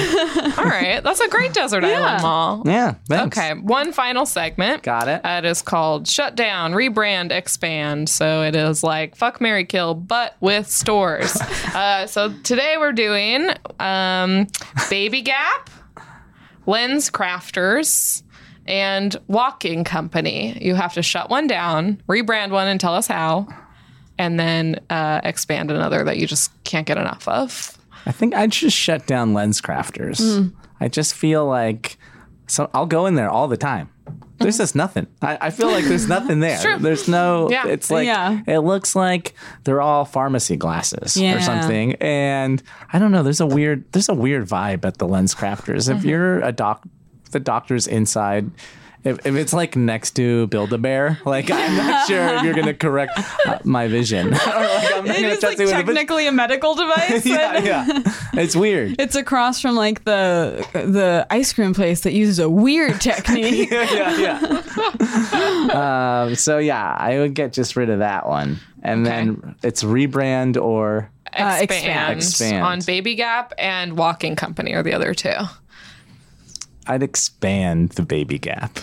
[SPEAKER 3] right. That's a great Desert Island Mall.
[SPEAKER 4] Yeah. Thanks.
[SPEAKER 3] Okay. One final segment.
[SPEAKER 4] Got it.
[SPEAKER 3] Uh, it is called Shut Down, Rebrand, Expand. So it is like Fuck, Mary Kill, but
[SPEAKER 4] <laughs>
[SPEAKER 3] with stores. uh, so today we're doing um, Baby Gap, Lens Crafters, and Walking Company. You have to shut one down, rebrand one, and tell us how. And then uh, expand another that you just can't get enough of.
[SPEAKER 4] I think I just shut down lens crafters.
[SPEAKER 2] Hmm.
[SPEAKER 4] I just feel like so I'll go in there all the time. There's
[SPEAKER 2] Mm-hmm.
[SPEAKER 4] just nothing. I, I feel like there's nothing there. There's no.
[SPEAKER 3] Yeah.
[SPEAKER 4] It's like
[SPEAKER 2] Yeah.
[SPEAKER 4] it looks like they're all pharmacy glasses
[SPEAKER 2] Yeah.
[SPEAKER 4] or something. And I don't know. There's a weird. There's a weird vibe at the lens crafters.
[SPEAKER 2] Mm-hmm.
[SPEAKER 4] If you're a doc, the doctor's inside. If, if it's like next to Build a Bear, like I'm not sure if you're gonna correct uh, my vision. <laughs> or like, I'm not
[SPEAKER 2] It
[SPEAKER 4] gonna
[SPEAKER 2] is
[SPEAKER 4] trust
[SPEAKER 2] like
[SPEAKER 4] you with a vision.
[SPEAKER 2] technically
[SPEAKER 4] <laughs>
[SPEAKER 2] a medical device.
[SPEAKER 4] Yeah,
[SPEAKER 2] but-
[SPEAKER 4] yeah. It's weird.
[SPEAKER 2] It's across from like the the ice cream place that uses a
[SPEAKER 3] <laughs>
[SPEAKER 2] weird
[SPEAKER 4] <laughs>
[SPEAKER 2] technique.
[SPEAKER 4] yeah, yeah. um, so yeah, I would get just rid of that one, and then it's rebrand or
[SPEAKER 2] Uh, expand.
[SPEAKER 3] expand,
[SPEAKER 4] Expand.
[SPEAKER 3] on Baby Gap and Walking Company are the other two.
[SPEAKER 4] I'd expand the baby gap,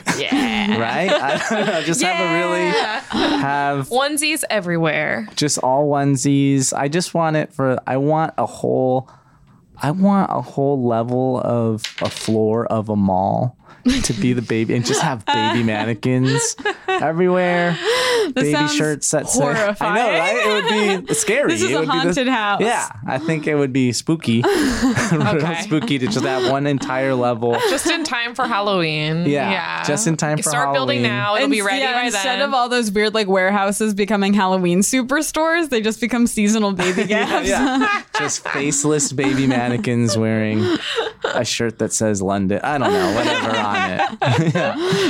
[SPEAKER 4] <laughs>
[SPEAKER 3] Yeah.
[SPEAKER 4] right? I don't know, just have a really have
[SPEAKER 3] Onesies everywhere.
[SPEAKER 4] just all onesies. I just want it for. I want a whole. I want a whole level of a floor of a mall to be the baby and just have
[SPEAKER 2] <laughs>
[SPEAKER 4] baby mannequins everywhere. baby
[SPEAKER 2] sounds
[SPEAKER 4] shirts that say. I know,
[SPEAKER 2] horrifying. <laughs>
[SPEAKER 4] right? It would be scary.
[SPEAKER 2] This is
[SPEAKER 4] It
[SPEAKER 2] a
[SPEAKER 4] would be
[SPEAKER 2] haunted house.
[SPEAKER 4] Yeah, I think it would be
[SPEAKER 2] <laughs>
[SPEAKER 4] spooky. <laughs> Real spooky to just have one entire
[SPEAKER 2] <laughs>
[SPEAKER 4] level.
[SPEAKER 3] Just in time for Halloween.
[SPEAKER 4] Yeah, just in time for
[SPEAKER 3] Start building
[SPEAKER 4] Halloween.
[SPEAKER 3] now. It'll
[SPEAKER 2] And
[SPEAKER 3] be ready
[SPEAKER 2] yeah,
[SPEAKER 3] by
[SPEAKER 2] instead
[SPEAKER 3] then.
[SPEAKER 2] of all those weird like warehouses becoming Halloween superstores, they just become
[SPEAKER 3] <laughs>
[SPEAKER 2] seasonal baby gaps. <laughs>
[SPEAKER 4] Yeah. Just faceless baby mannequins wearing a shirt that says London. I don't know, whatever on it.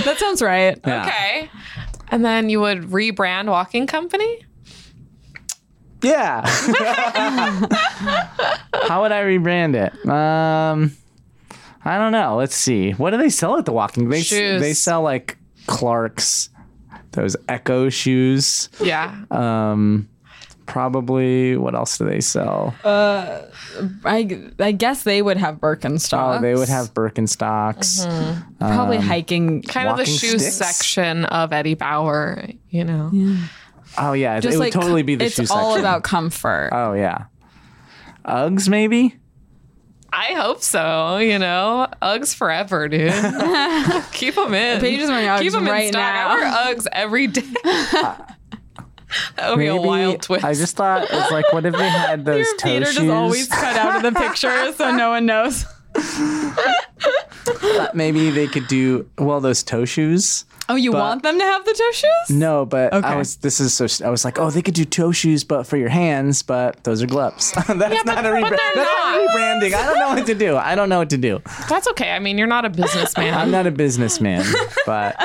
[SPEAKER 2] That sounds right.
[SPEAKER 4] Yeah.
[SPEAKER 3] okay. And then you would rebrand Walking Company?
[SPEAKER 2] <laughs>
[SPEAKER 4] Yeah. How would I rebrand it? Um, I don't know. Let's see. What do they sell at the Walking? They
[SPEAKER 3] Shoes.
[SPEAKER 4] they sell like Clark's, those Echo shoes.
[SPEAKER 3] Yeah.
[SPEAKER 4] Um, probably. What else do they sell? Oh,
[SPEAKER 2] I I guess they would have Birkenstocks.
[SPEAKER 4] oh, they would have um, Birkenstocks.
[SPEAKER 2] Mm-hmm. probably hiking.
[SPEAKER 3] kind of the
[SPEAKER 4] walking
[SPEAKER 3] shoe
[SPEAKER 4] sticks?
[SPEAKER 3] section of Eddie Bauer, you know.
[SPEAKER 4] Oh yeah, it
[SPEAKER 2] Just
[SPEAKER 4] would
[SPEAKER 2] like
[SPEAKER 4] totally be the
[SPEAKER 2] it's
[SPEAKER 4] shoe
[SPEAKER 2] all
[SPEAKER 4] section.
[SPEAKER 2] about comfort.
[SPEAKER 4] Oh yeah, Uggs maybe.
[SPEAKER 3] I hope so, you know. Uggs
[SPEAKER 2] <laughs>
[SPEAKER 3] forever, dude. Keep them in.
[SPEAKER 2] Paige is wearing Uggs
[SPEAKER 3] Keep 'em
[SPEAKER 2] right
[SPEAKER 3] in stock.
[SPEAKER 2] now.
[SPEAKER 3] I wear Uggs every day.
[SPEAKER 2] <laughs>
[SPEAKER 3] that would be a
[SPEAKER 4] Maybe-
[SPEAKER 3] wild twist.
[SPEAKER 4] I just thought it was like, what if they had
[SPEAKER 2] <laughs>
[SPEAKER 4] those toe
[SPEAKER 2] Peter just
[SPEAKER 4] shoes?
[SPEAKER 2] always cut out of the picture, so no one knows.
[SPEAKER 4] But maybe they could do well those toe shoes.
[SPEAKER 2] Oh, you
[SPEAKER 4] But-
[SPEAKER 2] want them to have the toe shoes?
[SPEAKER 4] No, but
[SPEAKER 2] Okay.
[SPEAKER 4] I was. This is so. I was like, oh, they could do toe shoes, but for your hands. But those are gloves. <laughs> That's not a rebrand. That's not rebranding. I don't know what to do. I don't know what to do.
[SPEAKER 3] That's okay. I mean, you're not a
[SPEAKER 4] I'm <laughs>
[SPEAKER 3] businessman.
[SPEAKER 4] not a
[SPEAKER 2] <laughs>
[SPEAKER 4] businessman, but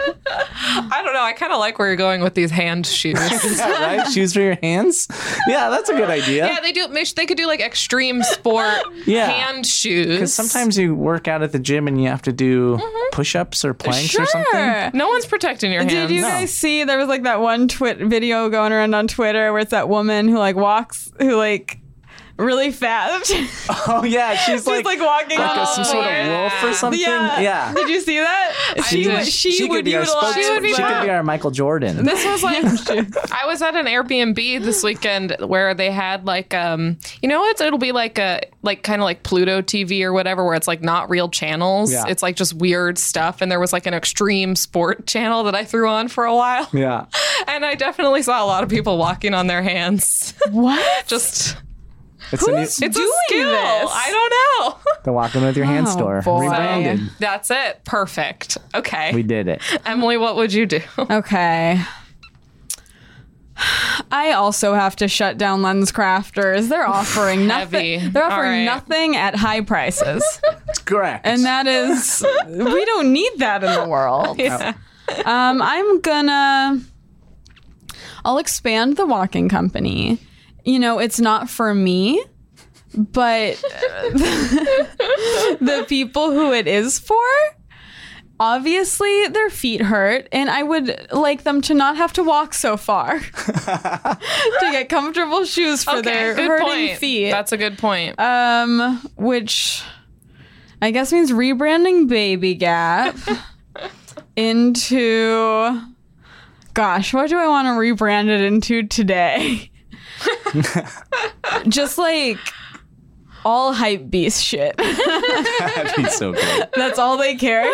[SPEAKER 3] I don't know. I kind of like where you're going with these hand shoes.
[SPEAKER 4] <laughs> yeah, right? Shoes for your hands. Yeah, that's a good idea.
[SPEAKER 3] yeah, they do. They sh- they could do like extreme sport
[SPEAKER 4] Yeah.
[SPEAKER 3] hand shoes.
[SPEAKER 4] Because sometimes you work out at the gym and you have to do push-ups or planks or something. <laughs>
[SPEAKER 2] Mm-hmm. Sure.
[SPEAKER 3] no one's protecting your hands.
[SPEAKER 2] Did <laughs> you guys see there was like that one twit video going around on Twitter where it's that woman who like walks who like really fast. <laughs> She's
[SPEAKER 4] Oh yeah, she's,
[SPEAKER 2] like, walking
[SPEAKER 4] like
[SPEAKER 2] on
[SPEAKER 4] a,
[SPEAKER 2] all
[SPEAKER 4] some sort
[SPEAKER 2] fours.
[SPEAKER 4] of wolf or something.
[SPEAKER 2] Yeah.
[SPEAKER 4] yeah.
[SPEAKER 2] Did you see that? She,
[SPEAKER 3] did.
[SPEAKER 2] would she,
[SPEAKER 4] could
[SPEAKER 2] would
[SPEAKER 4] be our
[SPEAKER 2] utilize
[SPEAKER 4] spokes-
[SPEAKER 3] She would be
[SPEAKER 4] she could
[SPEAKER 3] back.
[SPEAKER 4] be our Michael
[SPEAKER 2] <laughs>
[SPEAKER 4] Jordan.
[SPEAKER 3] This was like <laughs> I was at an Airbnb this weekend where they had like um you know it's it'll be like a like kind of like Pluto TV or whatever where it's like not real channels.
[SPEAKER 4] Yeah.
[SPEAKER 3] It's like just weird stuff and there was like an extreme sport <laughs> channel that I threw on for a while.
[SPEAKER 4] Yeah.
[SPEAKER 3] <laughs> And I definitely saw a lot of people walking on their hands. <laughs>
[SPEAKER 2] What?
[SPEAKER 3] just
[SPEAKER 4] It's a new,
[SPEAKER 3] it's
[SPEAKER 2] doing
[SPEAKER 3] a skill.
[SPEAKER 2] this?
[SPEAKER 3] I don't know. <laughs>
[SPEAKER 4] the walking with your hands
[SPEAKER 2] Oh,
[SPEAKER 4] store.
[SPEAKER 2] boy.
[SPEAKER 4] Rebranded.
[SPEAKER 3] That's it. Perfect. Okay.
[SPEAKER 4] We did it.
[SPEAKER 3] Emily, what would you
[SPEAKER 2] <laughs>
[SPEAKER 3] do?
[SPEAKER 2] Okay. I also have to shut down lens
[SPEAKER 4] <laughs>
[SPEAKER 2] crafters. They're offering
[SPEAKER 3] Heavy.
[SPEAKER 2] nothing. They're offering
[SPEAKER 3] All right.
[SPEAKER 2] nothing at high prices.
[SPEAKER 4] Correct.
[SPEAKER 2] And <laughs> that is we don't need that in the world.
[SPEAKER 3] Yeah.
[SPEAKER 2] Um, I'm gonna. I'll expand the walking company. You know, it's not for me, uh, <laughs> but the people who it is for obviously their feet hurt and I would like them to not have to walk so far <laughs> to get comfortable shoes for their hurting feet.
[SPEAKER 3] That's a good point.
[SPEAKER 2] um, which I guess means rebranding Baby Gap into. Gosh, what do I want to rebrand it into today? Just like all hype beast shit. <laughs>
[SPEAKER 4] That'd be so good.
[SPEAKER 2] That's all they carry.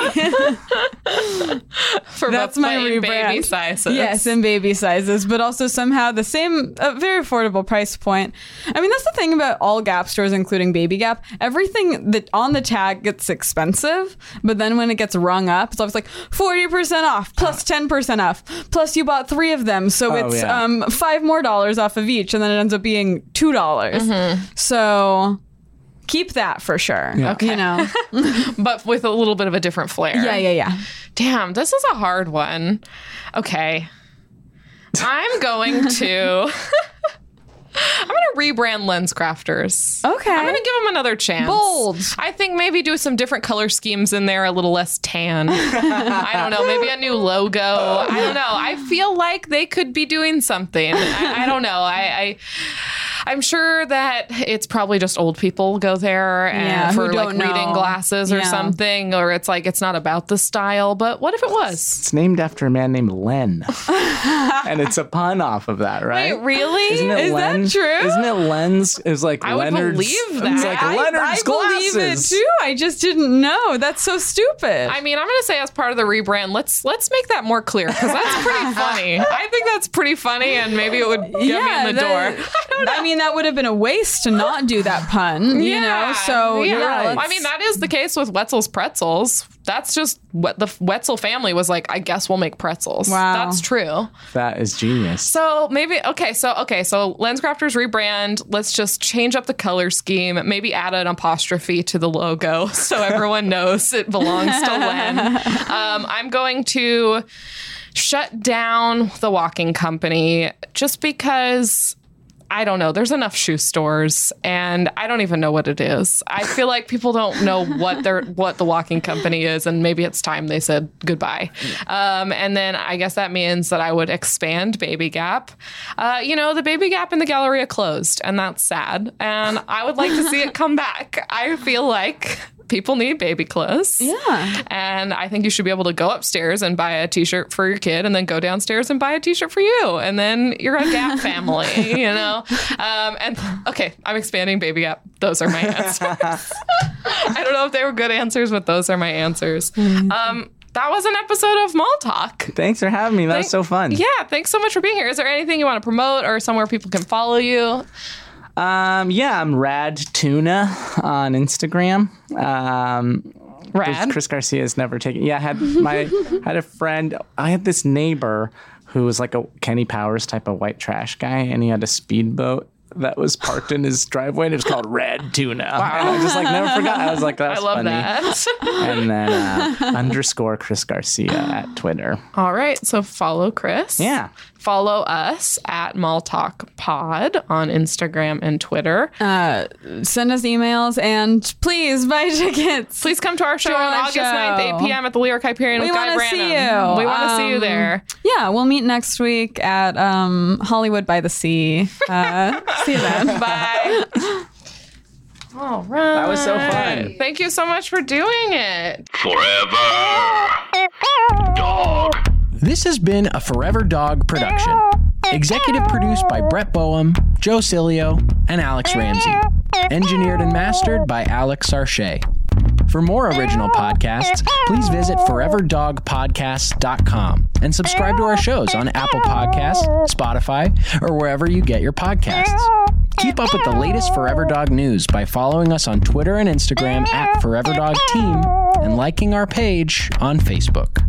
[SPEAKER 3] For
[SPEAKER 2] that's my
[SPEAKER 3] plain Baby
[SPEAKER 2] rebrand.
[SPEAKER 3] sizes.
[SPEAKER 2] Yes, in baby sizes, but also somehow the same, uh, very affordable price point. I mean, that's the thing about all Gap stores, including Baby Gap. Everything that on the tag gets expensive, but then when it gets rung up, it's always like forty percent off, plus ten percent off, plus you bought three of them, so
[SPEAKER 4] Uh. Oh,
[SPEAKER 2] it's
[SPEAKER 4] yeah.
[SPEAKER 2] um, five more dollars off of each, and then it ends up being two dollars.
[SPEAKER 4] Mm-hmm.
[SPEAKER 2] So keep that for sure. Okay,
[SPEAKER 4] <laughs>
[SPEAKER 2] you know,
[SPEAKER 3] But with a little bit of a different flair.
[SPEAKER 2] yeah, yeah, yeah.
[SPEAKER 3] Damn, this is a hard one. Okay. I'm going to. <laughs> I'm going to rebrand Lens Crafters.
[SPEAKER 2] Okay,
[SPEAKER 3] I'm going to give them another chance.
[SPEAKER 2] Bold.
[SPEAKER 3] I think maybe do some different color schemes in there, a little less
[SPEAKER 2] <laughs>
[SPEAKER 3] tan. I don't know. Maybe a new logo. I don't know. I feel like they could be doing something. I, I don't know. I. I I'm sure that it's probably just old people go there and
[SPEAKER 2] Yeah, who
[SPEAKER 3] for like
[SPEAKER 2] don't know.
[SPEAKER 3] reading glasses or
[SPEAKER 2] Yeah.
[SPEAKER 3] something, or it's like it's not about the style. But what if it was?
[SPEAKER 4] It's named after a man named Len, and it's a pun off of that, right?
[SPEAKER 3] really?
[SPEAKER 4] Isn't it
[SPEAKER 2] Is that
[SPEAKER 4] Len?
[SPEAKER 2] true?
[SPEAKER 4] Isn't it Lens? Is like
[SPEAKER 3] would
[SPEAKER 4] Leonard's.
[SPEAKER 3] believe
[SPEAKER 4] It's
[SPEAKER 3] that.
[SPEAKER 4] like
[SPEAKER 3] I-
[SPEAKER 4] Leonard's
[SPEAKER 2] I believe it
[SPEAKER 4] glasses.
[SPEAKER 2] too. I just didn't know. That's so stupid.
[SPEAKER 3] I mean, I'm going to say as part of the rebrand, let's let's make that more clear because that's
[SPEAKER 2] <laughs>
[SPEAKER 3] pretty funny. I think that's pretty funny, and maybe it would get me in
[SPEAKER 2] that-
[SPEAKER 3] the <laughs> door.
[SPEAKER 2] I, mean, that would have been a waste to not do that pun, you know? So, yeah. let's-
[SPEAKER 3] I mean, that is the case with Wetzel's Pretzels. That's just what the Wetzel family was like. I guess we'll make pretzels.
[SPEAKER 2] Wow.
[SPEAKER 3] That's true.
[SPEAKER 4] That is genius.
[SPEAKER 3] So maybe okay, so okay, so Lenscrafters rebrand. Let's just change up the color scheme. Maybe add an apostrophe to the logo <laughs> so everyone knows it belongs to Len. Um, I'm going to shut down the walking company just because. I don't know. There's enough shoe stores, and I don't even know what it is. I feel like people don't know what their what the walking company is, and maybe it's time they said goodbye. Um, and then I guess that means that I would expand Baby Gap. Uh, you know, the Baby Gap in the Galleria closed, and that's sad. And I would like to see it come back. I feel like people need baby clothes.
[SPEAKER 2] Yeah.
[SPEAKER 3] And I think you should be able to go upstairs and buy a t-shirt for your kid and then go downstairs and buy a t-shirt for you. And then you're
[SPEAKER 4] <laughs>
[SPEAKER 3] a Gap family, you know? Um, and okay, I'm expanding Baby Gap. Those are
[SPEAKER 4] <laughs>
[SPEAKER 3] my answers. I don't know if they were good answers, but those are my answers.
[SPEAKER 4] Mm-hmm.
[SPEAKER 3] Um, that was an episode of Mall Talk.
[SPEAKER 4] Thanks for having me. That was so fun.
[SPEAKER 3] Yeah, thanks so much for being here. Is there anything you want to promote or somewhere people can follow you?
[SPEAKER 4] Um, yeah, I'm Rad Tuna on Instagram. Um,
[SPEAKER 3] Rad.
[SPEAKER 4] Chris Garcia's never taken. Yeah, I had my had a friend. I had this neighbor who was like a Kenny Powers type of white trash guy, and he had a speedboat that was parked in his driveway, and it was called Red Tuna. And I just like never forgot. I was like, that was
[SPEAKER 3] I love
[SPEAKER 4] funny. <laughs>
[SPEAKER 3] that.
[SPEAKER 4] And then uh, underscore Chris Garcia at Twitter.
[SPEAKER 3] All right, so follow Chris.
[SPEAKER 4] Yeah.
[SPEAKER 3] Follow us at Mall Talk Pod on Instagram and Twitter.
[SPEAKER 2] Uh, Send us emails and please buy <laughs> tickets.
[SPEAKER 3] Please come to our show
[SPEAKER 2] join
[SPEAKER 3] on
[SPEAKER 2] our
[SPEAKER 3] August
[SPEAKER 2] show.
[SPEAKER 3] 9th, 8 p.m. at the Lyric Hyperion
[SPEAKER 2] We
[SPEAKER 3] with Guy
[SPEAKER 2] wanna
[SPEAKER 3] Branum.
[SPEAKER 2] see you.
[SPEAKER 3] We want to see you
[SPEAKER 2] Um,
[SPEAKER 3] there.
[SPEAKER 2] Yeah, we'll meet next week at um, Hollywood by the Sea. Uh, see you
[SPEAKER 3] <laughs>
[SPEAKER 2] then.
[SPEAKER 3] Bye. All right. That
[SPEAKER 4] was so fun.
[SPEAKER 3] Thank you so much for doing it.
[SPEAKER 1] Forever. Dog.
[SPEAKER 7] This has been a Forever Dog production. Executive produced by Brett Boehm, Joe Cilio, and Alex Ramsey. Engineered and mastered by Alex Sarche. For more original podcasts, please visit foreverdogpodcasts.com and subscribe to our shows on Apple Podcasts, Spotify, or wherever you get your podcasts. Keep up with the latest Forever Dog news by following us on Twitter and Instagram at Forever Dog Team and liking our page on Facebook.